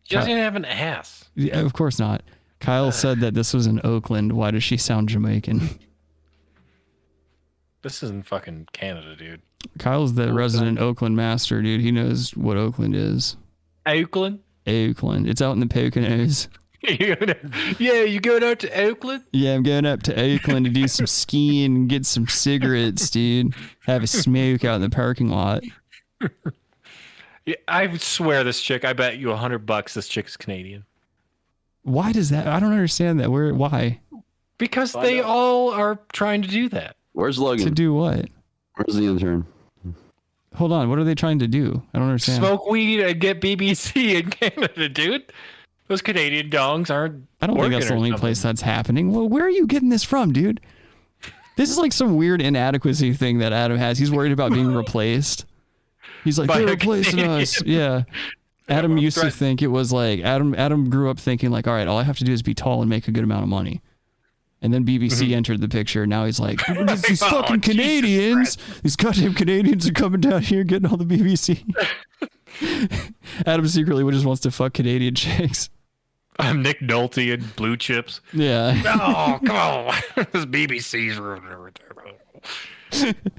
Speaker 8: She doesn't even have an ass.
Speaker 7: Yeah, of course not. Kyle said that this was in Oakland. Why does she sound Jamaican?
Speaker 8: This isn't fucking Canada, dude.
Speaker 7: Kyle's the resident Oakland master, dude. He knows what Oakland is.
Speaker 8: Oakland?
Speaker 7: Oakland. It's out in the Poconos.
Speaker 8: yeah, you going out to Oakland?
Speaker 7: Yeah, I'm going up to Oakland to do some skiing and get some cigarettes, dude. Have a smoke out in the parking lot.
Speaker 8: Yeah, I swear this chick, I bet you a hundred bucks this chick is Canadian.
Speaker 7: Why does that? I don't understand that. Where? Why?
Speaker 8: Because they all are trying to do that.
Speaker 9: Where's Logan?
Speaker 7: To do what?
Speaker 9: Where's the intern?
Speaker 7: Hold on. What are they trying to do? I don't understand.
Speaker 8: Smoke weed and get BBC in Canada, dude. Those Canadian dongs aren't.
Speaker 7: I don't think
Speaker 8: working
Speaker 7: that's the
Speaker 8: or
Speaker 7: only
Speaker 8: something.
Speaker 7: place that's happening. Well, where are you getting this from, dude? This is like some weird inadequacy thing that Adam has. He's worried about being replaced. He's like,
Speaker 8: By
Speaker 7: they're
Speaker 8: a
Speaker 7: replacing us. Yeah. Adam used to think it was like Adam. Adam grew up thinking like, all right, all I have to do is be tall and make a good amount of money. And then BBC entered the picture. Now he's like, these, these
Speaker 8: Mm-hmm. Oh,
Speaker 7: fucking
Speaker 8: Jesus
Speaker 7: Canadians, these goddamn Canadians are coming down here getting all the BBC. Adam secretly just wants to fuck Canadian chicks.
Speaker 8: I'm Nick Nolte and blue chips.
Speaker 7: Yeah.
Speaker 8: Oh, come on. this BBC's ruining everything.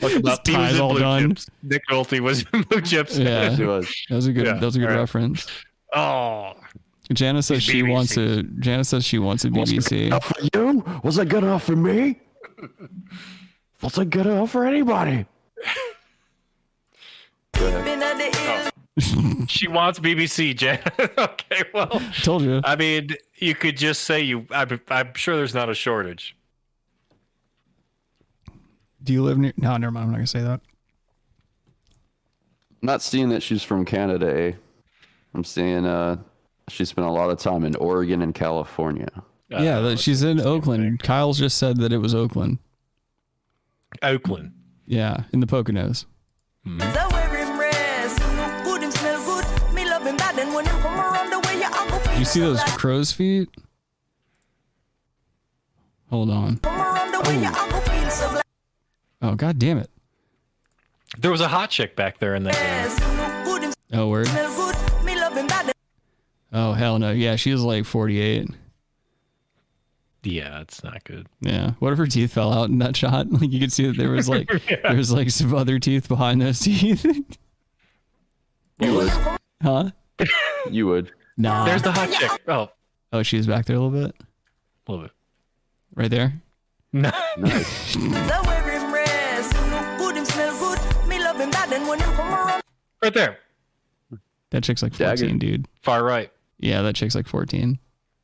Speaker 8: Look
Speaker 7: His
Speaker 8: about
Speaker 7: team's
Speaker 8: ties
Speaker 7: all
Speaker 8: all blue
Speaker 7: done.
Speaker 8: chips. Nick Nolte was in blue chips.
Speaker 7: Yeah, That was a good.
Speaker 8: Yeah,
Speaker 7: That was a good
Speaker 8: all right.
Speaker 7: reference.
Speaker 8: Oh,
Speaker 7: Jana says she wants a. Jana says she wants a BBC.
Speaker 18: Enough for you? Was that good enough for me? Was that good enough for anybody?
Speaker 17: Been at the hill,
Speaker 8: she wants BBC, Jen. okay, well,
Speaker 7: told you.
Speaker 8: I mean, you could just say you. I'm, I'm sure there's not a shortage.
Speaker 7: Do you live near? No, never mind. I'm not gonna say that.
Speaker 9: I'm not seeing that she's from Canada. Eh? I'm seeing uh, she spent a lot of time in Oregon and California.
Speaker 8: Uh,
Speaker 7: yeah, that she's in Oakland. Kyle's just said that it was Oakland.
Speaker 8: Oakland.
Speaker 7: Yeah, in the Poconos.
Speaker 17: so every breath. Him look good, him smell good. Me love him bad, and when him come around the way you I go
Speaker 7: Do
Speaker 17: feel
Speaker 7: you see those crow's feet? Hold on.
Speaker 17: Come around the way you I go feel so glad.
Speaker 7: Oh god damn it.
Speaker 8: There was a hot chick back there in that.
Speaker 17: Him look good, him
Speaker 7: Oh word.
Speaker 17: smell good. Me love him bad. and
Speaker 7: Oh hell no. Yeah, she was like 48.
Speaker 8: Yeah, it's not good.
Speaker 7: Yeah. What if her teeth fell out in that shot? Like you could see that there was like there was like some other teeth behind those teeth.
Speaker 9: You would.
Speaker 7: huh?
Speaker 9: You would.
Speaker 7: Nah.
Speaker 8: There's the hot chick. Oh,
Speaker 7: Oh, she was back there a little bit.
Speaker 8: a little bit.
Speaker 7: Right there.
Speaker 8: No.
Speaker 9: Nice.
Speaker 17: So every breath. Him look good, him smell good. Me love him bad, and when him come around.
Speaker 8: Right there.
Speaker 7: That chick's like 14, dude.
Speaker 8: Far right.
Speaker 7: Yeah, that chick's like 14.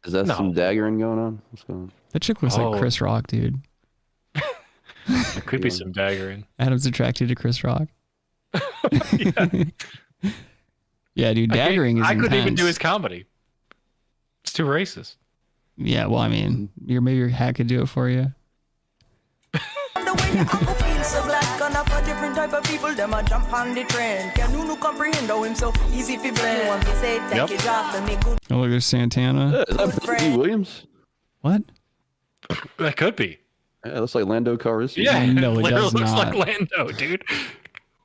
Speaker 9: Is that some daggering going on? What's going on?
Speaker 7: That chick looks
Speaker 8: Oh.
Speaker 7: like Chris Rock, dude.
Speaker 8: There could be some daggering.
Speaker 7: Adam's attracted to Chris Rock. yeah, dude, daggering is
Speaker 8: I couldn't even do
Speaker 7: intense.
Speaker 8: his comedy. It's too racist.
Speaker 7: Yeah, well, I mean, your maybe your hat could do it for you.
Speaker 17: feel so glad Gonna for different type of people Them a jump on the trend Can you no comprehend How him so easy fi blend Me want to say
Speaker 7: Yep.
Speaker 17: Take it off And me good
Speaker 7: Oh, look, there's Santana.
Speaker 9: Is that Billy Williams?
Speaker 7: What?
Speaker 8: That could be.
Speaker 9: Yeah, it looks like Lando Calrissian.
Speaker 8: Yeah,
Speaker 7: No, it
Speaker 8: Literally
Speaker 7: does
Speaker 8: looks
Speaker 7: not.
Speaker 8: like Lando, dude.
Speaker 7: Do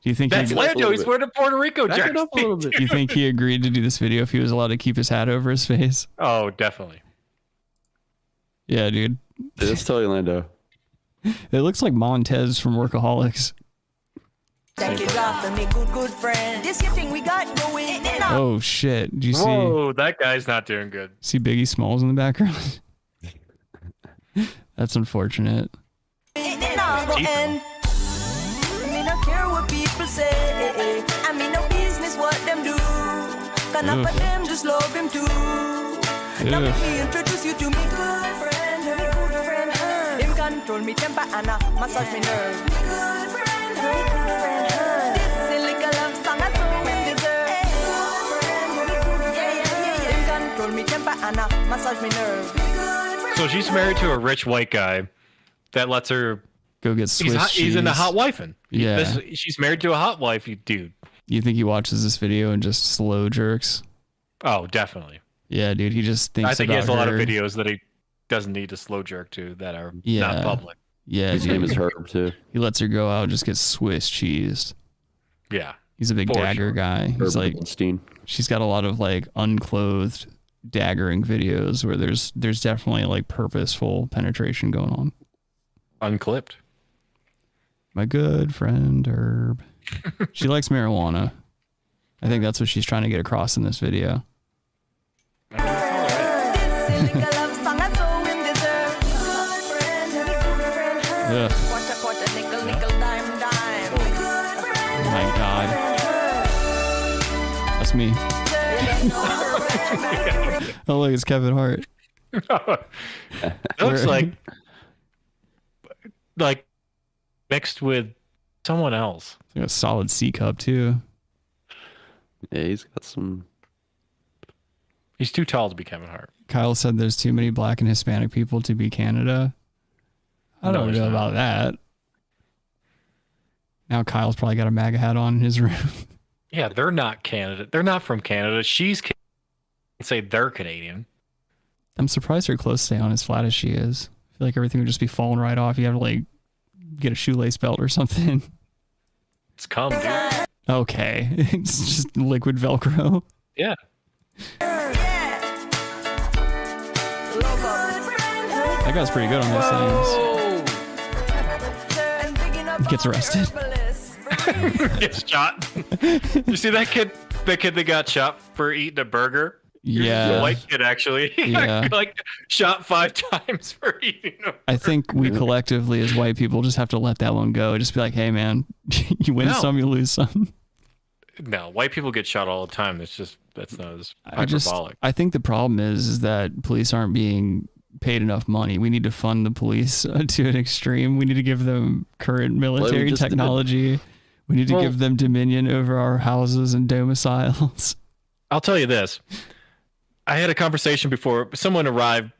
Speaker 7: you think
Speaker 8: That's
Speaker 7: he,
Speaker 8: Lando. He's wearing a Puerto Rico
Speaker 9: Back
Speaker 8: jersey.
Speaker 9: it up a little
Speaker 7: Do you think he agreed to do this video if he was allowed to keep his hat over his face?
Speaker 8: Oh, definitely.
Speaker 7: Yeah, dude.
Speaker 9: Yeah, That's totally Lando.
Speaker 7: It looks like Montez from Workaholics.
Speaker 17: Take it off And me good good friend This here thing we got going Ain't it not?
Speaker 7: Oh shit. Do you see
Speaker 8: Whoa, that guy's not doing good.
Speaker 7: see Biggie Smalls in the background? That's unfortunate.
Speaker 17: Ain't it not Go end Me no care What people say I mean no business What them do Gonna for
Speaker 7: Ugh.
Speaker 17: them Just love him too Now
Speaker 7: Ugh.
Speaker 17: let me introduce you to me good friend, me good friend. her. Him control me temper and a massage me nerve. Me good friend, her. me good friend. her. This silly girl love song I so him deserve. Good friend, her, me good friend. her. Him control me temper and a massage me nerve. Me good friend.
Speaker 8: So she's married to a rich white guy that lets her.
Speaker 7: Go get
Speaker 8: he's,
Speaker 7: Swiss
Speaker 8: hot, he's into
Speaker 7: cheese.
Speaker 8: hot wifing.
Speaker 7: Yeah.
Speaker 8: This- she's married to a hot wife, you dude.
Speaker 7: You think he watches this video and just slow jerks?
Speaker 8: Oh, definitely.
Speaker 7: Yeah, dude. He just thinks
Speaker 8: I think he
Speaker 7: about
Speaker 8: has a lot of
Speaker 7: her.
Speaker 8: videos that he doesn't need to slow jerk to that are
Speaker 7: Yeah.
Speaker 8: not public.
Speaker 7: Yeah,
Speaker 9: His
Speaker 7: dude.
Speaker 9: name is Herb too.
Speaker 7: He lets her go out and just get Swiss cheesed.
Speaker 8: Yeah.
Speaker 7: He's a big
Speaker 8: For
Speaker 7: dagger guy. He's
Speaker 9: Herb
Speaker 7: like
Speaker 9: Goldstein.
Speaker 7: she's got a lot of like unclothed daggering videos where there's there's definitely like purposeful penetration going on.
Speaker 8: Unclipped.
Speaker 7: My good friend Herb. she likes marijuana. I think that's what she's trying to get across in this video. Ugh. Oh my god. That's me. oh look, it's Kevin Hart.
Speaker 8: Looks like like mixed with someone else.
Speaker 7: He's got a solid C cup too.
Speaker 9: Yeah, he's got some.
Speaker 8: He's too tall to be Kevin Hart.
Speaker 7: Kyle said there's too many black and Hispanic people to be Canada. I
Speaker 8: No,
Speaker 7: don't
Speaker 8: there's
Speaker 7: know
Speaker 8: not.
Speaker 7: about that. Now Kyle's probably got a MAGA hat on in his room.
Speaker 8: Yeah, they're not Canada. They're not from Canada. She's Can- say they're Canadian.
Speaker 7: I'm surprised her clothes stay on as flat as she is. I feel like everything would just be falling right off. You have to like get a shoelace belt or something.
Speaker 8: It's come, dude.
Speaker 7: Okay. It's just liquid Velcro.
Speaker 8: Yeah.
Speaker 7: That guy's pretty good on those things. Gets arrested.
Speaker 8: Gets shot. you see that kid? That kid that got shot for eating a burger.
Speaker 7: Yeah.
Speaker 8: The white kid actually.
Speaker 7: Yeah.
Speaker 8: like shot five times for eating a
Speaker 7: I think we collectively as white people just have to let that one go. Just be like, hey man, you win
Speaker 8: No.
Speaker 7: some, you lose some.
Speaker 8: No, white people get shot all the time. That's just that's not as
Speaker 7: I just
Speaker 8: hyperbolic.
Speaker 7: I think the problem is is that police aren't being paid enough money. We need to fund the police uh, to an extreme. We need to give them current military
Speaker 9: just did.
Speaker 7: technology. We need to
Speaker 8: Well-
Speaker 7: give them dominion over our houses and domiciles.
Speaker 8: I'll tell you this. I had a conversation before someone arrived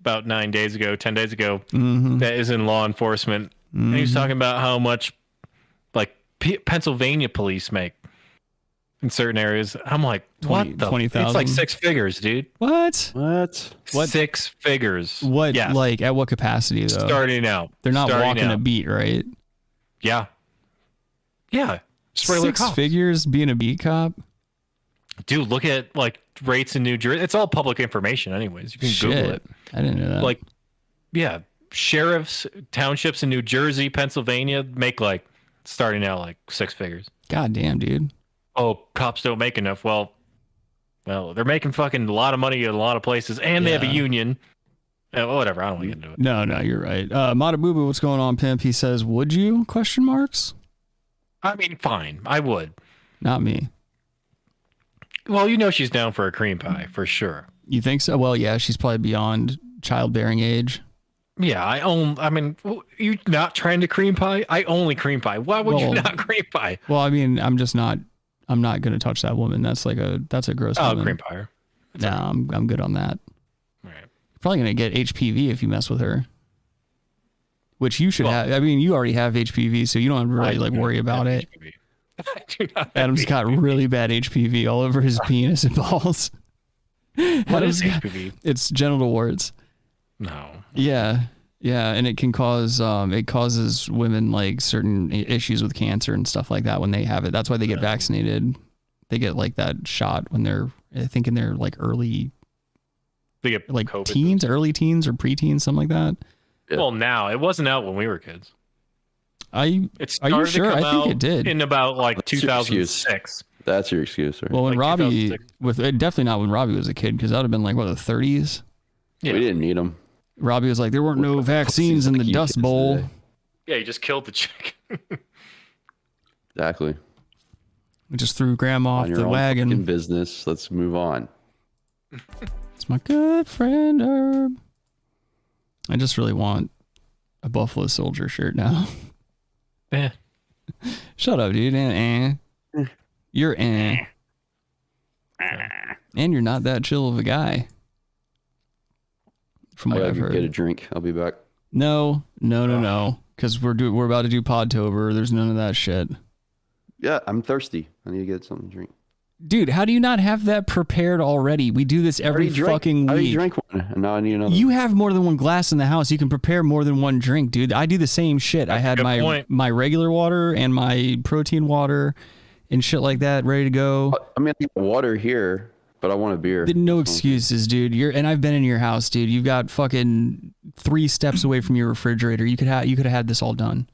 Speaker 8: about nine days ago, ten days ago,
Speaker 7: Mhm.
Speaker 8: that is in law enforcement, and he was
Speaker 7: Mhm.
Speaker 8: talking about how much, like P- Pennsylvania police make in certain areas. I'm like, what the?
Speaker 7: 20,000?
Speaker 8: it's like six figures, dude.
Speaker 7: What?
Speaker 9: What?
Speaker 7: What?
Speaker 8: Six figures.
Speaker 7: What?
Speaker 8: Yes.
Speaker 7: Like at what capacity though?
Speaker 8: Starting out.
Speaker 7: They're not
Speaker 8: Starting
Speaker 7: walking a
Speaker 8: out.
Speaker 7: beat, right?
Speaker 8: Yeah. Yeah. Straight like
Speaker 7: Six
Speaker 8: cops.
Speaker 7: figures being a beat cop.
Speaker 8: Dude, look at like rates in New Jersey. It's all public information, anyways. You can Google
Speaker 7: Shit.
Speaker 8: it.
Speaker 7: I didn't know that.
Speaker 8: Like, yeah, sheriffs, townships in New Jersey, Pennsylvania make like starting out like six figures.
Speaker 7: God damn, dude.
Speaker 8: Oh, cops don't make enough. Well, well, they're making fucking a lot of money in a lot of places, and they have
Speaker 7: Yeah.
Speaker 8: a union. Uh, whatever. I don't want to get into it.
Speaker 7: No, no, you're right. Uh Matabubu, what's going on, Pimp? He says, Would you? Question marks?
Speaker 8: I mean, fine, I would.
Speaker 7: Not me.
Speaker 8: Well, you know she's down for a cream pie for sure.
Speaker 7: You think so? Well, yeah, she's probably beyond childbearing age.
Speaker 8: Yeah, I own. I mean, you not trying to cream pie? I only cream pie. Why would you
Speaker 7: Well,
Speaker 8: not cream pie?
Speaker 7: Well, I mean, I'm just not I'm not gonna touch that woman. That's like a that's a gross
Speaker 8: Oh,
Speaker 7: woman.
Speaker 8: cream pie.
Speaker 7: No, I'm I'm good on that.
Speaker 8: Right.
Speaker 7: Probably gonna get HPV if you mess with her. Which you should have. I mean, you already have HPV, so you don't have to really like worry about it. Adam's got really bad HPV all over his penis and balls.
Speaker 8: What is
Speaker 7: Adam's got-
Speaker 8: HPV?
Speaker 7: It's genital warts.
Speaker 8: No.
Speaker 7: Yeah, yeah, and it can cause um, it causes women like certain i- issues with cancer and stuff like that when they have it. That's why they get vaccinated. They get like that shot when they're I think in their like early
Speaker 8: They get
Speaker 7: like
Speaker 8: COVID.
Speaker 7: teens, early teens or preteens, something like that.
Speaker 8: Well, now it wasn't out when we were kids.
Speaker 7: I
Speaker 8: It
Speaker 7: are
Speaker 8: started
Speaker 7: you sure?
Speaker 8: to come
Speaker 7: I think
Speaker 8: out
Speaker 7: it did.
Speaker 8: in about like
Speaker 9: That's your excuse.
Speaker 8: 2006.
Speaker 9: That's your excuse, right?
Speaker 7: well, when Robbie with uh, definitely not when Robbie was a kid because that would have been like what the 30s.
Speaker 9: We didn't need them.
Speaker 7: Robbie was like there weren't no vaccines in the Dust Bowl.
Speaker 8: Yeah, you just killed the chick.
Speaker 9: Exactly.
Speaker 7: We just threw Grandma off
Speaker 9: On your
Speaker 7: the
Speaker 9: own
Speaker 7: wagon.
Speaker 9: fucking business. Let's move on.
Speaker 7: It's my good friend Herb. I just really want a Buffalo Soldier shirt now.
Speaker 8: Eh.
Speaker 7: Shut up, dude. Eh, eh. You're eh. And you're not that chill of a guy. From
Speaker 9: I
Speaker 7: what
Speaker 9: gotta
Speaker 7: I've
Speaker 9: go get a
Speaker 7: heard.
Speaker 9: drink. I'll be back.
Speaker 7: No, no, no, no. Because we're do we're about to do Podtober. There's none of that shit.
Speaker 9: Yeah, I'm thirsty. I need to get something to drink.
Speaker 7: Dude, how do you not have that prepared already? We do this every
Speaker 9: already drank-
Speaker 7: fucking
Speaker 9: I already
Speaker 7: week.
Speaker 9: drank one, and now I need another.
Speaker 7: You have more than one glass in the house. You can prepare more than one drink, dude. I do the same shit. I had
Speaker 8: good
Speaker 7: my
Speaker 8: point.
Speaker 7: my regular water and my protein water and shit like that ready to go.
Speaker 9: I mean, I got water here, but I want a beer.
Speaker 7: Then
Speaker 8: Mm-hmm.
Speaker 7: no excuses, dude. You're and I've been in your house, dude. You've got fucking three steps away from your refrigerator. You could have you could have had this all done.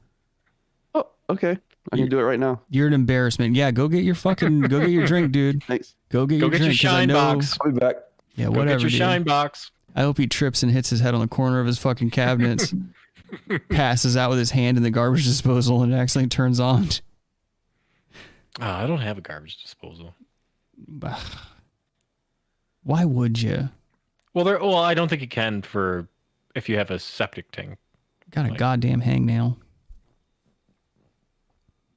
Speaker 9: Oh, okay. I can do it right now.
Speaker 7: You're an embarrassment. Yeah, go get your fucking go get your drink, dude.
Speaker 9: Thanks.
Speaker 7: Go get
Speaker 8: Go
Speaker 7: your
Speaker 8: get your
Speaker 7: drink. 'cause I
Speaker 8: shine
Speaker 7: know-
Speaker 8: box.
Speaker 9: I'll be back.
Speaker 7: Yeah,
Speaker 8: Go get
Speaker 7: whatever.
Speaker 8: your
Speaker 7: dude.
Speaker 8: shine box.
Speaker 7: I hope he trips and hits his head on the corner of his fucking cabinets, passes out with his hand in the garbage disposal, and it accidentally turns on.
Speaker 8: Oh, I don't have a garbage disposal.
Speaker 7: Why would you?
Speaker 8: Well, there. Well, I don't think you can for if you have a septic tank.
Speaker 7: Got a goddamn hangnail.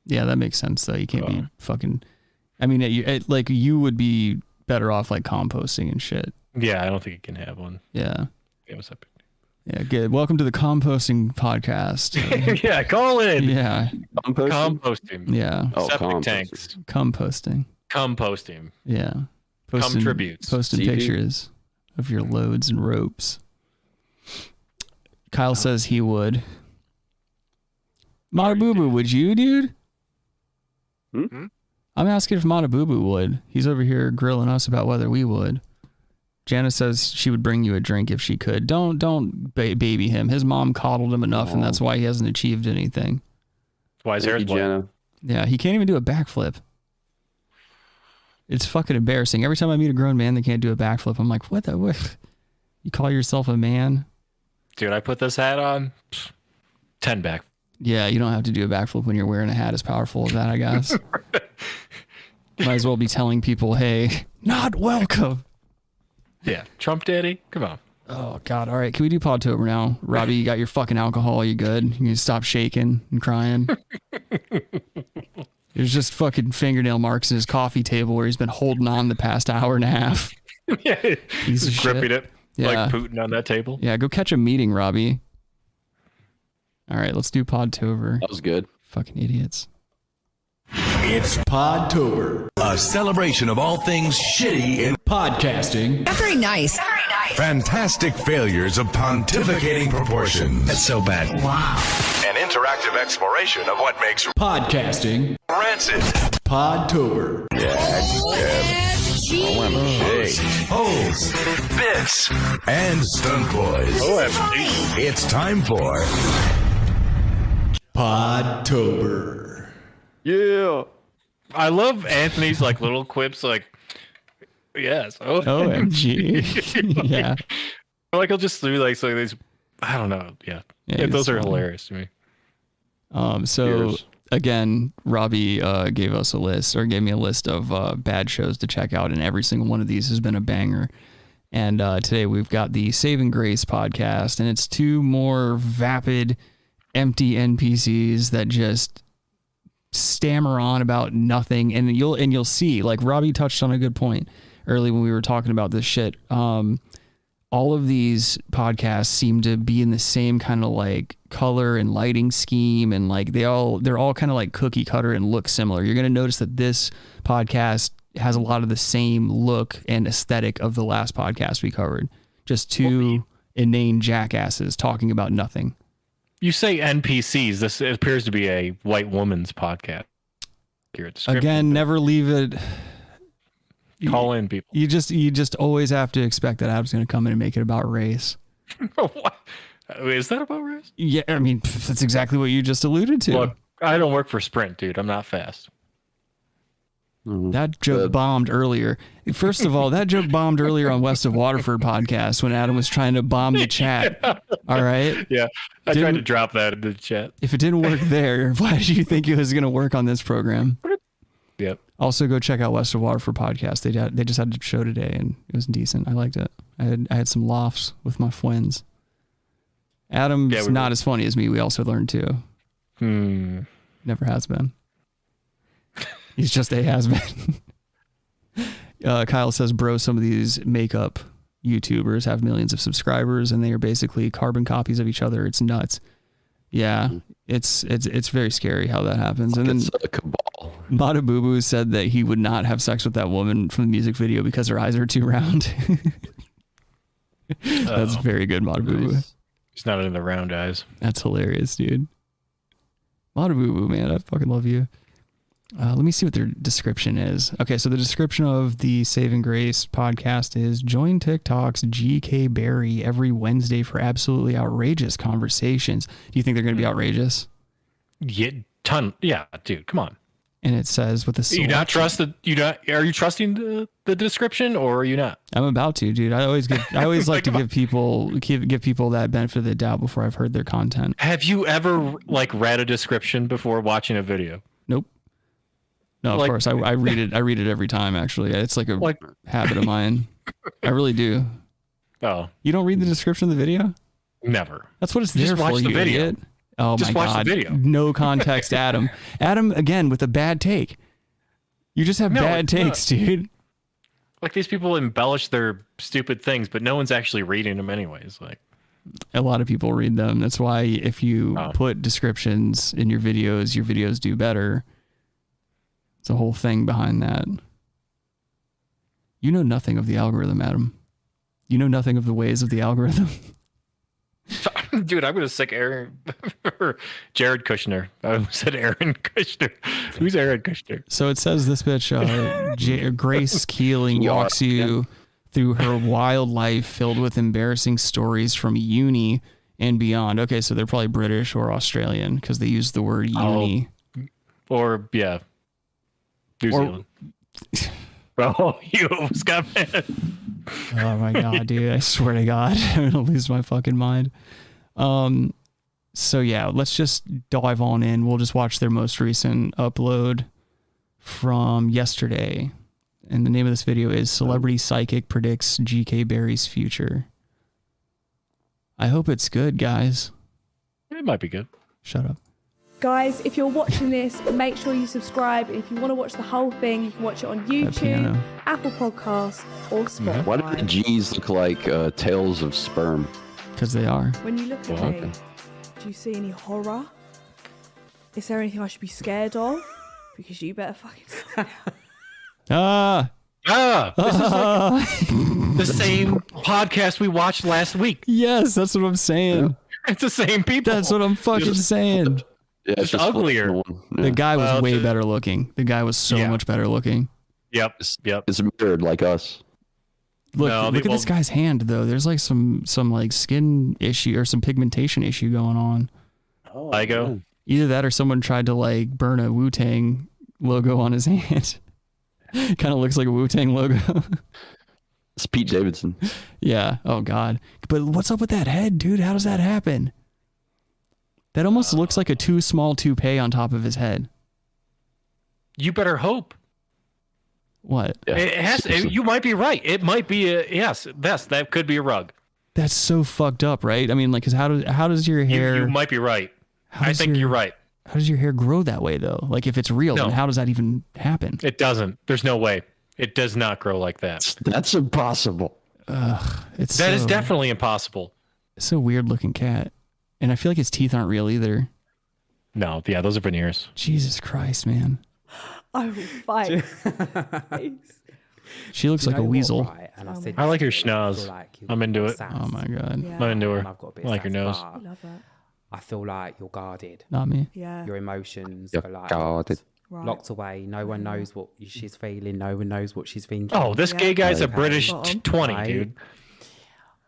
Speaker 7: Yeah, that makes sense though. You can't be fucking. I mean, it, it, like you would be better off like composting and shit.
Speaker 8: Yeah, I don't think you can have one.
Speaker 7: Yeah.
Speaker 8: if you have a septic.
Speaker 7: Yeah. Good. Welcome to the composting podcast.
Speaker 8: yeah, call in.
Speaker 7: yeah.
Speaker 8: Composting.
Speaker 7: Yeah.
Speaker 9: Oh,
Speaker 8: septic
Speaker 9: composting.
Speaker 8: tanks.
Speaker 7: Composting.
Speaker 8: Composting.
Speaker 7: Yeah.
Speaker 8: Contributes.
Speaker 7: Posting
Speaker 8: CP.
Speaker 7: pictures of your loads and ropes. Kyle says he would. Matabubu, would you, dude?
Speaker 9: Hmm?
Speaker 7: I'm asking if Matabubu would. He's over here grilling us about whether we would. Janice says she would bring you a drink if she could. Don't don't ba- baby him. His mom coddled him enough, and that's why he hasn't achieved anything.
Speaker 8: Why is
Speaker 9: Thank
Speaker 8: there
Speaker 9: you, Jenna.
Speaker 7: Yeah, he can't even do a backflip. It's fucking embarrassing. Every time I meet a grown man that can't do a backflip, I'm like, what the what? You call yourself a man?
Speaker 8: Dude, I put this hat on. pfft, Ten back.
Speaker 7: Yeah, you don't have to do a backflip when you're wearing a hat as powerful as that, I guess. Might as well be telling people, hey, not welcome.
Speaker 8: Yeah, Trump Daddy. Come on.
Speaker 7: Oh God! All right, can we do Podtober now? Robbie, you got your fucking alcohol. You good? You can stop shaking and crying. There's just fucking fingernail marks in his coffee table where he's been holding on the past hour and a half.
Speaker 8: yeah,
Speaker 7: Piece of
Speaker 8: just gripping
Speaker 7: shit.
Speaker 8: it
Speaker 7: Yeah.
Speaker 8: like Putin on that table.
Speaker 7: Yeah, go catch a meeting, Robbie. All right, let's do Podtober.
Speaker 9: That was good.
Speaker 7: Fucking idiots.
Speaker 19: It's Podtober, a celebration of all things shitty in podcasting.
Speaker 20: That's very nice.
Speaker 19: Fantastic failures of pontificating proportions. That's so bad. Wow.
Speaker 16: An interactive exploration of what makes
Speaker 19: Podcasting.
Speaker 16: rancid.
Speaker 19: Podtober. Holes. Bits. And stunt boys. OMG. It's time for Podtober.
Speaker 8: Yeah. I love Anthony's like little quips like yes. Oh,
Speaker 7: OMG. yeah.
Speaker 8: Like I'll just do like so these I don't know. Yeah.
Speaker 7: Yeah,
Speaker 8: Yeah,
Speaker 7: it's
Speaker 8: those are
Speaker 7: funny.
Speaker 8: hilarious to me.
Speaker 7: Um, so
Speaker 8: Cheers.
Speaker 7: again, Robbie uh, gave us a list or gave me a list of uh, bad shows to check out, and every single one of these has been a banger. And uh, today we've got the Saving Grace podcast, and it's two more vapid, empty NPCs that just stammer on about nothing and you'll and you'll see like Robbie touched on a good point early when we were talking about this shit um all of these podcasts seem to be in the same kind of like color and lighting scheme and like they all they're all kind of like cookie cutter and look similar you're going to notice that this podcast has a lot of the same look and aesthetic of the last podcast we covered just two inane jackasses talking about nothing
Speaker 8: You say NPCs. This appears to be a white woman's podcast. Here it's
Speaker 7: again never leave it
Speaker 8: call in people.
Speaker 7: You just you just always have to expect that Ab's going to come in and make it about race.
Speaker 8: What? Is that about race?
Speaker 7: Yeah, I mean pff, that's exactly what you just alluded to.
Speaker 8: Look, I don't work for Sprint, dude. I'm not fast.
Speaker 7: that joke bombed earlier. First of all, that joke bombed earlier on West of Waterford podcast when Adam was trying to bomb the chat. All right.
Speaker 8: Yeah. I tried
Speaker 7: Didn't-
Speaker 8: to drop that in the chat.
Speaker 7: If it didn't work there, why did you think it was going to work on this program?
Speaker 8: Yep.
Speaker 7: Also, go check out West of Waterford podcast. They had, they just had a show today and it was decent. I liked it. I had I had some laughs with my friends. Adam's
Speaker 8: Yeah, we
Speaker 7: not as funny as me. We also learned too.
Speaker 8: Hmm.
Speaker 7: Never has been. He's just a has been. uh, Kyle says, bro, some of these makeup YouTubers have millions of subscribers and they are basically carbon copies of each other. It's nuts. Yeah,
Speaker 8: Mm-hmm.
Speaker 7: it's it's it's very scary how that happens. And then Matabubu said that he would not have sex with that woman from the music video because her eyes are too round. That's
Speaker 8: Oh.
Speaker 7: very good, Matabubu.
Speaker 8: He's not in the round eyes.
Speaker 7: That's hilarious, dude. Lot of boo boo, man. I fucking love you. Uh, let me see what their description is. Okay, so the description of the Saving Grace podcast is join TikTok's GK Barry every Wednesday for absolutely outrageous conversations. Do you think they're going to
Speaker 8: Hmm.
Speaker 7: be outrageous?
Speaker 8: Yeah, ton. Yeah, dude, come on.
Speaker 7: And it says with the
Speaker 8: You not trust the you not are you trusting the, the description or are you not?
Speaker 7: I'm about to, dude. I always give I always like to give people give, give people that benefit of the doubt before I've heard their content.
Speaker 8: Have you ever like read a description before watching a video?
Speaker 7: Nope. No, of
Speaker 8: Like-
Speaker 7: course I, I read it. I read it every time. Actually, it's like a
Speaker 8: Like-
Speaker 7: habit of mine. I really do.
Speaker 8: Oh,
Speaker 7: You don't read the description of the video?
Speaker 8: never.
Speaker 7: That's what it's
Speaker 8: Just
Speaker 7: there
Speaker 8: watch
Speaker 7: for.
Speaker 8: the
Speaker 7: you
Speaker 8: video.
Speaker 7: idiot. Oh
Speaker 8: Just
Speaker 7: my
Speaker 8: watch the
Speaker 7: god!
Speaker 8: video.
Speaker 7: No context, Adam. Adam again with a bad take. You just have
Speaker 8: No,
Speaker 7: bad
Speaker 8: it's not.
Speaker 7: takes, dude.
Speaker 8: Like these people embellish their stupid things, but no one's actually reading them anyways. Like
Speaker 7: A lot of people read them. That's why if you put descriptions in your videos, your videos do better. It's a whole thing behind that. You know nothing of the algorithm, Adam. You know nothing of the ways of the algorithm.
Speaker 8: Dude, I'm gonna sick Aaron Jared Kushner. I said Aaron Kushner. Who's Aaron Kushner?
Speaker 7: So it says this bitch, uh, J- Grace Keeling
Speaker 8: Yeah,
Speaker 7: walks you through her wild life filled with embarrassing stories from uni and beyond. Okay, so they're probably British or Australian because they use the word uni.
Speaker 8: Or yeah. New
Speaker 7: Or-
Speaker 8: Zealand. Bro, you almost got mad.
Speaker 7: Oh, my god, dude! I swear to God, I'm gonna lose my fucking mind. Um, so yeah, let's just dive on in. We'll just watch their most recent upload from yesterday, and the name of this video is "Celebrity Psychic Predicts GK Barry's Future." I hope it's good, guys.
Speaker 8: It might be good.
Speaker 7: Shut up.
Speaker 20: Guys, if you're watching this, make sure you subscribe. If you want to watch the whole thing, you can watch it on YouTube,
Speaker 9: piano.
Speaker 20: Apple Podcasts, or Spotify.
Speaker 9: Why do the G's look like uh, tails of sperm?
Speaker 7: Because they are.
Speaker 20: When you look at me, do you see any horror? Is there anything I should be scared of? Because you better fucking tell me now.
Speaker 7: Ah.
Speaker 8: Ah, this is like the same podcast we watched last week.
Speaker 7: Yes, that's what I'm saying.
Speaker 8: It's the same people.
Speaker 7: That's what I'm fucking saying.
Speaker 9: Yeah,
Speaker 8: Just uglier.
Speaker 7: The guy was
Speaker 8: Well,
Speaker 7: way
Speaker 8: just-
Speaker 7: better looking. The guy was so
Speaker 8: Yeah.
Speaker 7: much better looking.
Speaker 8: Yep. Yep.
Speaker 9: It's mirrored like us.
Speaker 7: Look,
Speaker 9: No,
Speaker 7: look
Speaker 9: they-
Speaker 7: at this
Speaker 9: well-
Speaker 7: guy's hand though. There's like some some like skin issue or some pigmentation issue going on.
Speaker 8: I go.
Speaker 7: Either that or someone tried to like burn a Wu Tang logo on his hand. kind of looks like a Wu Tang logo.
Speaker 9: It's Pete Davidson.
Speaker 7: yeah. Oh God. But what's up with that head, dude? How does that happen? That
Speaker 8: Uh,
Speaker 7: almost looks like a too small toupee on top of his head.
Speaker 8: You better hope.
Speaker 7: What?
Speaker 8: It has. It, you might be right. It might be a yes. Yes, that could be a rug.
Speaker 7: That's so fucked up, right? I mean, like, cause how does how does your
Speaker 8: You,
Speaker 7: hair
Speaker 8: you might be right.
Speaker 7: How
Speaker 8: I
Speaker 7: does
Speaker 8: think
Speaker 7: your-
Speaker 8: you're right.
Speaker 7: how does your hair grow that way though? Like, if it's real,
Speaker 8: No.
Speaker 7: then how does that even happen?
Speaker 8: It doesn't. There's no way. It does not grow like that.
Speaker 9: That's impossible.
Speaker 7: Ugh, it's
Speaker 8: That is
Speaker 7: so-
Speaker 8: definitely impossible.
Speaker 7: It's a weird looking cat. And I feel like his teeth aren't real either.
Speaker 8: No. Yeah, those are veneers.
Speaker 7: Jesus Christ, man.
Speaker 20: I will fight. Please.
Speaker 7: She looks
Speaker 21: You
Speaker 7: like
Speaker 21: know
Speaker 7: a
Speaker 21: what,
Speaker 7: weasel.
Speaker 21: right? And I, said
Speaker 8: I like
Speaker 21: to
Speaker 8: her
Speaker 21: you, I feel
Speaker 8: schnoz.
Speaker 21: like you
Speaker 8: I'm
Speaker 21: got
Speaker 8: into it.
Speaker 21: sass.
Speaker 7: Oh my god.
Speaker 20: Yeah.
Speaker 8: I'm into her.
Speaker 21: I've got a bit
Speaker 8: I
Speaker 21: of
Speaker 8: like her
Speaker 21: sass,
Speaker 8: nose.
Speaker 20: I
Speaker 21: but
Speaker 20: love that.
Speaker 21: I feel like you're guarded.
Speaker 7: Not me.
Speaker 20: Yeah.
Speaker 21: Your emotions
Speaker 9: You're
Speaker 21: are like
Speaker 9: guarded.
Speaker 20: Right.
Speaker 21: locked away. No one knows what she's feeling. No one knows what she's thinking.
Speaker 8: Oh, this gay guy's a British t- twenty,
Speaker 21: Right?
Speaker 8: dude.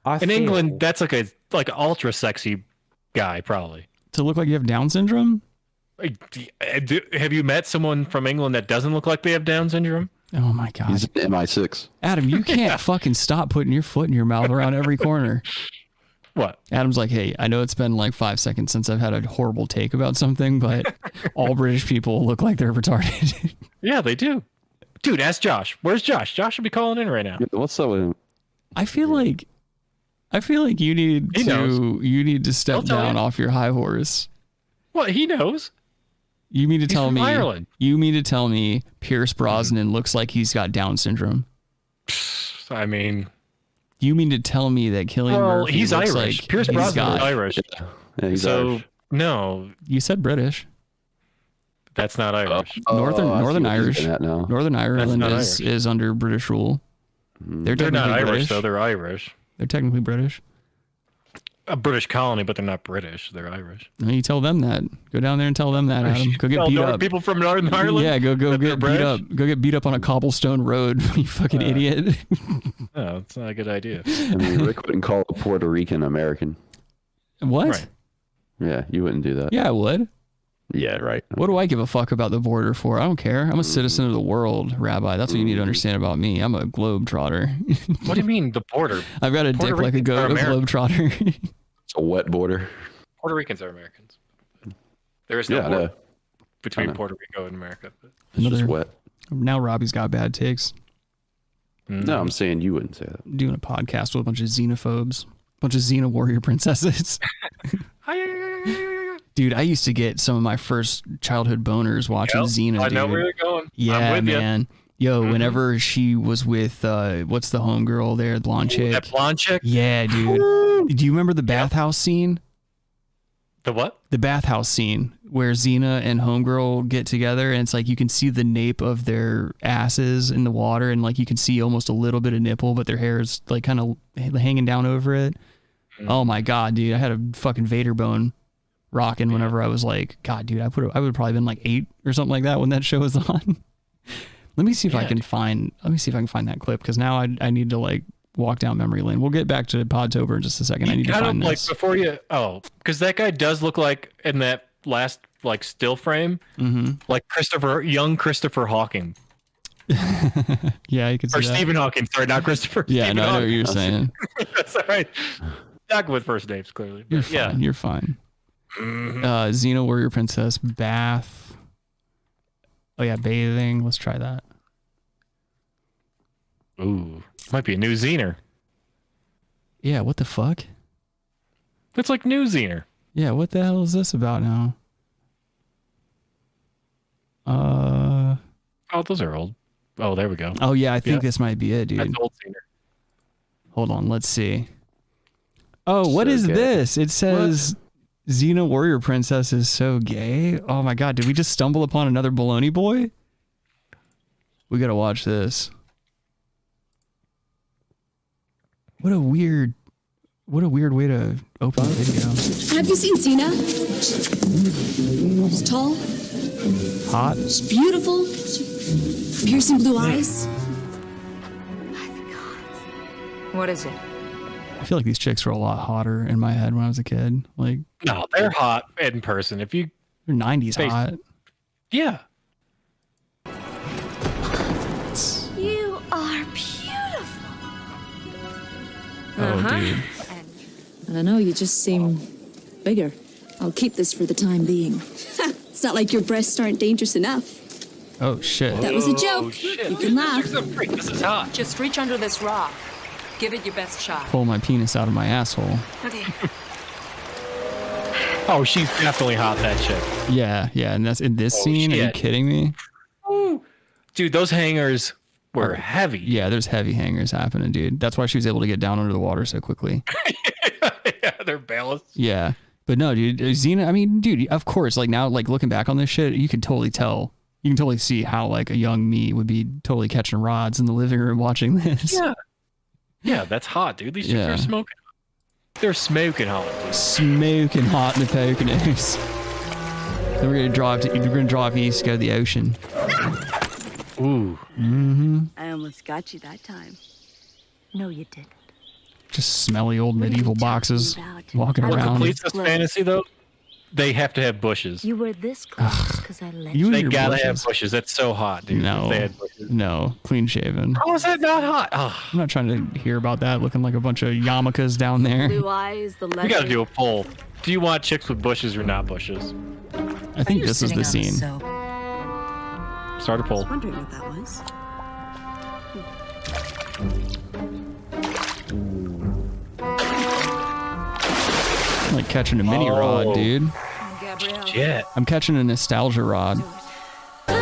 Speaker 21: I
Speaker 8: In
Speaker 21: feel-
Speaker 8: England, that's like a like ultra sexy guy, probably.
Speaker 7: To look like you have Down syndrome?
Speaker 8: Uh, d- uh, do- Have you met someone from England that doesn't look like they have Down syndrome?
Speaker 7: Oh my god.
Speaker 9: He's in MI6.
Speaker 7: Adam, you can't fucking stop putting your foot in your mouth around every corner.
Speaker 8: What?
Speaker 7: Adam's like, hey, I know it's been like five seconds since I've had a horrible take about something, but all British people look like they're retarded.
Speaker 8: Yeah, they do. Dude, ask Josh. Where's Josh? Josh should be calling in right now.
Speaker 9: What's up with him?
Speaker 7: I feel like I feel like you need
Speaker 8: He
Speaker 7: to
Speaker 8: knows.
Speaker 7: you need to step
Speaker 8: tell
Speaker 7: down
Speaker 8: him.
Speaker 7: off your high horse.
Speaker 8: What? He knows.
Speaker 7: You mean to
Speaker 8: He's
Speaker 7: tell
Speaker 8: from
Speaker 7: me
Speaker 8: Ireland. Mm-hmm.
Speaker 7: you mean to tell me Pierce Brosnan looks like he's got Down syndrome?
Speaker 8: I mean,
Speaker 7: You mean to tell me that Killian
Speaker 8: well,
Speaker 7: Murphy
Speaker 8: he's
Speaker 7: looks
Speaker 8: Irish.
Speaker 7: like
Speaker 8: Pierce
Speaker 7: he's
Speaker 8: Brosnan
Speaker 7: got-
Speaker 8: is Irish.
Speaker 9: Yeah, he's
Speaker 8: so
Speaker 9: Irish.
Speaker 8: no,
Speaker 7: You said British.
Speaker 8: that's not Irish.
Speaker 7: Northern
Speaker 9: Oh, I see
Speaker 7: Northern
Speaker 9: what he's
Speaker 7: Irish.
Speaker 9: getting at now.
Speaker 7: Northern Ireland
Speaker 8: not
Speaker 7: is, is under British rule. They're,
Speaker 8: They're
Speaker 9: Mm-hmm.
Speaker 8: not
Speaker 7: technically
Speaker 8: Irish,
Speaker 7: British.
Speaker 8: though. They're Irish.
Speaker 7: They're technically British.
Speaker 8: a British colony, but they're not British. They're Irish.
Speaker 7: No, You tell them that. Go down there and tell them that, Adam. Go get
Speaker 8: Well,
Speaker 7: beat
Speaker 8: Nor-
Speaker 7: up.
Speaker 8: People from Northern Ireland.
Speaker 7: Yeah, go go
Speaker 8: that they're
Speaker 7: get beat
Speaker 8: British?
Speaker 7: up. Go get beat up on a cobblestone road, you fucking
Speaker 8: Uh,
Speaker 7: idiot.
Speaker 8: No, it's not a good idea.
Speaker 9: I mean, Rick wouldn't call a Puerto Rican American.
Speaker 7: What?
Speaker 8: Right.
Speaker 9: Yeah, you wouldn't do that.
Speaker 7: Yeah, I would.
Speaker 9: Yeah, right.
Speaker 7: What do I give a fuck about the border for? I don't care. I'm a citizen of the world, Rabbi. That's what you
Speaker 8: Mm.
Speaker 7: need to understand about me. I'm a globetrotter.
Speaker 8: What do you mean the border?
Speaker 7: I've got a
Speaker 8: Puerto
Speaker 7: dick like a,
Speaker 8: Ricans
Speaker 7: go-
Speaker 8: are
Speaker 7: a
Speaker 8: American.
Speaker 7: globetrotter.
Speaker 9: It's a wet border.
Speaker 8: Puerto Ricans are Americans. There is no
Speaker 9: Yeah, I
Speaker 8: border
Speaker 9: know. I
Speaker 8: between
Speaker 9: know.
Speaker 8: Puerto Rico and America.
Speaker 9: It's just wet.
Speaker 7: now Robbie's got bad takes.
Speaker 8: hmm.
Speaker 9: No, I'm saying you wouldn't say that.
Speaker 7: Doing a podcast with a bunch of xenophobes, bunch of xena warrior princesses. Dude, I used to get some of my first childhood boners watching
Speaker 8: Yep,
Speaker 7: Xena.
Speaker 8: I know
Speaker 7: dude.
Speaker 8: where you're going. I'm
Speaker 7: Yeah,
Speaker 8: with ya. Mm-hmm.
Speaker 7: man. Yo, whenever she was with uh, what's the homegirl there, the blonde chick?
Speaker 8: That blonde chick?
Speaker 7: Yeah, dude. Do you remember the bathhouse scene?
Speaker 8: The what?
Speaker 7: The bathhouse scene where Xena and Homegirl get together, and it's like you can see the nape of their asses in the water, and like you can see almost a little bit of nipple, but their hair is like kind of hanging down over it.
Speaker 8: Mm-hmm.
Speaker 7: Oh my god, dude! I had a fucking Vader bone rocking whenever I was like, God, dude, I put I would have probably been like eight or something like that when that show was on. let me see if I
Speaker 8: Yeah,
Speaker 7: can find. Let me see if I can find that clip because now I I need to like walk down memory lane. We'll get back to Podtober in just a second. I need to
Speaker 8: Kind of
Speaker 7: find
Speaker 8: like
Speaker 7: this.
Speaker 8: before you. Oh, because that guy does look like in that last like still frame,
Speaker 7: hmm
Speaker 8: like Christopher, young Christopher Hawking
Speaker 7: Yeah, you can see
Speaker 8: or
Speaker 7: that.
Speaker 8: Stephen Hawking. Sorry, not Christopher.
Speaker 7: Yeah,
Speaker 8: Stephen
Speaker 7: no, I know what
Speaker 8: Hawking.
Speaker 7: you're saying.
Speaker 8: That's all right. Not with first names, clearly.
Speaker 7: You're
Speaker 8: But
Speaker 7: fine.
Speaker 8: yeah,
Speaker 7: You're fine. Uh, Xena Warrior Princess bath. Oh yeah, bathing. Let's try that.
Speaker 8: Ooh, might be a new Zener.
Speaker 7: Yeah, what the fuck?
Speaker 8: It's like new Zener.
Speaker 7: Yeah, what the hell is this about now? Uh
Speaker 8: Oh, those are old. Oh, there we go.
Speaker 7: oh yeah, I think
Speaker 8: Yeah.
Speaker 7: this might be it, dude.
Speaker 8: That's old Zener.
Speaker 7: Hold on, let's see. Oh, what
Speaker 8: So
Speaker 7: is
Speaker 8: gay.
Speaker 7: this? It says Xena Warrior Princess is so gay. Oh my god, did we just stumble upon another baloney boy? We gotta watch this. What a weird what a weird way to open the video.
Speaker 1: Have you seen Cena? She's tall,
Speaker 7: Hot.
Speaker 1: she's beautiful, piercing blue eyes.
Speaker 22: What is it?
Speaker 7: I feel like these chicks were a lot hotter in my head when I was a kid. Like
Speaker 8: No, they're hot in person. If you,
Speaker 7: they're nineties
Speaker 8: Face-
Speaker 7: hot.
Speaker 8: yeah,
Speaker 22: You are beautiful.
Speaker 7: Oh,
Speaker 1: Uh-huh. I don't know, you just seem bigger. I'll keep this for the time being. it's not like your breasts aren't dangerous enough.
Speaker 7: Oh shit.
Speaker 1: That was a joke. You can laugh.
Speaker 8: This is hot.
Speaker 22: Just reach under this rock. Give it your best shot.
Speaker 7: Pull my penis out of my asshole.
Speaker 22: Okay.
Speaker 8: Oh, she's definitely hot. That chick.
Speaker 7: Yeah, yeah, and that's in this
Speaker 8: Oh,
Speaker 7: scene. Are you
Speaker 8: shit.
Speaker 7: kidding me?
Speaker 8: Dude, those hangers were heavy.
Speaker 7: Yeah, there's heavy hangers happening, dude. That's why she was able to get down under the water so quickly.
Speaker 8: yeah, they're balanced.
Speaker 7: Yeah. But no, dude, uh, Xena, I mean, dude, of course, like now, like looking back on this shit, you can totally tell. You can totally see how like a young me would be totally catching rods in the living room watching this.
Speaker 8: Yeah. Yeah, that's hot, dude. These
Speaker 7: Yeah.
Speaker 8: chicks are smoking. They're smoking hot.
Speaker 7: Smoking hot in the Poconos. Then we're gonna drive to we're gonna drive east, go to the ocean.
Speaker 8: Ooh.
Speaker 7: Mm-hmm.
Speaker 23: I almost got you that time. No, you didn't.
Speaker 7: Just smelly old medieval boxes walking
Speaker 8: What
Speaker 7: around.
Speaker 8: completes this fantasy though? They have to have bushes.
Speaker 23: You were this close because I let
Speaker 7: You
Speaker 8: they
Speaker 7: and your
Speaker 8: gotta
Speaker 7: bushes.
Speaker 8: have bushes. That's so hot, dude. If they
Speaker 7: No,
Speaker 8: had-
Speaker 7: no, clean shaven.
Speaker 23: How is that not hot?
Speaker 8: Ah,
Speaker 7: I'm not trying to hear about that. Looking like a bunch of yarmulkes down there.
Speaker 23: Blue eyes, the letter.
Speaker 8: we gotta do a poll. Do you want chicks with bushes or not bushes?
Speaker 7: I think this is the scene.
Speaker 8: Start a poll.
Speaker 23: wondering what that was.
Speaker 7: I'm like catching a mini
Speaker 8: Oh.
Speaker 7: rod, dude.
Speaker 8: Yeah.
Speaker 7: I'm catching a nostalgia rod. Oh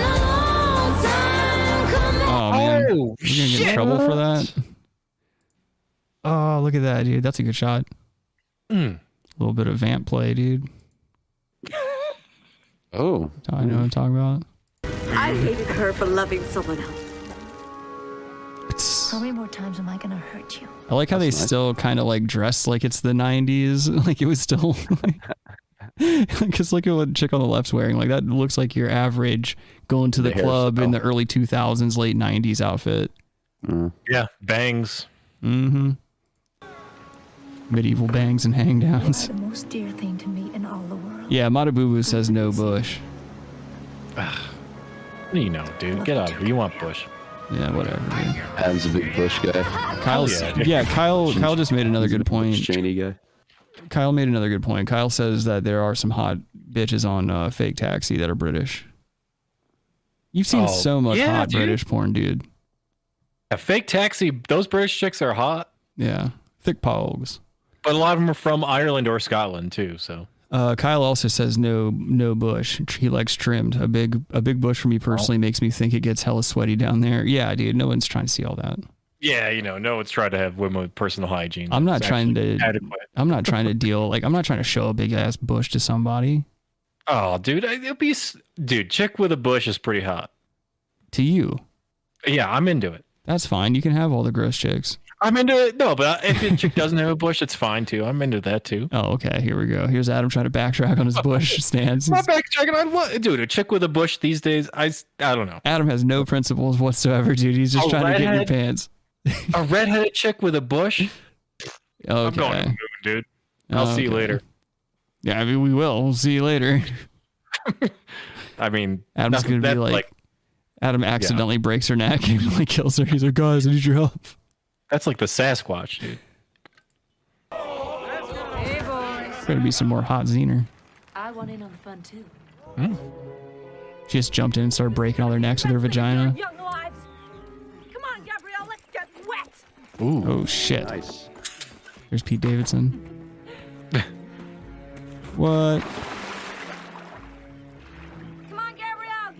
Speaker 7: man,
Speaker 8: Oh,
Speaker 7: you're gonna get in
Speaker 8: shit.
Speaker 7: trouble for that. Oh, look at that, dude. That's a good shot.
Speaker 8: Mm.
Speaker 7: A little bit of vamp play, dude.
Speaker 9: Oh,
Speaker 7: I know what I'm talking about.
Speaker 23: I hated her for loving someone else.
Speaker 7: Yes.
Speaker 23: How many more times am I gonna hurt you?
Speaker 7: I like how they still kind of like dress like it's the 90s. Like it was still like, because look at what chick on the left's wearing. Like that looks like your average going to the,
Speaker 8: The
Speaker 7: club in the early 2000s, late 90s outfit.
Speaker 8: Yeah, bangs.
Speaker 7: Mm-hmm. Medieval bangs and hang downs.
Speaker 23: The most dear thing to me in all the world.
Speaker 7: Yeah, Matabubu says no bush.
Speaker 8: You know, dude, get out of here. You want Bush?
Speaker 7: Yeah, whatever.
Speaker 9: Adam's a big Bush guy.
Speaker 7: Kyle's
Speaker 9: Yeah,
Speaker 7: yeah,
Speaker 9: dude.
Speaker 7: Kyle Kyle just made another good point.
Speaker 9: Cheney guy.
Speaker 7: Kyle made another good point. Kyle says that there are some hot bitches on uh, fake taxi that are British. You've seen
Speaker 8: Oh,
Speaker 7: so much
Speaker 8: yeah,
Speaker 7: hot
Speaker 8: dude.
Speaker 7: British porn, dude.
Speaker 8: A fake taxi. Those British chicks are hot,
Speaker 7: Yeah. Thick pogs.
Speaker 8: but a lot of them are from Ireland or Scotland too. So
Speaker 7: Uh, Kyle also says no no bush. He likes trimmed. A big a big bush for me
Speaker 8: Oh.
Speaker 7: personally makes me think it gets hella sweaty down there. Yeah, dude. No one's trying to see all that.
Speaker 8: yeah, you know, no one's trying to have women with personal hygiene.
Speaker 7: I'm not
Speaker 8: It's
Speaker 7: trying
Speaker 8: actually
Speaker 7: to.
Speaker 8: adequate.
Speaker 7: I'm not trying to deal. Like I'm not trying to show a big ass bush to somebody.
Speaker 8: Oh, dude, I- it'll be s- dude. Chick with a bush is pretty hot.
Speaker 7: To you,
Speaker 8: Yeah, I'm into it.
Speaker 7: that's fine. You can have all the gross chicks.
Speaker 8: I'm into it. No, but uh, if a chick doesn't have a bush, it's fine too. I'm into that too.
Speaker 7: Oh, okay. Here we go. Here's Adam trying to backtrack on his bush stance.
Speaker 8: My backtracking. I love, dude. A chick with a bush these days. I, s- I don't know.
Speaker 7: Adam has no principles whatsoever, dude. He's just
Speaker 8: A
Speaker 7: trying to get in your
Speaker 8: redhead?
Speaker 7: pants.
Speaker 8: A redheaded chick with a bush.
Speaker 7: Okay.
Speaker 8: I'm going to the moon, dude. I'll see you
Speaker 7: Okay.
Speaker 8: later.
Speaker 7: Yeah, I mean, we will. We'll see you later.
Speaker 8: I mean,
Speaker 7: Adam's
Speaker 8: nothing-
Speaker 7: gonna
Speaker 8: that,
Speaker 7: be like, Adam accidentally breaks her neck and like kills her. He's like, guys, I need your help.
Speaker 8: that's like the Sasquatch, dude.
Speaker 7: Better be some more hot zener.
Speaker 23: I want in on the fun too.
Speaker 7: She just jumped in and started breaking all their necks with her vagina.
Speaker 17: Young lives. Come on, Gabrielle, let's get wet.
Speaker 7: Ooh. Oh shit.
Speaker 9: Nice.
Speaker 7: There's Pete Davidson. what?
Speaker 17: Oh.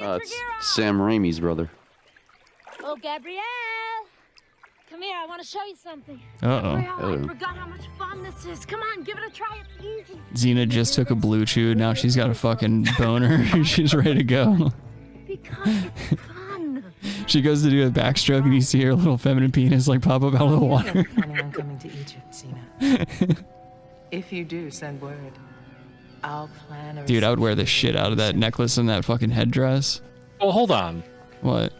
Speaker 7: Oh,
Speaker 9: Uh, it's Sam Raimi's brother.
Speaker 2: Oh, Gabrielle! Come here, I want to show you something.
Speaker 7: Uh-oh.
Speaker 2: Gabrielle,
Speaker 9: Oh.
Speaker 7: Uh-oh.
Speaker 2: I forgot how much fun this is. Come on, give it a try. It's easy.
Speaker 7: Xena just took a blue chew. Now she's got a fucking boner. she's ready to go.
Speaker 2: Because it's fun.
Speaker 7: She goes to do a backstroke and you see her little feminine penis like pop up out of the water.
Speaker 4: planning on coming to Egypt, Sina. if you do, send word. I'll plan a.
Speaker 7: Dude, I would wear the shit out of that necklace and that fucking headdress.
Speaker 8: Well, hold on.
Speaker 7: What?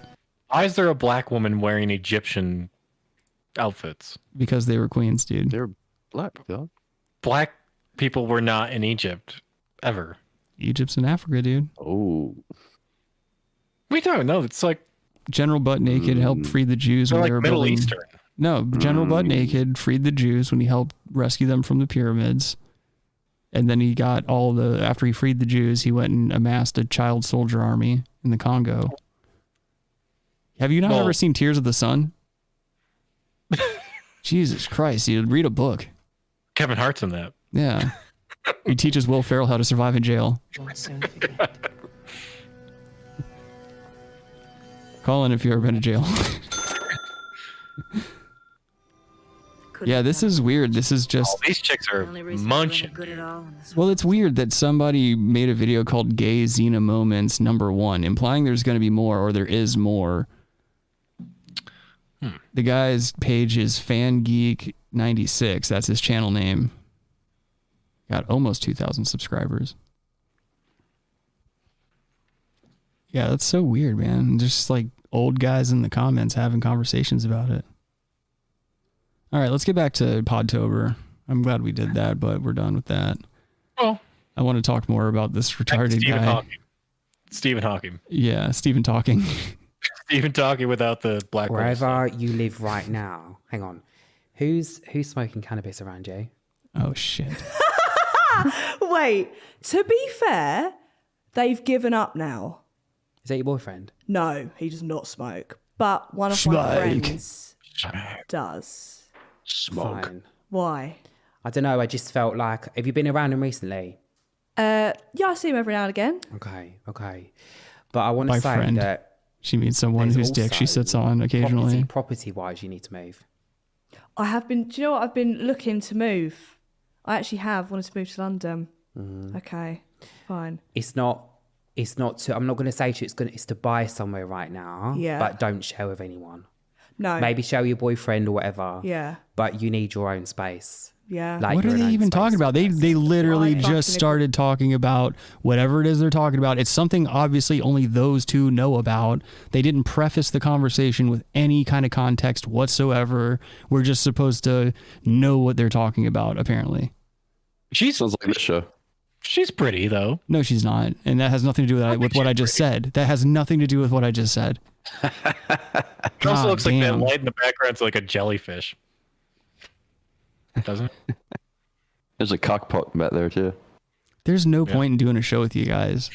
Speaker 8: Why is there a black woman wearing Egyptian outfits?
Speaker 7: Because they were queens, dude.
Speaker 9: They're black, dog.
Speaker 8: Black people were not in Egypt ever.
Speaker 7: Egypt's in Africa, dude.
Speaker 9: Oh.
Speaker 8: We don't know. It's like
Speaker 7: General Butt Naked helped free the Jews
Speaker 8: They're
Speaker 7: when
Speaker 8: like
Speaker 7: they were
Speaker 8: Middle
Speaker 7: building.
Speaker 8: Eastern.
Speaker 7: No, General Butt Naked freed the Jews when he helped rescue them from the pyramids. And then he got all the after he freed the Jews, he went and amassed a child soldier army in the Congo. Have you not
Speaker 8: Well-
Speaker 7: ever seen Tears of the Sun? Jesus Christ, you read a book.
Speaker 8: Kevin Hart's in that.
Speaker 7: Yeah. he teaches Will Ferrell how to survive in jail.
Speaker 4: Won't soon forget.
Speaker 7: Call in if you've ever been to jail. yeah, this is weird. This is just.
Speaker 8: These chicks are munching.
Speaker 7: Well, it's weird that somebody made a video called Gay Xena Moments Number One, implying there's going to be more or there is more. The guy's page is FanGeek96. That's his channel name. Got almost 2,000 subscribers. Yeah, that's so weird, man. Just like old guys in the comments having conversations about it. All right, let's get back to Podtober. I'm glad we did that, but we're done with that.
Speaker 8: Well.
Speaker 7: I want to talk more about this retarded
Speaker 8: Stephen
Speaker 7: guy.
Speaker 8: Hawking. Stephen Hawking.
Speaker 7: Yeah, Stephen talking.
Speaker 8: Stephen Hawking without the black woman.
Speaker 21: Wherever you live right now, hang on. Who's who's smoking cannabis around you?
Speaker 7: Oh shit.
Speaker 20: Wait, to be fair, they've given up now.
Speaker 21: Is that your boyfriend?
Speaker 20: No, he does not smoke. But one of my
Speaker 21: Smoke.
Speaker 20: friends does.
Speaker 21: Smoke.
Speaker 20: Why?
Speaker 21: I don't know. I just felt like. Have you been around him recently?
Speaker 20: Uh, yeah, I see him every now and again.
Speaker 21: Okay. Okay. But I want
Speaker 7: My
Speaker 21: to say
Speaker 7: friend.
Speaker 21: that
Speaker 7: She means someone
Speaker 21: There's
Speaker 7: whose dick she
Speaker 21: also
Speaker 7: sits on occasionally.
Speaker 21: property wise, you need to move.
Speaker 20: I have been. Do you know what? I've been looking to move. I actually have wanted to move to London. Okay, fine.
Speaker 21: It's not. It's not to. I'm not going to say to you, it's going. to It's to buy somewhere right now.
Speaker 20: Yeah.
Speaker 21: But don't share with anyone.
Speaker 20: No.
Speaker 21: Maybe show your boyfriend or whatever.
Speaker 20: Yeah.
Speaker 21: But you need your own space.
Speaker 20: Yeah.
Speaker 21: Like
Speaker 7: what are
Speaker 21: your
Speaker 7: they
Speaker 21: own
Speaker 7: even talking about? They they literally just started talking about whatever it is they're talking about. It's something obviously only those two know about. They didn't preface the conversation with any kind of context whatsoever. We're just supposed to know what they're talking about, apparently.
Speaker 9: She sounds like this show.
Speaker 8: She's pretty though.
Speaker 7: No, she's not. And that has nothing to do with, with what I just said. That has nothing to do with what I just said.
Speaker 8: It also
Speaker 7: God
Speaker 8: looks like that
Speaker 7: Ah, damn.
Speaker 8: light in the background's like a jellyfish. Doesn't it?
Speaker 9: There's a cockpot back there too.
Speaker 7: There's no point in doing a show with you guys.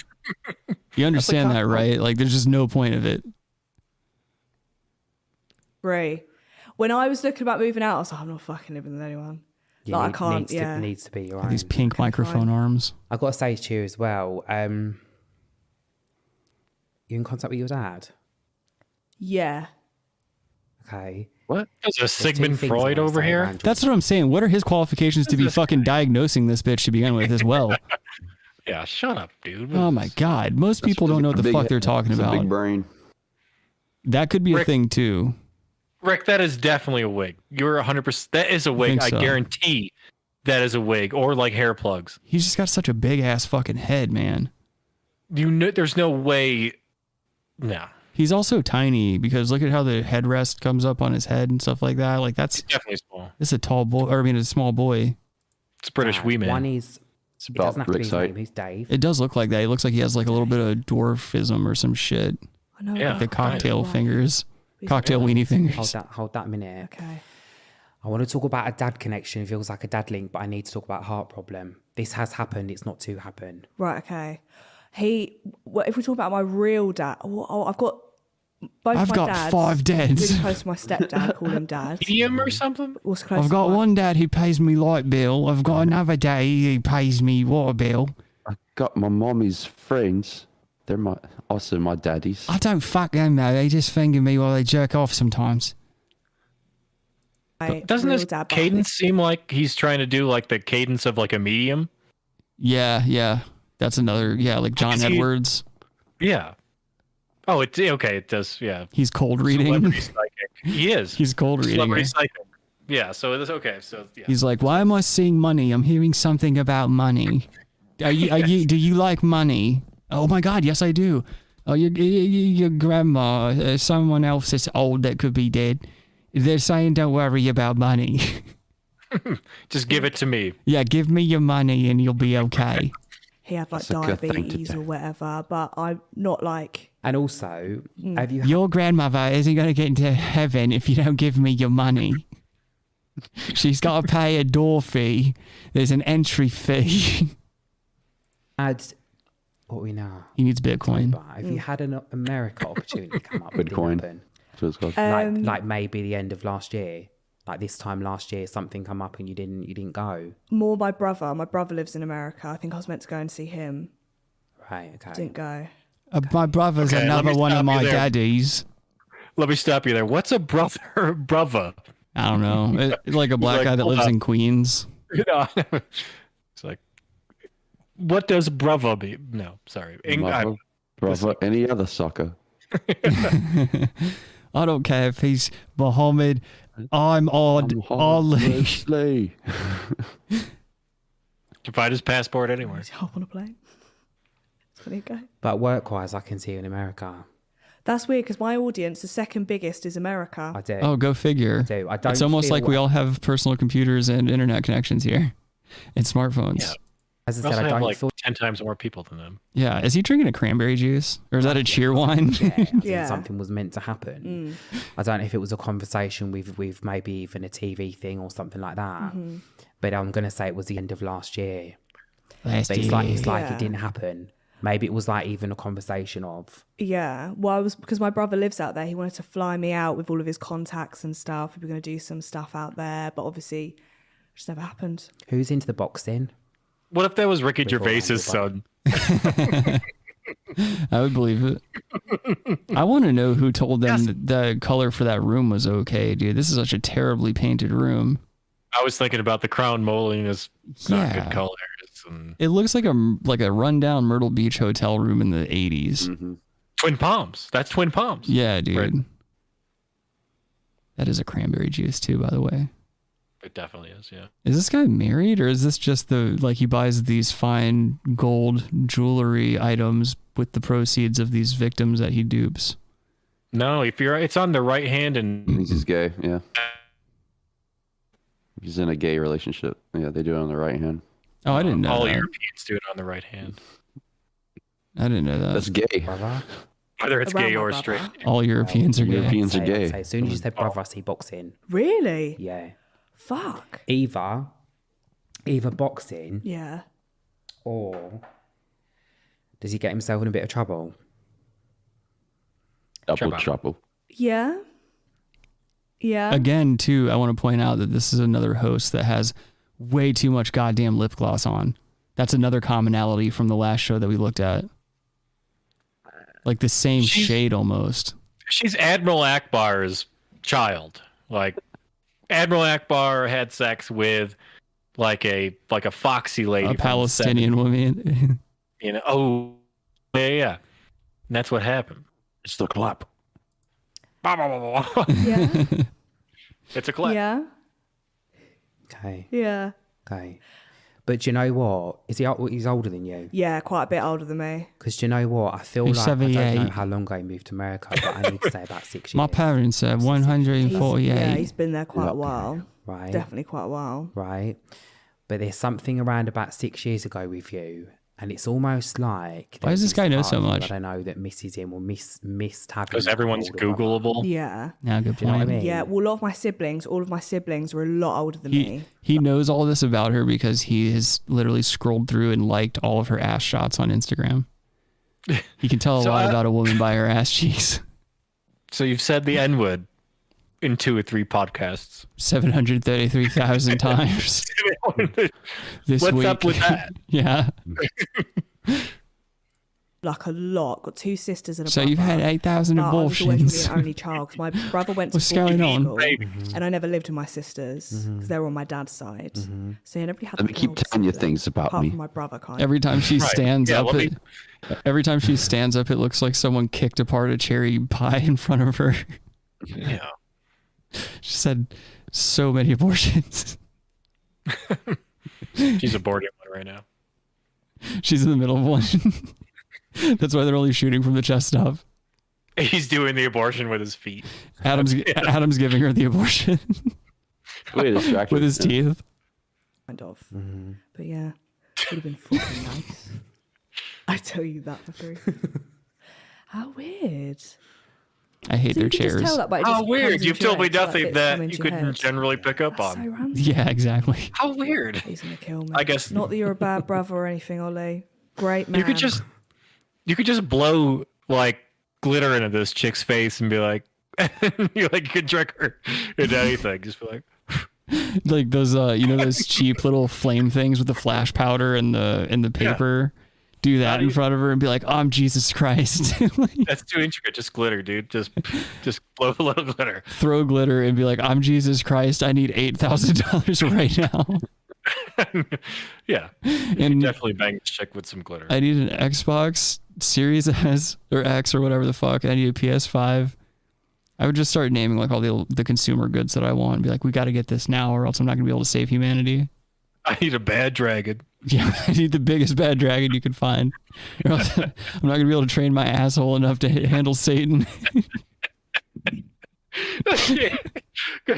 Speaker 7: You understand that, right? Like there's just no point of it.
Speaker 20: Agree. When I was looking about moving out, I was like, I'm not fucking living with anyone.
Speaker 21: Yeah,
Speaker 20: like,
Speaker 21: need-
Speaker 20: I can't.
Speaker 21: needs to-
Speaker 20: yeah.
Speaker 21: needs to be your
Speaker 7: These
Speaker 21: own.
Speaker 7: pink microphone arms.
Speaker 21: I got to say to you as well. Um, you in contact with your dad?
Speaker 20: yeah.
Speaker 21: Okay.
Speaker 8: What? There's a
Speaker 21: There's two
Speaker 8: Sigmund
Speaker 21: things
Speaker 8: Freud
Speaker 21: I
Speaker 8: over
Speaker 21: say
Speaker 8: here.
Speaker 21: around
Speaker 7: That's what I'm saying. What are his qualifications to be fucking diagnosing this bitch to begin with as well?
Speaker 8: Yeah, shut up, dude.
Speaker 7: Oh my god. Most people don't know what the
Speaker 9: Big
Speaker 7: fuck they're
Speaker 9: head.
Speaker 7: talking
Speaker 9: It's a
Speaker 7: about.
Speaker 9: big brain.
Speaker 7: That could be a
Speaker 8: Rick-
Speaker 7: thing too.
Speaker 8: Rick, that is definitely a wig. You're 100%. That is a wig.
Speaker 7: think
Speaker 8: I,
Speaker 7: so.
Speaker 8: guarantee that is a wig or like hair plugs.
Speaker 7: He's just got such a big ass fucking head, man.
Speaker 8: You know, there's no way. No.
Speaker 7: He's also tiny because look at how the headrest comes up on his head and stuff like that. Like that's
Speaker 8: Definitely small.
Speaker 7: this is a tall boy or I mean a small boy.
Speaker 8: It's
Speaker 7: Ah,
Speaker 8: British wee man.
Speaker 21: One is. It
Speaker 7: about
Speaker 21: doesn't have to be
Speaker 7: Rick's
Speaker 21: his
Speaker 7: height.
Speaker 21: name. He's Dave.
Speaker 7: It does look like that. It looks like he has like a little bit of dwarfism or some shit.
Speaker 20: Oh, I know.
Speaker 7: Like the
Speaker 21: Yeah, kind of.
Speaker 7: cocktail fingers,
Speaker 20: He's
Speaker 7: cocktail
Speaker 21: really-
Speaker 7: weenie fingers.
Speaker 21: Hold that. Hold that minute.
Speaker 20: Okay.
Speaker 21: I want to talk about a dad connection. It feels like a dad link, but I need to talk about heart problem. This has happened. It's not to happen.
Speaker 20: Right. Okay. He. Well, if we talk about my real dad, oh, oh, I've got both
Speaker 7: I've
Speaker 20: my
Speaker 7: got
Speaker 20: dads.
Speaker 7: five dads.
Speaker 20: Really close to my stepdad. call him dad.
Speaker 8: Medium or something?
Speaker 20: Was close.
Speaker 7: I've
Speaker 20: to
Speaker 7: got
Speaker 20: my-
Speaker 7: one dad who pays me light bill. I've got another dad who pays me water bill.
Speaker 9: Got my mommy's friends. They're my also my daddy's.
Speaker 7: I don't fuck them though. They just finger me while they jerk off sometimes.
Speaker 20: my
Speaker 8: Doesn't
Speaker 20: real
Speaker 8: this
Speaker 20: dad, but-
Speaker 8: cadence seem like he's trying to do like the cadence of like a medium?
Speaker 7: Yeah, yeah. That's another yeah, like John
Speaker 8: Is he-
Speaker 7: Edwards.
Speaker 8: Yeah. Oh, it okay. It does. Yeah.
Speaker 7: He's cold reading.
Speaker 8: Celebrity psychic. He is.
Speaker 7: He's cold reading. eh?
Speaker 8: Celebrity
Speaker 7: her.
Speaker 8: psychic. Yeah. So it's okay. So yeah.
Speaker 7: He's like, "Why am I seeing money? I'm hearing something about money. Are you? Are you? Do you like money? Oh my God, yes I do. Oh, your your- your grandma, uh, someone else that's old that could be dead. They're saying don't worry about money.
Speaker 8: Just give it to me.
Speaker 7: yeah, give me your money and you'll be okay.
Speaker 20: He had like
Speaker 7: That's a good thing to
Speaker 20: diabetes or whatever, but I'm not like.
Speaker 21: And also,
Speaker 20: Mm.
Speaker 21: have you?
Speaker 7: Your grandmother isn't going to get into heaven if you don't give me your money. She's got to pay a door fee. There's an entry fee.
Speaker 21: had what we know.
Speaker 7: He needs Bitcoin.
Speaker 21: But if you had an America opportunity come up,
Speaker 9: Bitcoin.
Speaker 21: Bitcoin,
Speaker 9: That's what it's called.
Speaker 21: like
Speaker 20: Um,
Speaker 21: like maybe the end of last year, like this time last year, something come up and you didn't you didn't go.
Speaker 20: More my brother. My brother lives in America. I think I was meant to go and see him.
Speaker 21: Right. Okay.
Speaker 20: Didn't go.
Speaker 7: Uh, my brother's
Speaker 8: Okay, let
Speaker 7: another
Speaker 8: me
Speaker 7: one of
Speaker 8: stop you
Speaker 7: my
Speaker 8: there.
Speaker 7: daddies.
Speaker 8: Let me stop you there. What's a brother, brother?
Speaker 7: I don't know. It- It's like a black
Speaker 8: Like,
Speaker 7: guy that
Speaker 8: hold
Speaker 7: lives
Speaker 8: up.
Speaker 7: in Queens.
Speaker 8: You know, it's like, what does brother be? No, sorry. Eng- I-
Speaker 9: Brother, brother, any other sucker.
Speaker 7: I don't care if he's Muhammad. I'm odd. Ali.
Speaker 9: Leslie.
Speaker 8: can find his passport anywhere.
Speaker 20: Hop on a plane. That's where you go.
Speaker 21: But work wise, I can see you in America.
Speaker 20: That's weird because my audience, the second biggest, is America.
Speaker 21: I do.
Speaker 7: Oh, go figure.
Speaker 21: I do. I don't
Speaker 7: it's almost
Speaker 21: feel
Speaker 7: like we all have personal computers and internet connections here and smartphones.
Speaker 8: Yeah.
Speaker 21: As
Speaker 8: We
Speaker 21: I said,
Speaker 8: also
Speaker 21: I
Speaker 8: have
Speaker 21: don't
Speaker 8: like
Speaker 21: feel.
Speaker 8: ten times more people than them.
Speaker 7: Yeah. Is he drinking a cranberry juice or is that a cheer wine?
Speaker 21: as in
Speaker 20: Yeah. Mm.
Speaker 21: something was meant to happen. I don't know if it was a conversation with with maybe even a TV thing or something like that.
Speaker 20: Mhm.
Speaker 21: But I'm gonna say it was the end of last year.
Speaker 7: Last
Speaker 21: but it's like it's like
Speaker 20: Yeah.
Speaker 21: it didn't happen. Maybe it was like even a conversation of
Speaker 20: Yeah. Well, I was because my brother lives out there. He wanted to fly me out with all of his contacts and stuff. We were going to do some stuff out there, but obviously, it just never happened.
Speaker 21: who's into the boxing.
Speaker 8: What if that was Ricky
Speaker 21: Before I
Speaker 8: Gervais's son?
Speaker 7: I would believe it. I want to know who told them that the color for that room was okay, dude. This is such a terribly painted room.
Speaker 8: I was thinking about the crown molding is not
Speaker 7: Yeah.
Speaker 8: good colors. And
Speaker 7: It looks like a like a rundown Myrtle Beach hotel room in the 80s.
Speaker 8: Twin Palms. That's Twin Palms.
Speaker 7: Yeah, dude. That is a cranberry juice too, by the way.
Speaker 8: It definitely is, yeah.
Speaker 7: Is this guy married or is this just the like he buys these fine gold jewelry items with the proceeds of these victims that he dupes?
Speaker 8: No, if you're, it's on the right hand and
Speaker 9: He's gay, yeah. He's in a gay relationship. Yeah, they do it on the right hand.
Speaker 7: Oh, I didn't know.
Speaker 8: Uh, all
Speaker 7: that.
Speaker 8: Europeans do it on the right hand,
Speaker 7: I didn't know that.
Speaker 9: That's gay.
Speaker 8: whether it's gay or straight.
Speaker 7: All Europeans are gay. Mm.
Speaker 9: Europeans are gay.
Speaker 21: As soon as you say brother, I see boxing.
Speaker 20: Really?
Speaker 21: Yeah.
Speaker 20: Fuck.
Speaker 21: Either, either boxing
Speaker 20: Yeah.
Speaker 21: or does he get himself in a bit of trouble?
Speaker 9: Double trouble.
Speaker 20: Yeah. Yeah.
Speaker 7: Again, too, I want to point out that this is another host that has way too much goddamn lip gloss on. That's another commonality from the last show that we looked at. Like the same shade almost.
Speaker 8: She's Admiral Akbar's child. Like Admiral Akbar had sex with like a like a foxy lady,
Speaker 7: A
Speaker 8: from the
Speaker 7: Palestinian woman.
Speaker 8: 70s, You know, oh yeah, yeah. And that's what happened.
Speaker 9: It's the clap.
Speaker 8: Bah, bah, bah, bah, bah.
Speaker 20: Yeah.
Speaker 8: It's a clip.
Speaker 20: Yeah.
Speaker 21: Okay.
Speaker 20: Yeah.
Speaker 21: Okay. But do you know what? Is he? o- He's older than you.
Speaker 20: Yeah. Quite a bit older than me.
Speaker 21: Because do you know what? I feel
Speaker 7: He's
Speaker 21: like I don't know
Speaker 7: 78.
Speaker 21: how long ago he moved to America, but I need to say about six years.
Speaker 7: My parents are
Speaker 20: He's-
Speaker 7: 148.
Speaker 20: yeah. He's been there quite a
Speaker 21: Look,
Speaker 20: while.
Speaker 21: right.
Speaker 20: Definitely quite a while.
Speaker 21: right? But there's something around about six years ago with you, and it's almost like
Speaker 7: Why does
Speaker 21: there's
Speaker 7: this guy know so
Speaker 21: part of you,
Speaker 7: much?
Speaker 21: I don't know that misses him or miss missed having
Speaker 8: Because everyone's
Speaker 21: an older brother.
Speaker 8: Googleable.
Speaker 20: Yeah.
Speaker 7: Yeah, good
Speaker 21: Do you know what I
Speaker 7: point.
Speaker 21: mean?
Speaker 20: Yeah. Well, a lot of my siblings, all of my siblings were a lot older than
Speaker 7: He,
Speaker 20: me.
Speaker 7: he knows all this about her because he has literally scrolled through and liked all of her ass shots on Instagram. He can tell a
Speaker 8: So
Speaker 7: lot
Speaker 8: I-
Speaker 7: about a woman by her ass cheeks.
Speaker 8: So you've said the N word in two or three podcasts.
Speaker 7: 733,000 times this
Speaker 8: What's
Speaker 7: week.
Speaker 8: up with that?
Speaker 7: yeah.
Speaker 20: Like a lot. Got two sisters and a
Speaker 7: So
Speaker 20: brother.
Speaker 7: you've had 8,000
Speaker 20: But I was always
Speaker 7: abortions.
Speaker 20: really an only child 'cause my brother went to
Speaker 7: What's
Speaker 20: boarding
Speaker 7: going on?
Speaker 20: school, and I never lived with my sisters because
Speaker 9: Mm-hmm.
Speaker 20: they were on my dad's side. So yeah, nobody had. like
Speaker 9: Let
Speaker 20: an
Speaker 9: me keep
Speaker 20: older
Speaker 9: telling you
Speaker 20: sister,
Speaker 9: things about
Speaker 20: apart
Speaker 9: me.
Speaker 20: From my brother kind.
Speaker 7: Every time she
Speaker 8: Right.
Speaker 7: stands
Speaker 8: Yeah,
Speaker 7: up,
Speaker 8: let me-
Speaker 7: it, every time she stands up, it looks like someone kicked apart a cherry pie in front of her.
Speaker 8: Yeah.
Speaker 7: She's had so many abortions.
Speaker 8: She's aborting one right now.
Speaker 7: She's in the middle of one. That's why they're only shooting from the chest up.
Speaker 8: He's doing the abortion with his feet.
Speaker 7: Adam's Adam's giving her the abortion
Speaker 9: Wait, it's actually-
Speaker 7: with his teeth.
Speaker 20: Kind of.
Speaker 9: Mm-hmm.
Speaker 20: But yeah, would have been fucking nice. I tell you that for free. How weird.
Speaker 7: I hate
Speaker 20: So
Speaker 7: their
Speaker 20: you can just
Speaker 7: chairs.
Speaker 20: tell that by- it
Speaker 8: How
Speaker 20: just comes
Speaker 8: weird.
Speaker 20: into
Speaker 8: You've
Speaker 20: your
Speaker 8: told me
Speaker 20: head, so, like,
Speaker 8: nothing
Speaker 20: bits come
Speaker 8: that
Speaker 20: into
Speaker 8: you
Speaker 20: your
Speaker 8: couldn't
Speaker 20: head.
Speaker 8: generally pick up on.
Speaker 20: So random.
Speaker 7: yeah, exactly.
Speaker 8: How weird.
Speaker 20: He's gonna kill me.
Speaker 8: I guess-
Speaker 20: Not that you're a bad brother or anything, Ollie. Great man.
Speaker 8: You could just you could just blow like glitter into this chick's face and be like you like you could trick her into anything. Just be like
Speaker 7: like those uh you know those cheap little flame things with the flash powder and the and the paper do that in front of her and be like i'm jesus christ Like,
Speaker 8: that's too intricate. Just glitter, dude. Just just blow a little glitter.
Speaker 7: throw glitter and be like i'm jesus christ i need eight thousand dollars right now
Speaker 8: Yeah. You could definitely bang this chick with some glitter.
Speaker 7: i need an xbox series s or x or whatever the fuck i need a ps5 i would just start naming like all the the consumer goods that i want and be like we got to get this now or else i'm not gonna be able to save humanity
Speaker 8: I need a bad dragon.
Speaker 7: Yeah, I need the biggest bad dragon you can find. Or else I'm not gonna be able to train my asshole enough to handle Satan.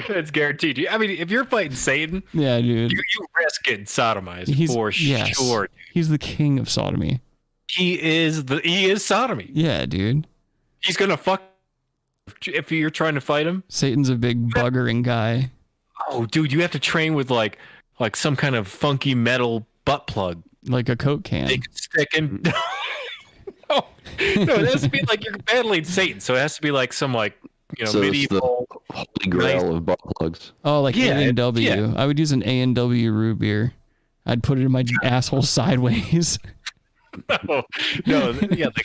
Speaker 8: That's guaranteed. You- I mean, if you're fighting Satan,
Speaker 7: yeah,
Speaker 8: you,
Speaker 7: dude.
Speaker 8: you risk getting sodomized for
Speaker 7: yes.
Speaker 8: sure.
Speaker 7: He's the king of sodomy.
Speaker 8: He is the he is sodomy.
Speaker 7: Yeah, dude.
Speaker 8: He's gonna fuck if you're trying to fight him.
Speaker 7: Satan's a big buggering guy.
Speaker 8: Oh, dude, you have to train with like like some kind of funky metal butt plug.
Speaker 7: Like a coke
Speaker 8: They
Speaker 7: can.
Speaker 8: could stick in. no, no, it has to be like you're battling Satan, so it has to be like some like you know
Speaker 9: so it's the
Speaker 8: medieval.
Speaker 9: holy grail of butt plugs.
Speaker 7: Oh, like
Speaker 8: Yeah,
Speaker 7: A and W.
Speaker 8: yeah.
Speaker 7: I would use an A and W root beer. I'd put it in my asshole sideways.
Speaker 8: no, no, yeah, the,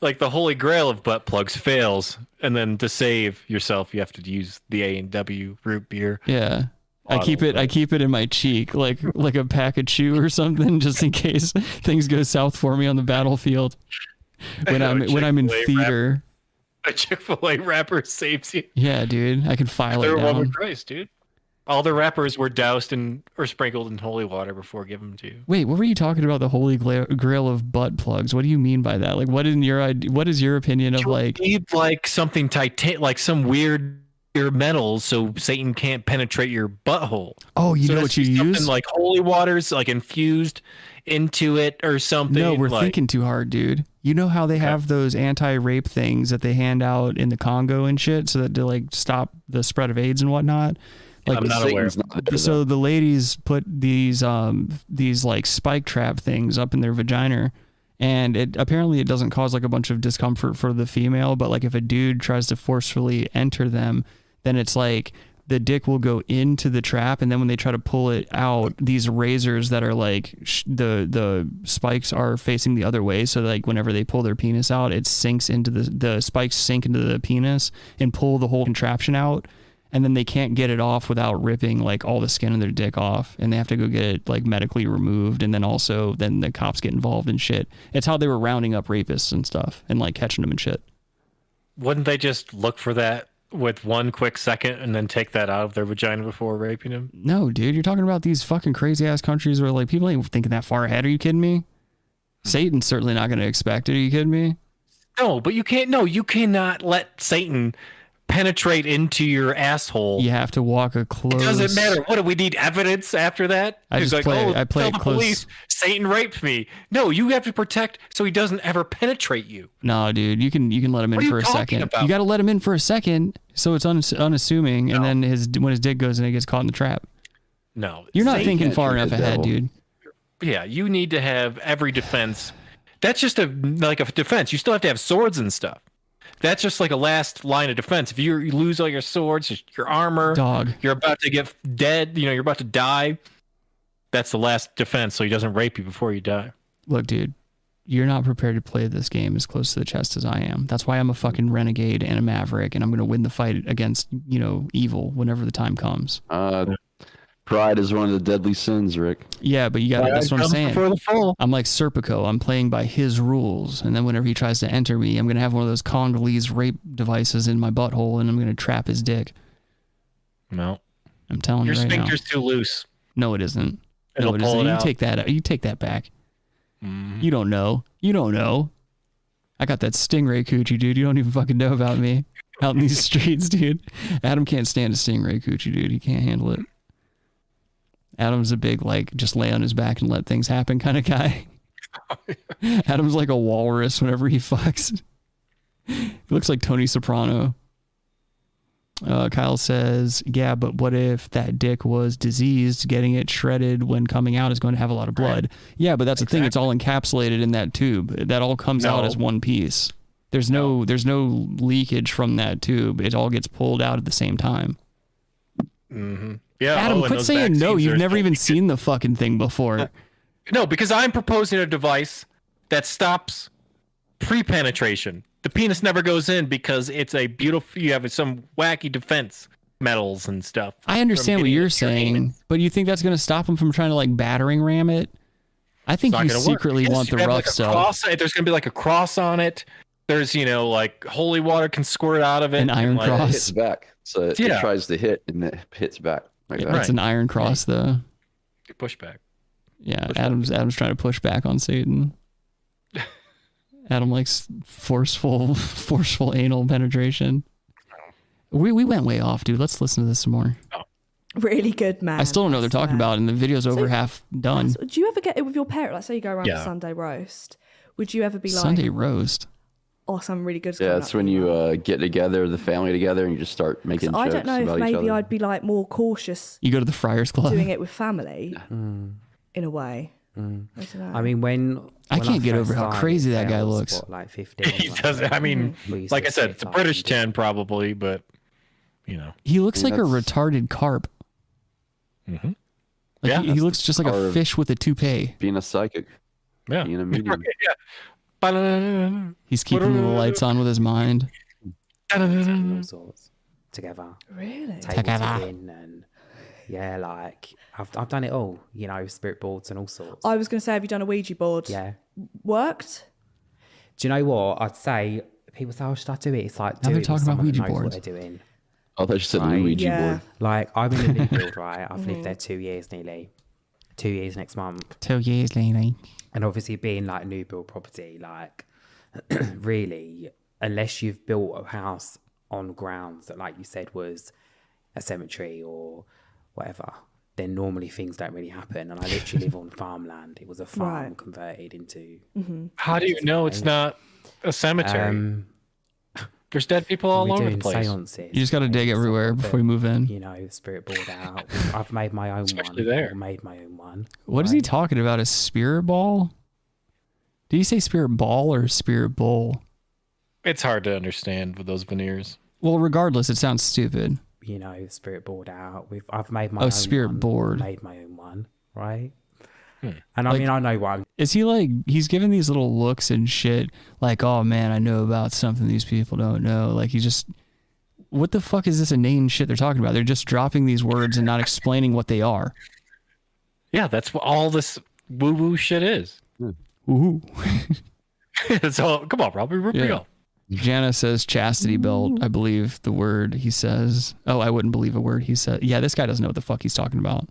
Speaker 8: like the holy grail of butt plugs fails, and then to save yourself, you have to use the A and W root beer.
Speaker 7: Yeah. I keep
Speaker 8: Bottle,
Speaker 7: it I keep it in my cheek like like a pack of chew or something just in case things go south for me on the battlefield. When
Speaker 8: No,
Speaker 7: I'm when I'm in
Speaker 8: Chick-fil-A wrap.
Speaker 7: theater.
Speaker 8: A Chick Fil A wrapper saves you.
Speaker 7: Yeah, dude. I can file
Speaker 8: They're
Speaker 7: it
Speaker 8: one
Speaker 7: down.
Speaker 8: with Christ, dude. All the wrappers were doused in or sprinkled in holy water before giving them to you.
Speaker 7: Wait, what were you talking about? The holy gla- grail of butt plugs. What do you mean by that? Like, what in your id- what is your opinion of like?
Speaker 8: Need like something titan, like some weird your metal, so Satan can't penetrate your butthole.
Speaker 7: Oh, you
Speaker 8: So
Speaker 7: know
Speaker 8: it
Speaker 7: what
Speaker 8: has to
Speaker 7: you
Speaker 8: be something
Speaker 7: use?
Speaker 8: Like holy waters, like infused into it or something.
Speaker 7: No, we're
Speaker 8: like,
Speaker 7: thinking too hard, dude. You know how they have those anti-rape things that they hand out in the Congo and shit, so that to like stop the spread of AIDS and whatnot.
Speaker 9: Yeah,
Speaker 7: Like,
Speaker 9: I'm not aware. Satan's not there,
Speaker 7: so the ladies put these um these like spike trap things up in their vagina, and it apparently it doesn't cause like a bunch of discomfort for the female, but like if a dude tries to forcefully enter them, then it's like the dick will go into the trap and then when they try to pull it out these razors that are like sh- the the spikes are facing the other way so like whenever they pull their penis out it sinks into the the spikes sink into the penis and pull the whole contraption out and then they can't get it off without ripping like all the skin of their dick off and they have to go get it like medically removed and then also then the cops get involved and shit it's how they were rounding up rapists and stuff and like catching them and shit
Speaker 8: Wouldn't they just look for that with one quick second and then take that out of their vagina before raping him?
Speaker 7: No, dude, you're talking about these fucking crazy ass countries where like people ain't thinking that far ahead. Are you kidding me? Satan's certainly not going to expect it. Are you kidding me?
Speaker 8: No, but you can't. No, you cannot let Satan penetrate into your asshole.
Speaker 7: You have to walk a close.
Speaker 8: It doesn't matter. What do we need evidence after that?
Speaker 7: I
Speaker 8: He's "Oh,
Speaker 7: just play- I play
Speaker 8: tell
Speaker 7: it
Speaker 8: the
Speaker 7: close.
Speaker 8: police Satan raped me. No, you have to protect so he doesn't ever penetrate you.
Speaker 7: No, dude, you can you can let him in
Speaker 8: What are you
Speaker 7: for a
Speaker 8: talking
Speaker 7: second. You
Speaker 8: about?
Speaker 7: got to let him in for a second, so it's un- unassuming, and then his when his dick goes in, it gets caught in the trap.
Speaker 8: No,
Speaker 7: You're not
Speaker 8: Satan-
Speaker 7: thinking far enough ahead, dude.
Speaker 8: Yeah, you need to have every defense. That's just a like a defense. You still have to have swords and stuff. That's just like a last line of defense. If you, you lose all your swords, your armor,
Speaker 7: Dog.
Speaker 8: you're about to get dead. You know, you're about to die. That's the last defense, so he doesn't rape you before you die.
Speaker 7: Look, dude, you're not prepared to play this game as close to the chest as I am. That's why I'm a fucking renegade and a maverick, and I'm going to win the fight against you know evil whenever the time comes.
Speaker 9: Uh, pride is one of the deadly sins, Rick.
Speaker 7: Yeah, but you got
Speaker 9: Pride
Speaker 7: that's what I'm
Speaker 9: comes
Speaker 7: saying.
Speaker 9: before the
Speaker 7: I'm like Serpico. I'm playing by his rules, and then whenever he tries to enter me, I'm gonna have one of those Congolese rape devices in my butthole, and I'm gonna trap his dick.
Speaker 8: No,
Speaker 7: I'm telling
Speaker 8: Your
Speaker 7: you right now.
Speaker 8: sphincter's too loose.
Speaker 7: No, it isn't.
Speaker 8: It'll
Speaker 7: no, it
Speaker 8: pull
Speaker 7: isn't.
Speaker 8: it
Speaker 7: you
Speaker 8: out. Mm-hmm.
Speaker 7: take that. You take that back. You don't know. You don't know. I got that stingray coochie, dude. You don't even fucking know about me out in these streets, dude. Adam can't stand a stingray coochie, dude. He can't handle it. Adam's a big like just lay on his back and let things happen kind of guy. Adam's like a walrus whenever he fucks. he looks like Tony Soprano. Uh, Kyle says, "Yeah, but what if that dick was diseased? Getting it shredded when coming out is going to have a lot of blood. Yeah, but that's the thing; it's all encapsulated in that tube. That all comes out
Speaker 8: No.
Speaker 7: as one piece. There's no, there's no leakage from that tube. It all gets pulled out at the same time.
Speaker 8: Mm-hmm. Yeah,
Speaker 7: Adam,
Speaker 8: oh, and
Speaker 7: quit
Speaker 8: those
Speaker 7: saying no.
Speaker 8: vaccines
Speaker 7: You've
Speaker 8: are-
Speaker 7: never even seen the fucking thing before.
Speaker 8: No, because I'm proposing a device that stops pre-penetration. The penis never goes in because it's a beautiful. You have some wacky defense metals and stuff.
Speaker 7: I understand what you're
Speaker 8: E.
Speaker 7: saying, but you think that's going to stop him from trying to like battering ram it? I think
Speaker 8: It's not
Speaker 7: you
Speaker 8: gonna work.
Speaker 7: secretly
Speaker 8: Yes,
Speaker 7: want
Speaker 8: you
Speaker 7: the
Speaker 8: have,
Speaker 7: rough
Speaker 8: like, a
Speaker 7: stuff.
Speaker 8: cross- there's going to be like a cross on it. There's you know like holy water can squirt out of it. An
Speaker 7: iron
Speaker 8: like,
Speaker 9: It hits back, so it, it
Speaker 8: Yeah.
Speaker 9: tries to hit and it hits back. Like
Speaker 7: It's
Speaker 9: that.
Speaker 7: an iron cross, though.
Speaker 8: Pushback.
Speaker 7: Yeah, Adam's Adam's trying to push back on Satan. Adam likes forceful forceful anal penetration. We we went way off, dude. Let's listen to this some more.
Speaker 20: Really good man.
Speaker 7: I still don't know what they're talking about, and the video's over half done.
Speaker 20: So do you ever get it with your parents? Like, say you go around
Speaker 7: Yeah.
Speaker 20: for Sunday roast. Would you ever be like,
Speaker 7: Sunday roast?
Speaker 20: oh, something really good's
Speaker 9: Yeah,
Speaker 20: coming
Speaker 9: it's
Speaker 20: up?
Speaker 9: when you uh, get together, the family together, and you just start making
Speaker 20: I
Speaker 9: jokes
Speaker 20: don't know
Speaker 9: about
Speaker 20: if
Speaker 9: each
Speaker 20: maybe
Speaker 9: other.
Speaker 20: I'd be like more cautious
Speaker 7: You go to the Friars Club.
Speaker 20: doing it with family in a way. I don't know.
Speaker 21: Mm. I mean, when,
Speaker 7: I
Speaker 21: when
Speaker 7: can't get
Speaker 21: first
Speaker 7: over how
Speaker 21: started,
Speaker 7: crazy that
Speaker 21: I
Speaker 7: guy
Speaker 21: was,
Speaker 7: looks.
Speaker 21: what, like 15.
Speaker 8: He does. I mean,
Speaker 21: Please
Speaker 8: like I
Speaker 21: don't
Speaker 8: said,
Speaker 21: say
Speaker 8: it's a
Speaker 21: that.
Speaker 8: British ten probably, but you know.
Speaker 7: He looks
Speaker 8: Yeah,
Speaker 7: like a retarded carp.
Speaker 8: Mhm.
Speaker 7: Like,
Speaker 8: Yeah.
Speaker 7: he, he looks just like
Speaker 9: power
Speaker 7: a
Speaker 9: of-
Speaker 7: fish with a toupee.
Speaker 9: Being a psychic.
Speaker 8: Yeah.
Speaker 9: Being a medium.
Speaker 8: yeah.
Speaker 7: He's keeping the lights on with his mind.
Speaker 8: mm.
Speaker 21: all sorts together.
Speaker 20: Really?
Speaker 21: Table
Speaker 7: Together.
Speaker 21: tipping and yeah, like I've I've done it all. You know, spirit boards and all sorts.
Speaker 20: I was going to say, have you done a Ouija board?
Speaker 21: Yeah.
Speaker 20: Worked?
Speaker 21: Do you know what I'd say? people say, "Oh, should I do it?" It's like
Speaker 7: Now
Speaker 21: do
Speaker 7: they're
Speaker 21: it with
Speaker 7: talking about
Speaker 21: someone that
Speaker 7: Ouija
Speaker 21: knows what
Speaker 7: boards.
Speaker 21: they're doing.
Speaker 9: I thought you said
Speaker 21: Like-
Speaker 9: Luigi board.
Speaker 21: Like I'm in a new build, right?
Speaker 20: Mhm.
Speaker 21: I've
Speaker 8: Mm-hmm.
Speaker 21: lived there two years nearly. Two years next month.
Speaker 7: Two years, Lily.
Speaker 21: And obviously being like new build property, like really, unless you've built a house on grounds that like you said was a cemetery or whatever, then normally things don't really happen. And I literally live on farmland. It was a farm
Speaker 20: Right.
Speaker 21: converted into
Speaker 20: Mm-hmm.
Speaker 8: How do you know it's not a cemetery?
Speaker 21: Um,
Speaker 8: There's dead people all
Speaker 21: we're
Speaker 8: over the
Speaker 21: doing
Speaker 8: place.
Speaker 21: seances.
Speaker 7: You just got to dig everywhere before you move in.
Speaker 21: you know, spirit board out. I've made my own
Speaker 8: Especially
Speaker 21: one.
Speaker 8: there.
Speaker 21: I made my own one.
Speaker 7: What is he talking about? A spirit ball? Did he say spirit ball or spirit bowl?
Speaker 8: It's hard to understand with those veneers.
Speaker 7: Well, regardless, it sounds stupid.
Speaker 21: You know, spirit board out. We've I've made my
Speaker 7: Oh,
Speaker 21: own
Speaker 7: spirit
Speaker 21: one,
Speaker 7: board.
Speaker 21: Made my own one, right? And I mean, I know why.
Speaker 7: Is he like he's giving these little looks and shit? Like, oh man, I know about something these people don't know. Like, he just what the fuck is this inane shit they're talking about? They're just dropping these words and not explaining what they are.
Speaker 8: Yeah, that's what all this woo woo shit is.
Speaker 7: Ooh.
Speaker 8: it's all come on, Robbie, we're
Speaker 7: Yeah.
Speaker 8: real.
Speaker 7: Jana says chastity belt. I believe the word he says. Oh, I wouldn't believe a word he said. Yeah, this guy doesn't know what the fuck he's talking about.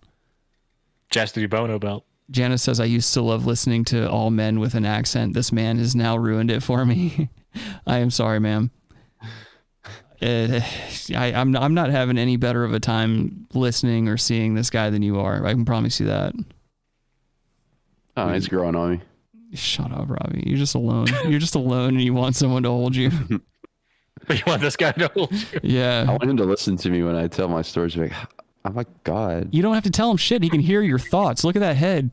Speaker 8: Chastity Bono belt.
Speaker 7: Janice says, I used to love listening to all men with an accent. This man has now ruined it for me. I am sorry, ma'am. Uh, I, I'm, I'm not having any better of a time listening or seeing this guy than you are. I can promise you that.
Speaker 9: Oh, it's growing on me.
Speaker 7: Shut up, Robbie. You're just alone. You're just alone and you want someone to hold you.
Speaker 8: You want this guy to hold you?
Speaker 7: Yeah. I
Speaker 9: want him to listen to me when I tell my stories. Like, oh my god.
Speaker 7: You don't have to tell him shit. He can hear your thoughts. Look at that head.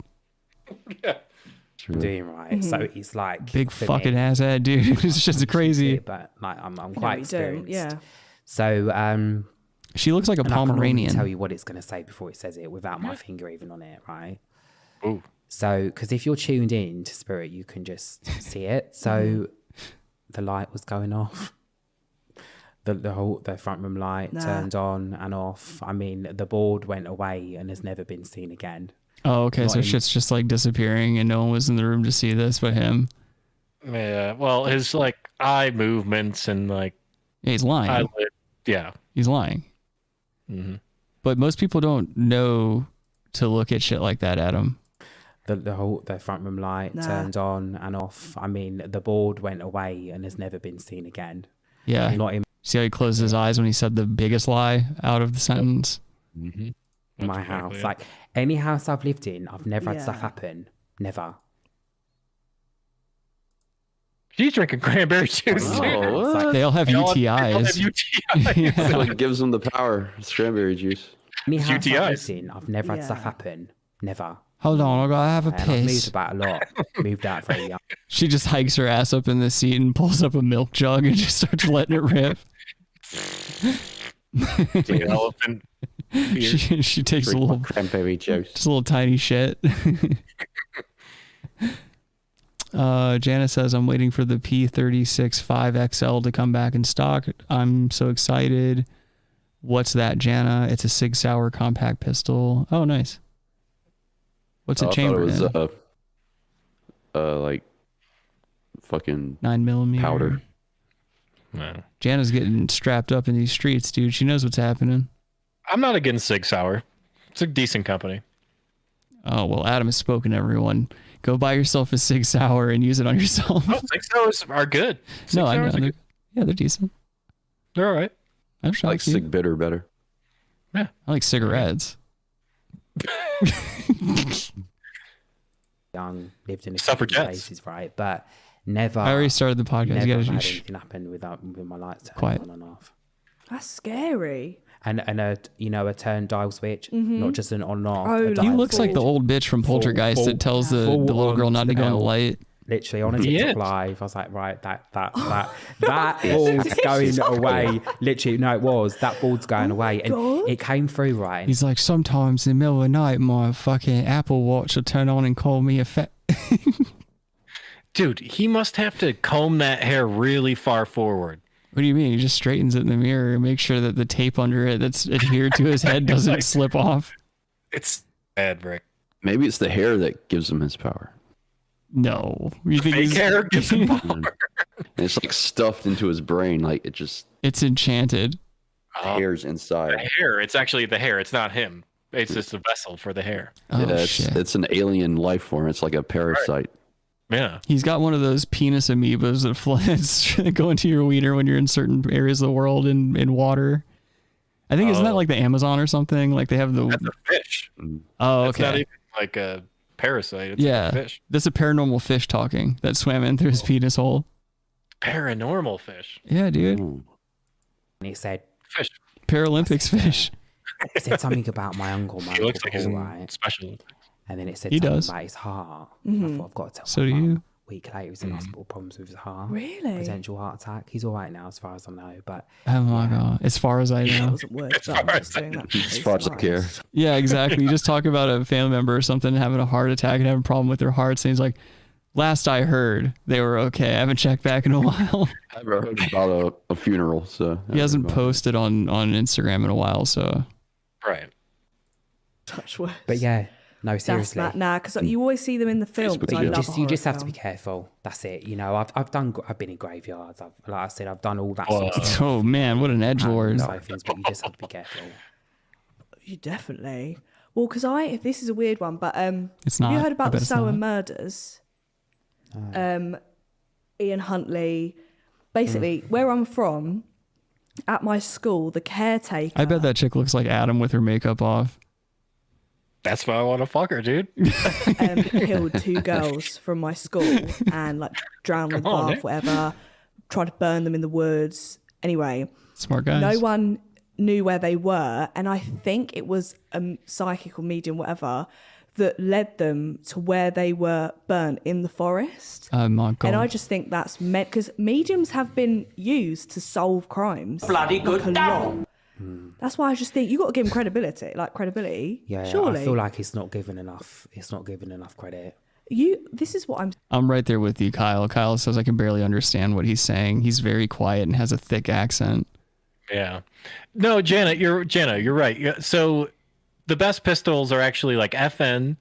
Speaker 21: I'm doing right. So
Speaker 20: Mm-hmm.
Speaker 21: it's like
Speaker 7: Big
Speaker 21: for
Speaker 7: fucking
Speaker 21: me,
Speaker 7: ass head, dude. It's just crazy.
Speaker 21: but like I'm, I'm
Speaker 20: No,
Speaker 21: quite
Speaker 20: you don't,
Speaker 21: experienced.
Speaker 20: yeah.
Speaker 21: So um,
Speaker 7: She looks like a
Speaker 21: and I can normally
Speaker 7: Pomeranian.
Speaker 21: tell you what it's going to say before it says it without my finger even on it, right? So, because if you're tuned in to spirit, you can just see it. So,
Speaker 7: Mm-hmm.
Speaker 21: the light was going off. The, the whole the front room light
Speaker 20: Nah.
Speaker 21: turned on and off. I mean, the board went away and has never been seen again.
Speaker 7: Oh, okay.
Speaker 21: Not
Speaker 7: So
Speaker 21: in-
Speaker 7: shit's just like disappearing and no one was in the room to see this but him.
Speaker 8: Yeah. Well, his like eye movements and like
Speaker 7: Yeah, he's lying.
Speaker 8: eyelid. Yeah.
Speaker 7: He's lying.
Speaker 8: Mm-hmm.
Speaker 7: But most people don't know to look at shit like that, Adam.
Speaker 21: The, the whole the front room light
Speaker 7: Nah.
Speaker 21: turned on and off. I mean, the board went away and has never been seen again.
Speaker 7: Yeah.
Speaker 21: Not in
Speaker 7: See how he closed his eyes when he said the biggest lie out of the sentence?
Speaker 21: my house. Like any house I've lived in, I've never had stuff
Speaker 7: Yeah.
Speaker 21: happen. Never.
Speaker 8: She's drinking cranberry juice.
Speaker 21: Oh,
Speaker 8: too.
Speaker 21: what?
Speaker 7: They all have
Speaker 8: They all have- they all have
Speaker 7: UTIs.
Speaker 8: UTIs.
Speaker 9: That's what gives them the power. It's cranberry juice.
Speaker 21: Any house I've lived in, I've never had stuff
Speaker 9: Yeah.
Speaker 21: happen. Never.
Speaker 7: Hold on, I gotta have a
Speaker 21: And I've moved
Speaker 7: piss.
Speaker 21: about a lot. moved out very young.
Speaker 7: She just hikes her ass up in the seat and pulls up a milk jug and just starts letting it rip.
Speaker 8: The elephant.
Speaker 7: she, she takes a little
Speaker 9: cranberry juice.
Speaker 7: Just a little tiny shit. uh, Jana says, I'm waiting for the P36 5XL to come back in stock. I'm so excited. What's that, Jana? It's a Sig Sauer compact pistol. Oh, nice. What's
Speaker 9: Oh,
Speaker 7: it
Speaker 9: I thought
Speaker 7: chambered
Speaker 9: It was
Speaker 7: in?
Speaker 9: uh, uh, like fucking
Speaker 7: Nine millimeter.
Speaker 9: powder.
Speaker 7: Jana's getting strapped up in these streets, dude. She knows what's happening.
Speaker 8: I'm not against Sig Sauer. It's a decent company.
Speaker 7: Oh, well, Adam has spoken, everyone. Go buy yourself a Sig Sauer and use it on yourself.
Speaker 8: Oh, Sig Sauers are good. Sig
Speaker 7: no, I know.
Speaker 8: Sauers are
Speaker 7: They're,
Speaker 8: good.
Speaker 7: yeah, they're decent.
Speaker 8: They're all right.
Speaker 7: I'm
Speaker 9: I like
Speaker 7: shocked. you.
Speaker 9: sig bitter better.
Speaker 7: I like cigarettes.
Speaker 21: young, lived in a
Speaker 7: Suffragettes.
Speaker 21: suffragette places, right? But never.
Speaker 7: I already started the podcast. You
Speaker 21: Never
Speaker 7: gotta-
Speaker 21: had
Speaker 7: you sh-
Speaker 21: anything happen without with my lights turning
Speaker 7: Quiet.
Speaker 21: on and off.
Speaker 20: That's scary.
Speaker 21: And and a you know a turn dial switch,
Speaker 20: Mhm.
Speaker 21: not just an on and off.
Speaker 20: Oh,
Speaker 21: a
Speaker 7: He
Speaker 21: dial
Speaker 7: looks like the
Speaker 21: switch.
Speaker 7: old bitch from
Speaker 21: Full-
Speaker 7: Poltergeist
Speaker 21: full-
Speaker 7: that tells the,
Speaker 21: full
Speaker 7: the little girl
Speaker 21: on
Speaker 7: not to go in the
Speaker 21: bell.
Speaker 7: light.
Speaker 21: Literally on a
Speaker 7: Yes.
Speaker 21: TikTok live, I was like, right, that that that that
Speaker 7: Yes.
Speaker 21: ball's
Speaker 7: Yes.
Speaker 21: going
Speaker 7: Sorry.
Speaker 21: away. Literally, no, it was that ball's going away, and it came through right. and
Speaker 7: He's like, sometimes in the middle of the night, my fucking Apple Watch will turn on and call me a fat.
Speaker 8: Dude, he must have to comb that hair really far forward.
Speaker 7: What do you mean? He just straightens it in the mirror and makes sure that the tape under it that's adhered to his head doesn't
Speaker 8: Like-
Speaker 7: slip off.
Speaker 8: It's bad, Rick.
Speaker 9: Maybe it's the hair that gives him his power.
Speaker 7: No, you think
Speaker 8: Fake
Speaker 7: he's-
Speaker 8: hair gives him
Speaker 9: Mm. and it's like stuffed into his brain. Like it just
Speaker 7: It's enchanted.
Speaker 9: hairs inside.
Speaker 8: The hair. It's actually the hair. It's not him. It's just a vessel for the hair.
Speaker 21: Oh,
Speaker 7: Oh,
Speaker 9: yeah, it's, it's an alien life form. It's like a parasite.
Speaker 8: Yeah.
Speaker 7: He's got one of those penis amoebas that floods go into your wiener when you're in certain areas of the world in, in water. I think isn't that like the Amazon or something? Like they have the
Speaker 8: Oh. That's a fish.
Speaker 7: Oh,
Speaker 8: It's not
Speaker 7: okay.
Speaker 8: even like a parasite. It's
Speaker 7: yeah.
Speaker 8: like a fish.
Speaker 7: That's a paranormal fish talking that swam in through his penis hole.
Speaker 8: Paranormal fish.
Speaker 7: Yeah, dude.
Speaker 9: Mm.
Speaker 21: And he said,
Speaker 8: Fish.
Speaker 7: Paralympics fish.
Speaker 21: He said something about my uncle, my
Speaker 8: He
Speaker 21: uncle
Speaker 8: looks like he's
Speaker 21: Paul,
Speaker 8: in
Speaker 21: right?
Speaker 8: special.
Speaker 21: And then it said
Speaker 7: He
Speaker 21: something
Speaker 7: does.
Speaker 21: about his heart. I
Speaker 20: Mhm.
Speaker 21: thought I've got to tell.
Speaker 7: So
Speaker 21: my
Speaker 7: do
Speaker 21: mum."
Speaker 7: you.
Speaker 21: Week later, he was in hospital, problems with his heart,
Speaker 20: Mm-hmm. Really?
Speaker 21: potential heart attack. He's all right now, as far as I know. But
Speaker 7: Oh my god. As far as I know.
Speaker 20: Words that I'm just doing that.
Speaker 9: As far as I care.
Speaker 7: Yeah, exactly. You just talk about a family member or something having a heart attack and having a problem with their hearts, and he's like, "Last I heard, they were okay. I haven't checked back in a while."
Speaker 9: I've heard about a, a funeral, so
Speaker 7: he hasn't posted on on Instagram in a while, so
Speaker 8: Right.
Speaker 20: Touch wood.
Speaker 21: But yeah, no, seriously.
Speaker 20: That's that. Nah, because you always see them in the films.
Speaker 21: But
Speaker 20: I
Speaker 21: you
Speaker 20: love
Speaker 21: just
Speaker 20: a
Speaker 21: you just
Speaker 20: horror
Speaker 21: have to be
Speaker 20: film.
Speaker 21: careful. That's it. You know, I've I've done gr- I've been in graveyards. I've like I said, I've done all that sort
Speaker 20: Uh,
Speaker 21: of stuff.
Speaker 7: oh man, what an edge lord.
Speaker 21: So things, but you just have to be careful.
Speaker 20: You definitely. Well, because I if this is a weird one, but um,
Speaker 21: It's
Speaker 20: Have
Speaker 21: not.
Speaker 20: you heard
Speaker 21: I
Speaker 20: about
Speaker 21: bet
Speaker 20: the
Speaker 21: it's
Speaker 20: Sower
Speaker 21: not.
Speaker 20: murders? Um, Ian Huntley. Basically,
Speaker 21: Mm.
Speaker 20: where I'm from, at my school, the caretaker.
Speaker 7: I bet that chick looks like Adam with her makeup off.
Speaker 8: That's why I want to fuck her, dude.
Speaker 20: um, killed two girls from my school and like drowned them
Speaker 7: Come on,
Speaker 20: bath,
Speaker 7: eh?
Speaker 20: whatever. Tried to burn them in the woods. Anyway,
Speaker 7: Smart guys.
Speaker 20: no one knew where they were, and I think it was a m- psychic or medium, whatever, that led them to where they were burnt in the forest.
Speaker 7: Oh my god.
Speaker 20: And I just think that's meant because mediums have been used to solve crimes.
Speaker 7: Bloody
Speaker 20: like,
Speaker 7: good
Speaker 20: a lot. That's why I just think you got to give them credibility, like credibility.
Speaker 21: Hmm. Yeah,
Speaker 20: surely.
Speaker 21: I feel like it's not given enough. It's not given enough credit.
Speaker 20: you. This is what I'm
Speaker 7: I'm right there with you, Kyle. Kyle says I can barely understand what he's saying. He's very quiet and has a thick accent.
Speaker 8: Yeah. No, Janet, you're Jenna, you're right. Yeah, So the best pistols are actually like FN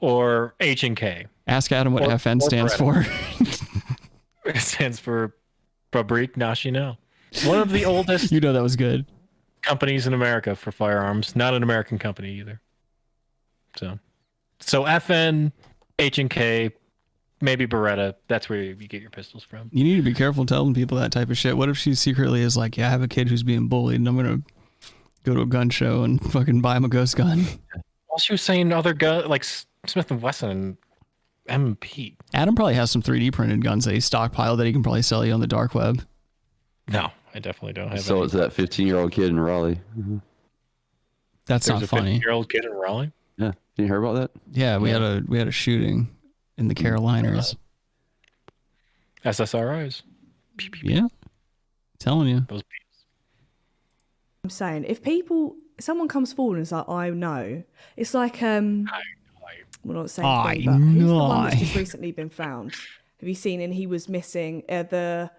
Speaker 8: or H and K.
Speaker 7: Ask Adam what
Speaker 8: Or-
Speaker 7: FN
Speaker 8: or
Speaker 7: stands for.
Speaker 8: Beretta. It stands for Fabrique Nationale. One of the oldest
Speaker 7: you know that was good.
Speaker 8: companies in America for firearms, not an American company either. So so FN, H and K, maybe Beretta, that's where you get your pistols from.
Speaker 7: You need to be careful telling people that type of shit. What if she secretly is like, "Yeah, I have a kid who's being bullied, and I'm gonna go to a gun show and fucking buy him a ghost gun."
Speaker 8: Well, she was saying other gun like S- Smith and Wesson and MP.
Speaker 7: Adam probably has some 3D printed guns that he stockpiled that he can probably sell you on the dark web.
Speaker 8: No, I definitely don't have
Speaker 9: So
Speaker 8: any.
Speaker 9: it's that 15 year old kid in Raleigh.
Speaker 7: That's
Speaker 8: There's
Speaker 7: not
Speaker 8: a
Speaker 7: funny.
Speaker 8: year old kid in Raleigh.
Speaker 9: Yeah. Did you hear about that?
Speaker 7: Yeah, we had a we had a shooting in the Carolinas.
Speaker 8: SSRIs.
Speaker 7: Yeah, telling you.
Speaker 20: I'm saying if people someone comes forward and is like, I know, it's like um we're not saying
Speaker 7: I
Speaker 20: thing, but who's the one that's
Speaker 7: know.
Speaker 20: just recently been found? Have you seen and he was missing uh, the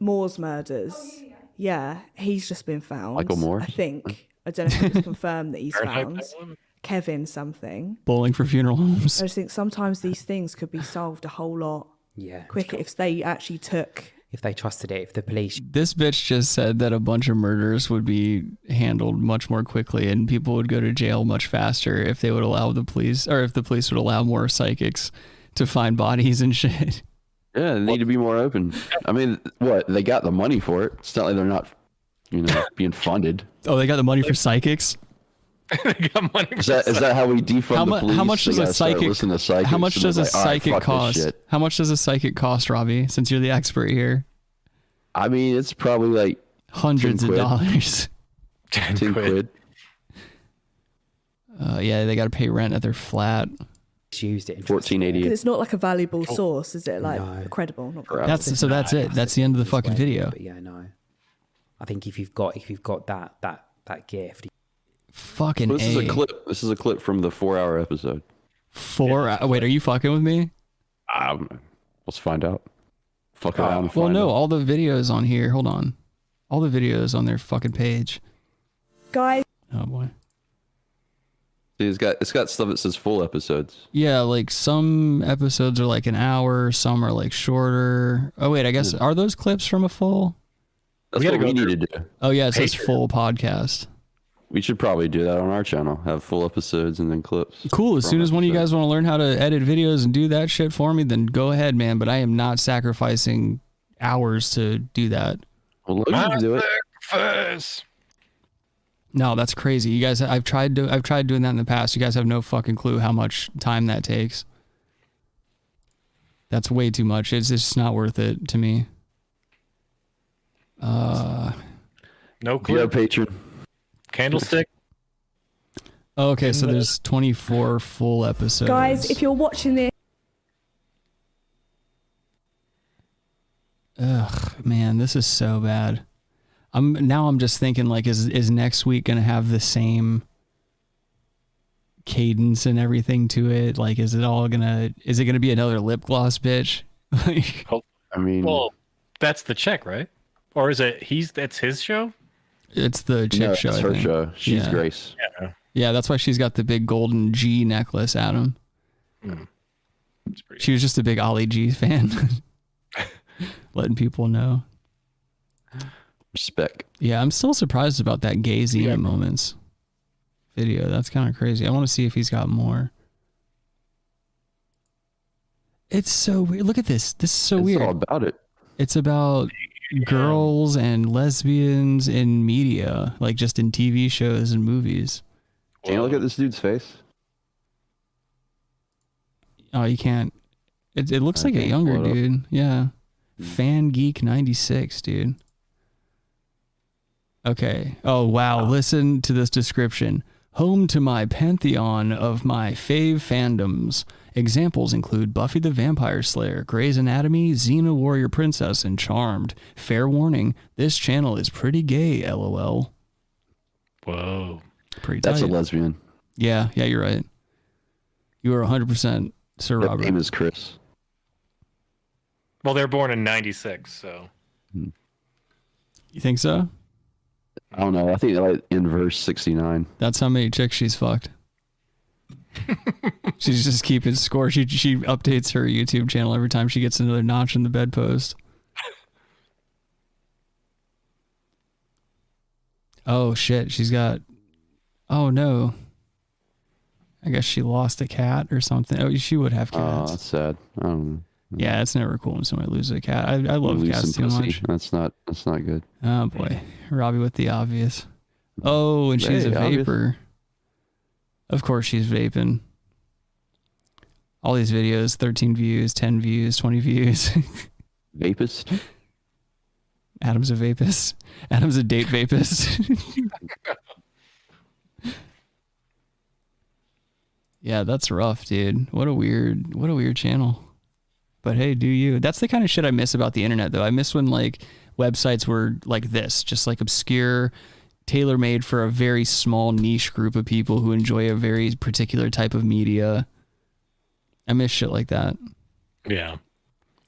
Speaker 20: Moore's murders? Oh, yeah, he's just been found.
Speaker 7: Michael Moore?
Speaker 20: I think. I don't know if it was confirmed that he's
Speaker 7: Fahrenheit
Speaker 20: found. Kevin something.
Speaker 7: Bowling for funeral
Speaker 20: I
Speaker 7: homes.
Speaker 20: just think sometimes these things could be solved a whole lot
Speaker 21: Yeah.
Speaker 20: quicker if they actually took
Speaker 21: If they trusted it, if the police
Speaker 7: This bitch just said that a bunch of murders would be handled much more quickly and people would go to jail much faster if they would allow the police or if the police would allow more psychics to find bodies and shit.
Speaker 9: Yeah, they need to be more open. I mean, what? They got the money for it. It's not like they're not, you know, being funded.
Speaker 7: Oh, they got the money for psychics?
Speaker 9: Is that is that how we defund
Speaker 7: How,
Speaker 9: the
Speaker 7: mu-
Speaker 9: police?
Speaker 7: how much
Speaker 9: They
Speaker 7: does a
Speaker 9: gotta start
Speaker 7: psychic
Speaker 9: listening to psychics
Speaker 7: How much
Speaker 9: and
Speaker 7: does a
Speaker 9: they're like, "All right,
Speaker 7: psychic
Speaker 9: fuck this
Speaker 7: cost?
Speaker 9: shit."
Speaker 7: How much does a psychic cost, Robbie, since you're the expert here?
Speaker 9: I mean, it's probably like
Speaker 7: Hundreds
Speaker 9: 10
Speaker 7: of
Speaker 9: quid.
Speaker 7: dollars.
Speaker 8: Ten,
Speaker 9: quid.
Speaker 7: Uh, yeah, they got to pay rent at their flat.
Speaker 21: used it.
Speaker 9: Fourteen eighty.
Speaker 20: Because it's not like a valuable
Speaker 7: Oh.
Speaker 20: source, is it? Like credible, not credible.
Speaker 7: That's so. That's it. That's the end of the fucking video.
Speaker 21: But yeah, no. I think if you've got if you've got that that that gift,
Speaker 7: Fucking.
Speaker 9: Well, this is
Speaker 7: A.
Speaker 9: a clip. This is a clip from the four-hour episode.
Speaker 7: Four. hou- wait, are you fucking with me?
Speaker 9: Um, let's find out. Fuck around. and
Speaker 7: Uh, Well,
Speaker 9: find
Speaker 7: no,
Speaker 9: out.
Speaker 7: all the videos on here. Hold on, all the videos on their fucking page.
Speaker 20: Guys,
Speaker 7: Oh boy,
Speaker 9: See, it's got it's got stuff that says full episodes.
Speaker 7: Yeah, like some episodes are like an hour, some are like shorter. Oh wait, I guess are those clips from a full?
Speaker 9: That's
Speaker 7: gotta
Speaker 9: what we
Speaker 7: go
Speaker 9: need to do.
Speaker 7: Oh yeah, it says
Speaker 9: Patreon.
Speaker 7: full podcast.
Speaker 9: We should probably do that on our channel. Have full episodes and then clips.
Speaker 7: Cool. As
Speaker 9: from
Speaker 7: soon as
Speaker 9: it.
Speaker 7: one of you guys want to learn how to edit videos and do that shit for me, then go ahead, man. But I am not sacrificing hours to do that.
Speaker 9: Well,
Speaker 8: First.
Speaker 7: No, that's crazy. You guys, I've tried to, I've tried doing that in the past. You guys have no fucking clue how much time that takes. That's way too much. It's just not worth it to me. Uh,
Speaker 8: No
Speaker 9: Yeah,
Speaker 8: clue.
Speaker 9: Patreon.
Speaker 8: Candlestick.
Speaker 7: oh, okay, so there's 24 full episodes.
Speaker 20: Guys, if you're watching this,
Speaker 7: Ugh, man, this is so bad. I'm now. I'm just thinking like, is is next week gonna have the same cadence and everything to it? Like, is it all gonna? Is it gonna be another lip gloss, bitch? Like,
Speaker 9: I mean,
Speaker 8: Well, Mm. that's the check, right? Or is it he's that's his show?
Speaker 7: it's the chick
Speaker 9: No,
Speaker 7: show.
Speaker 9: it's
Speaker 7: I
Speaker 9: her
Speaker 7: think.
Speaker 9: show. She's
Speaker 7: yeah.
Speaker 9: Grace.
Speaker 8: Yeah.
Speaker 7: Yeah, that's why she's got the big golden G necklace, Adam.
Speaker 9: Hmm.
Speaker 7: She was just a big Ollie G fan, letting people know.
Speaker 9: Respect.
Speaker 7: Yeah, I'm still surprised about that gay Xena moments video. That's kind of crazy. I want to see if he's got more. It's so weird. Look at this. This is so
Speaker 9: It's
Speaker 7: weird.
Speaker 9: all about it.
Speaker 7: It's about girls and lesbians in media, like just in TV shows and movies.
Speaker 9: Can you look at this dude's face?
Speaker 7: Oh, you can't. It, it looks
Speaker 9: I
Speaker 7: like a
Speaker 9: can't
Speaker 7: younger
Speaker 9: pull it up. Hmm.
Speaker 7: dude. Yeah. Fan Geek 96, dude. Okay. Oh, wow. Listen to this description. Home to my pantheon of my fave fandoms. Examples include Buffy the Vampire Slayer, Grey's Anatomy, Xena Warrior Princess, and Charmed. Fair warning, this channel is pretty gay, lol.
Speaker 8: Whoa.
Speaker 7: Pretty
Speaker 9: That's
Speaker 7: tight.
Speaker 9: a lesbian.
Speaker 7: Yeah, yeah, you're right. You are 100% Sir
Speaker 9: Her
Speaker 7: Robert.
Speaker 9: name is Chris.
Speaker 8: Well, they're born in '96, so
Speaker 7: You think so?
Speaker 9: I don't know. I think like in verse sixty nine.
Speaker 7: That's how many chicks she's fucked. she's just keeping score. She she updates her YouTube channel every time she gets another notch in the bedpost. Oh shit, she's got Oh no. I guess she lost a cat or something. Oh, she would have
Speaker 9: Oh,
Speaker 7: cats.
Speaker 9: that's sad. I don't know.
Speaker 7: yeah, it's never cool when somebody loses a cat. I, I love
Speaker 9: Lose
Speaker 7: cats too
Speaker 9: some pussy.
Speaker 7: much.
Speaker 9: That's not. That's not good.
Speaker 7: Oh boy, Robbie with the obvious. Oh, and she's
Speaker 9: Hey,
Speaker 7: a
Speaker 9: obvious.
Speaker 7: vapor. Of course, she's vaping. All these videos: thirteen views, ten views, twenty views.
Speaker 9: Vapist.
Speaker 7: Mm-hmm. Adam's a vapist. Adam's a date vapist. yeah, that's rough, dude. What a weird, what a weird channel. But hey, do you? That's the kind of shit I miss about the internet, though. I miss when like websites were like this, just like obscure, tailor made for a very small niche group of people who enjoy a very particular type of media. I miss shit like that.
Speaker 8: yeah.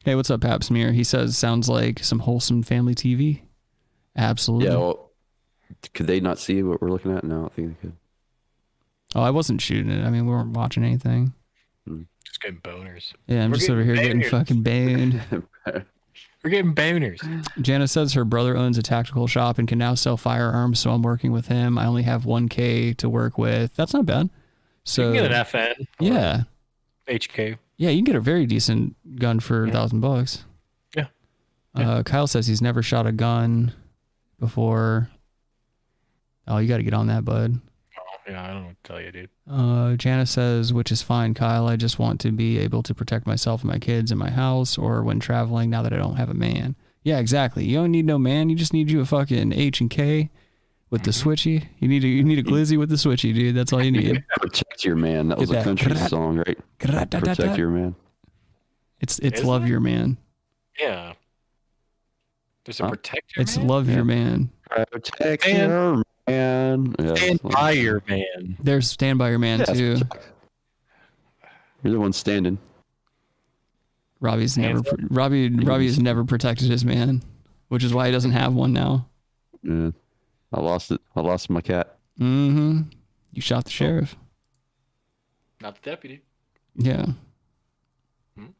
Speaker 7: Hey, what's up, Pap Smear? He says, sounds like some wholesome family TV. Absolutely.
Speaker 9: Yeah. Well, could they not see what we're looking at? No, I don't think they could.
Speaker 7: oh, I wasn't shooting it. I mean, we weren't watching anything.
Speaker 8: Just getting boners.
Speaker 7: Yeah, I'm
Speaker 8: We're
Speaker 7: just over here getting
Speaker 8: boners.
Speaker 7: fucking boned.
Speaker 8: We're getting boners.
Speaker 7: Jana says her brother owns a tactical shop and can now sell firearms, so I'm working with him. I only have 1K to work with. That's not bad. So
Speaker 8: you can get an FN. or
Speaker 7: Uh, Yeah.
Speaker 8: HK.
Speaker 7: Yeah, you can get a very decent gun for a thousand bucks.
Speaker 8: Yeah.
Speaker 7: Uh, Kyle says he's never shot a gun before. Oh, you got to get on that, bud.
Speaker 8: Yeah, I don't know what to tell you, dude.
Speaker 7: Uh, Janice says, which is fine, Kyle. I just want to be able to protect myself and my kids in my house or when traveling now that I don't have a man. Yeah, exactly. You don't need no man. You just need you a fucking H and K with the switchy. You need a, you need a glizzy with the switchy, dude. That's all you need.
Speaker 9: Protect your man. That
Speaker 7: Get
Speaker 9: was a
Speaker 7: that.
Speaker 9: country
Speaker 7: Grat-
Speaker 9: song, right?
Speaker 7: grat- da- da- da.
Speaker 9: Protect your man.
Speaker 7: It's it's
Speaker 8: Is
Speaker 7: love
Speaker 8: it?
Speaker 7: your man.
Speaker 8: Yeah. There's a
Speaker 9: Huh?
Speaker 8: protector.
Speaker 7: Uh, It's love your man.
Speaker 9: Protect
Speaker 8: And-
Speaker 9: your man. Yeah, that's
Speaker 8: Stand
Speaker 9: the one.
Speaker 8: by your man.
Speaker 7: There's stand by your man
Speaker 9: Yes.
Speaker 7: too.
Speaker 9: You're the one standing.
Speaker 7: Robbie's never pr- Robbie Robbie's never protected his man, which is why he doesn't have one now.
Speaker 9: Yeah. I lost it. I lost my cat.
Speaker 7: Mm-hmm. You shot the sheriff.
Speaker 8: Not the deputy.
Speaker 7: Yeah.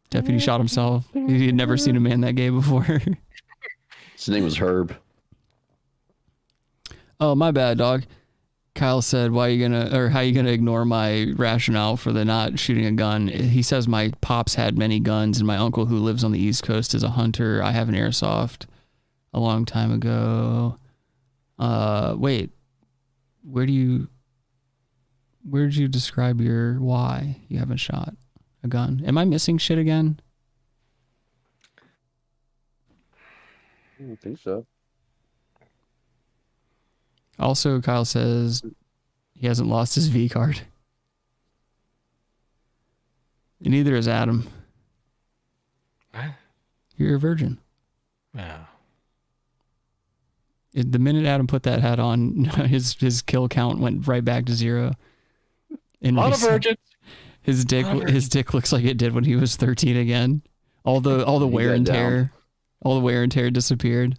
Speaker 7: Deputy shot himself. He had never seen a man that gay before.
Speaker 9: His name was Herb.
Speaker 7: oh, my bad, dog. Kyle said, "Why you gonna or how you gonna ignore my rationale for the not shooting a gun?" He says, "My pops had many guns, and my uncle who lives on the East Coast is a hunter. I have an airsoft a long time ago." Uh, wait, where do you where did you describe your why you haven't shot a gun? Am I missing shit again?
Speaker 9: I don't think so.
Speaker 7: Also, Kyle says he hasn't lost his V card. And neither is Adam.
Speaker 8: What?
Speaker 7: You're a virgin.
Speaker 8: Yeah.
Speaker 7: It- The minute Adam put that hat on, his his kill count went right back to zero. And
Speaker 8: Lot of
Speaker 7: his-
Speaker 8: virgins.
Speaker 7: His dick
Speaker 8: Lot of
Speaker 7: his dick looks like it did when he was 13 again. All the all the
Speaker 9: He
Speaker 7: wear
Speaker 9: got
Speaker 7: and
Speaker 9: down.
Speaker 7: tear, all the wear and tear disappeared.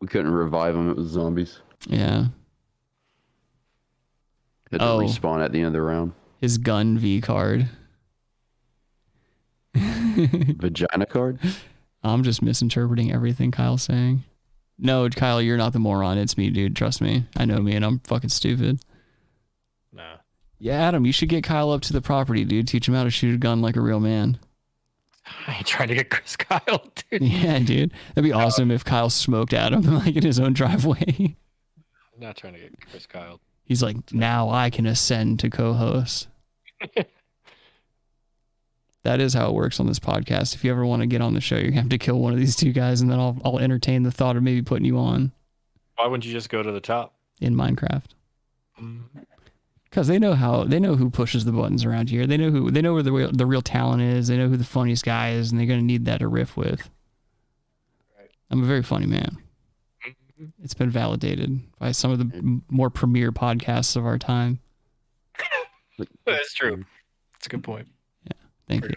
Speaker 9: We couldn't revive him. It was zombies.
Speaker 7: Yeah.
Speaker 9: Had to
Speaker 7: Oh.
Speaker 9: respawn at the end of the round.
Speaker 7: His gun V card.
Speaker 9: Vagina card?
Speaker 7: I'm just misinterpreting everything Kyle's saying. No, Kyle, you're not the moron. It's me, dude. Trust me. I know me, and I'm fucking stupid.
Speaker 8: Nah.
Speaker 7: Yeah, Adam, you should get Kyle up to the property, dude. Teach him how to shoot a gun like a real man.
Speaker 8: I ain't trying to get Chris Kyle, dude.
Speaker 7: Yeah, dude. That'd be awesome if Kyle smoked Adam like in his own driveway.
Speaker 8: I'm not trying to get Chris Kyle.
Speaker 7: He's like, now I can ascend to co-host. that is how it works on this podcast. If you ever want to get on the show, you have to kill one of these two guys, and then I'll I'll entertain the thought of maybe putting you on
Speaker 8: Why wouldn't you just go to the top?
Speaker 7: in Minecraft. Mm. Because they know how they know who pushes the buttons around here. They know who they know where the real, the real talent is. They know who the funniest guy is, and they're gonna need that to riff with. I'm a very funny man.
Speaker 8: Mm-hmm.
Speaker 7: It's been validated by some of the m- more premier podcasts of our time.
Speaker 8: That's true. That's a good point.
Speaker 7: Thank you,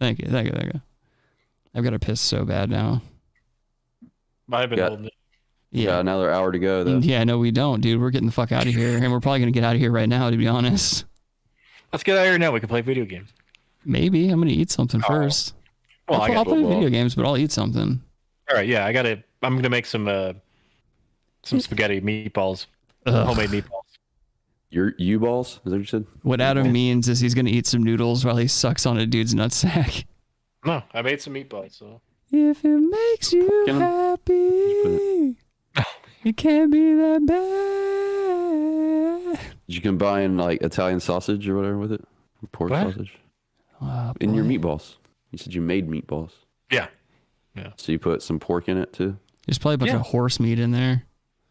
Speaker 7: thank you, thank you, thank you. I've got to piss so bad now.
Speaker 8: Might have been
Speaker 9: Got-
Speaker 8: holding it.
Speaker 7: Yeah.
Speaker 9: another hour to go, though.
Speaker 7: Yeah, no, we don't, dude. We're getting the fuck out of here, and we're probably gonna get out of here right now. To be honest,
Speaker 8: Let's get out of here now. We can play video games.
Speaker 7: maybe I'm gonna eat something first.
Speaker 8: Oh. Well,
Speaker 7: I'll,
Speaker 8: I got
Speaker 7: I'll play
Speaker 8: football.
Speaker 7: video games, but I'll eat something.
Speaker 8: All right, yeah, I gotta. I'm gonna make some uh, some spaghetti meatballs,
Speaker 7: Ugh.
Speaker 8: homemade meatballs.
Speaker 9: Your U balls? Is that what you said?
Speaker 7: What Adam means is he's gonna eat some noodles while he sucks on a dude's nutsack.
Speaker 8: No, I made some meatballs. So
Speaker 7: If it makes you
Speaker 8: Can I-
Speaker 7: happy, it can't be that bad.
Speaker 9: You can buy in like Italian sausage or whatever with it. Pork
Speaker 7: What?
Speaker 9: sausage. in your meatballs. You said you made meatballs.
Speaker 8: Yeah.
Speaker 9: So you put some pork in it too?
Speaker 7: There's probably a bunch
Speaker 8: Yeah.
Speaker 7: of horse meat in there.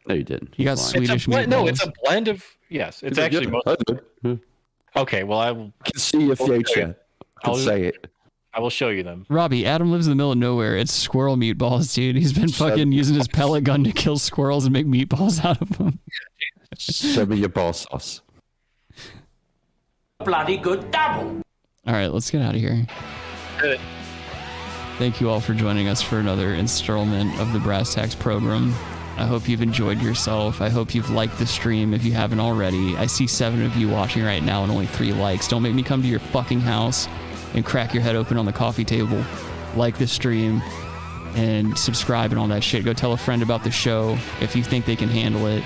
Speaker 9: No, you didn't.
Speaker 7: You got
Speaker 9: He's lying.
Speaker 7: Swedish
Speaker 8: it's a blend, no, it's a blend of yes. It's
Speaker 9: Yeah,
Speaker 8: actually
Speaker 9: yeah,
Speaker 8: most.
Speaker 9: I did.
Speaker 8: Okay, well I will
Speaker 9: can see your future.
Speaker 8: I'll
Speaker 9: Can say it.
Speaker 8: I will show you them.
Speaker 7: Robbie, Adam lives in the middle of nowhere. It's squirrel meatballs, dude. He's been fucking using his pellet gun to kill squirrels and make meatballs out of them.
Speaker 9: Show me your ball sauce.
Speaker 3: Bloody good double.
Speaker 7: All right, let's get out of here. Thank you all for joining us for another installment of the Brass Tacks program. I hope you've enjoyed yourself. I hope you've liked the stream if you haven't already. I see seven of you watching right now and only three likes. Don't make me come to your fucking house and crack your head open on the coffee table. Like the stream and subscribe and all that shit. Go tell a friend about the show if you think they can handle it.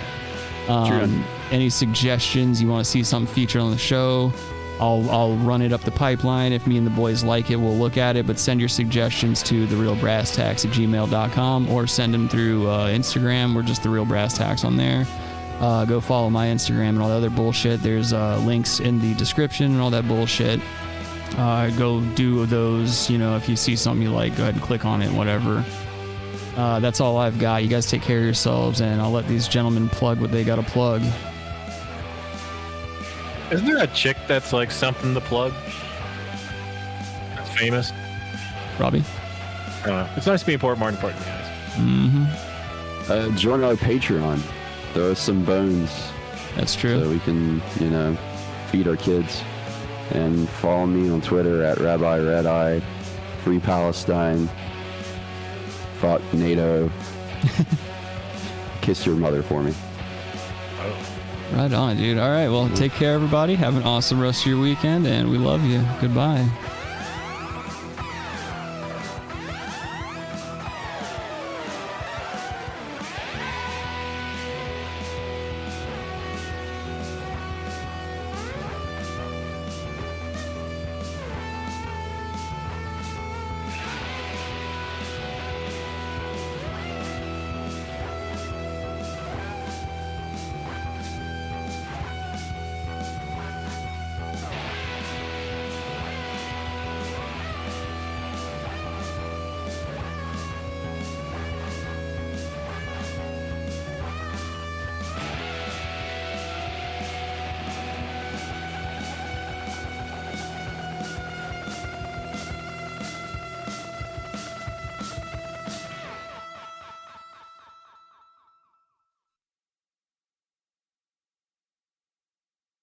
Speaker 7: Um, any suggestions you want to see something featured on the show? I'll, I'll run it up the pipeline. If me and the boys like it, we'll look at it. But send your suggestions to therealbrasstax at gmail.com or send them through uh, Instagram. We're just The Real Brass Tax on there. Uh, go follow my Instagram and all the other bullshit. There's uh, links in the description and all that bullshit. Uh, go do those. You know, if you see something you like, go ahead and click on it, whatever. Uh, that's all I've got. You guys take care of yourselves, and I'll let these gentlemen plug what they got to plug.
Speaker 8: Isn't there a chick that's like something to plug? That's famous.
Speaker 7: Robbie?
Speaker 8: I don't know. It's nice to be important, more important, guys.
Speaker 7: Mm-hmm.
Speaker 9: Uh, join our Patreon. Throw us some bones.
Speaker 7: That's true.
Speaker 9: So we can, you know, feed our kids. And follow me on Twitter at Rabbi Red Eye, Free Palestine, Fuck NATO. Kiss your mother for me.
Speaker 7: Right on, dude. All right. Well, take care, everybody. Have an awesome rest of your weekend, and we love you. Goodbye.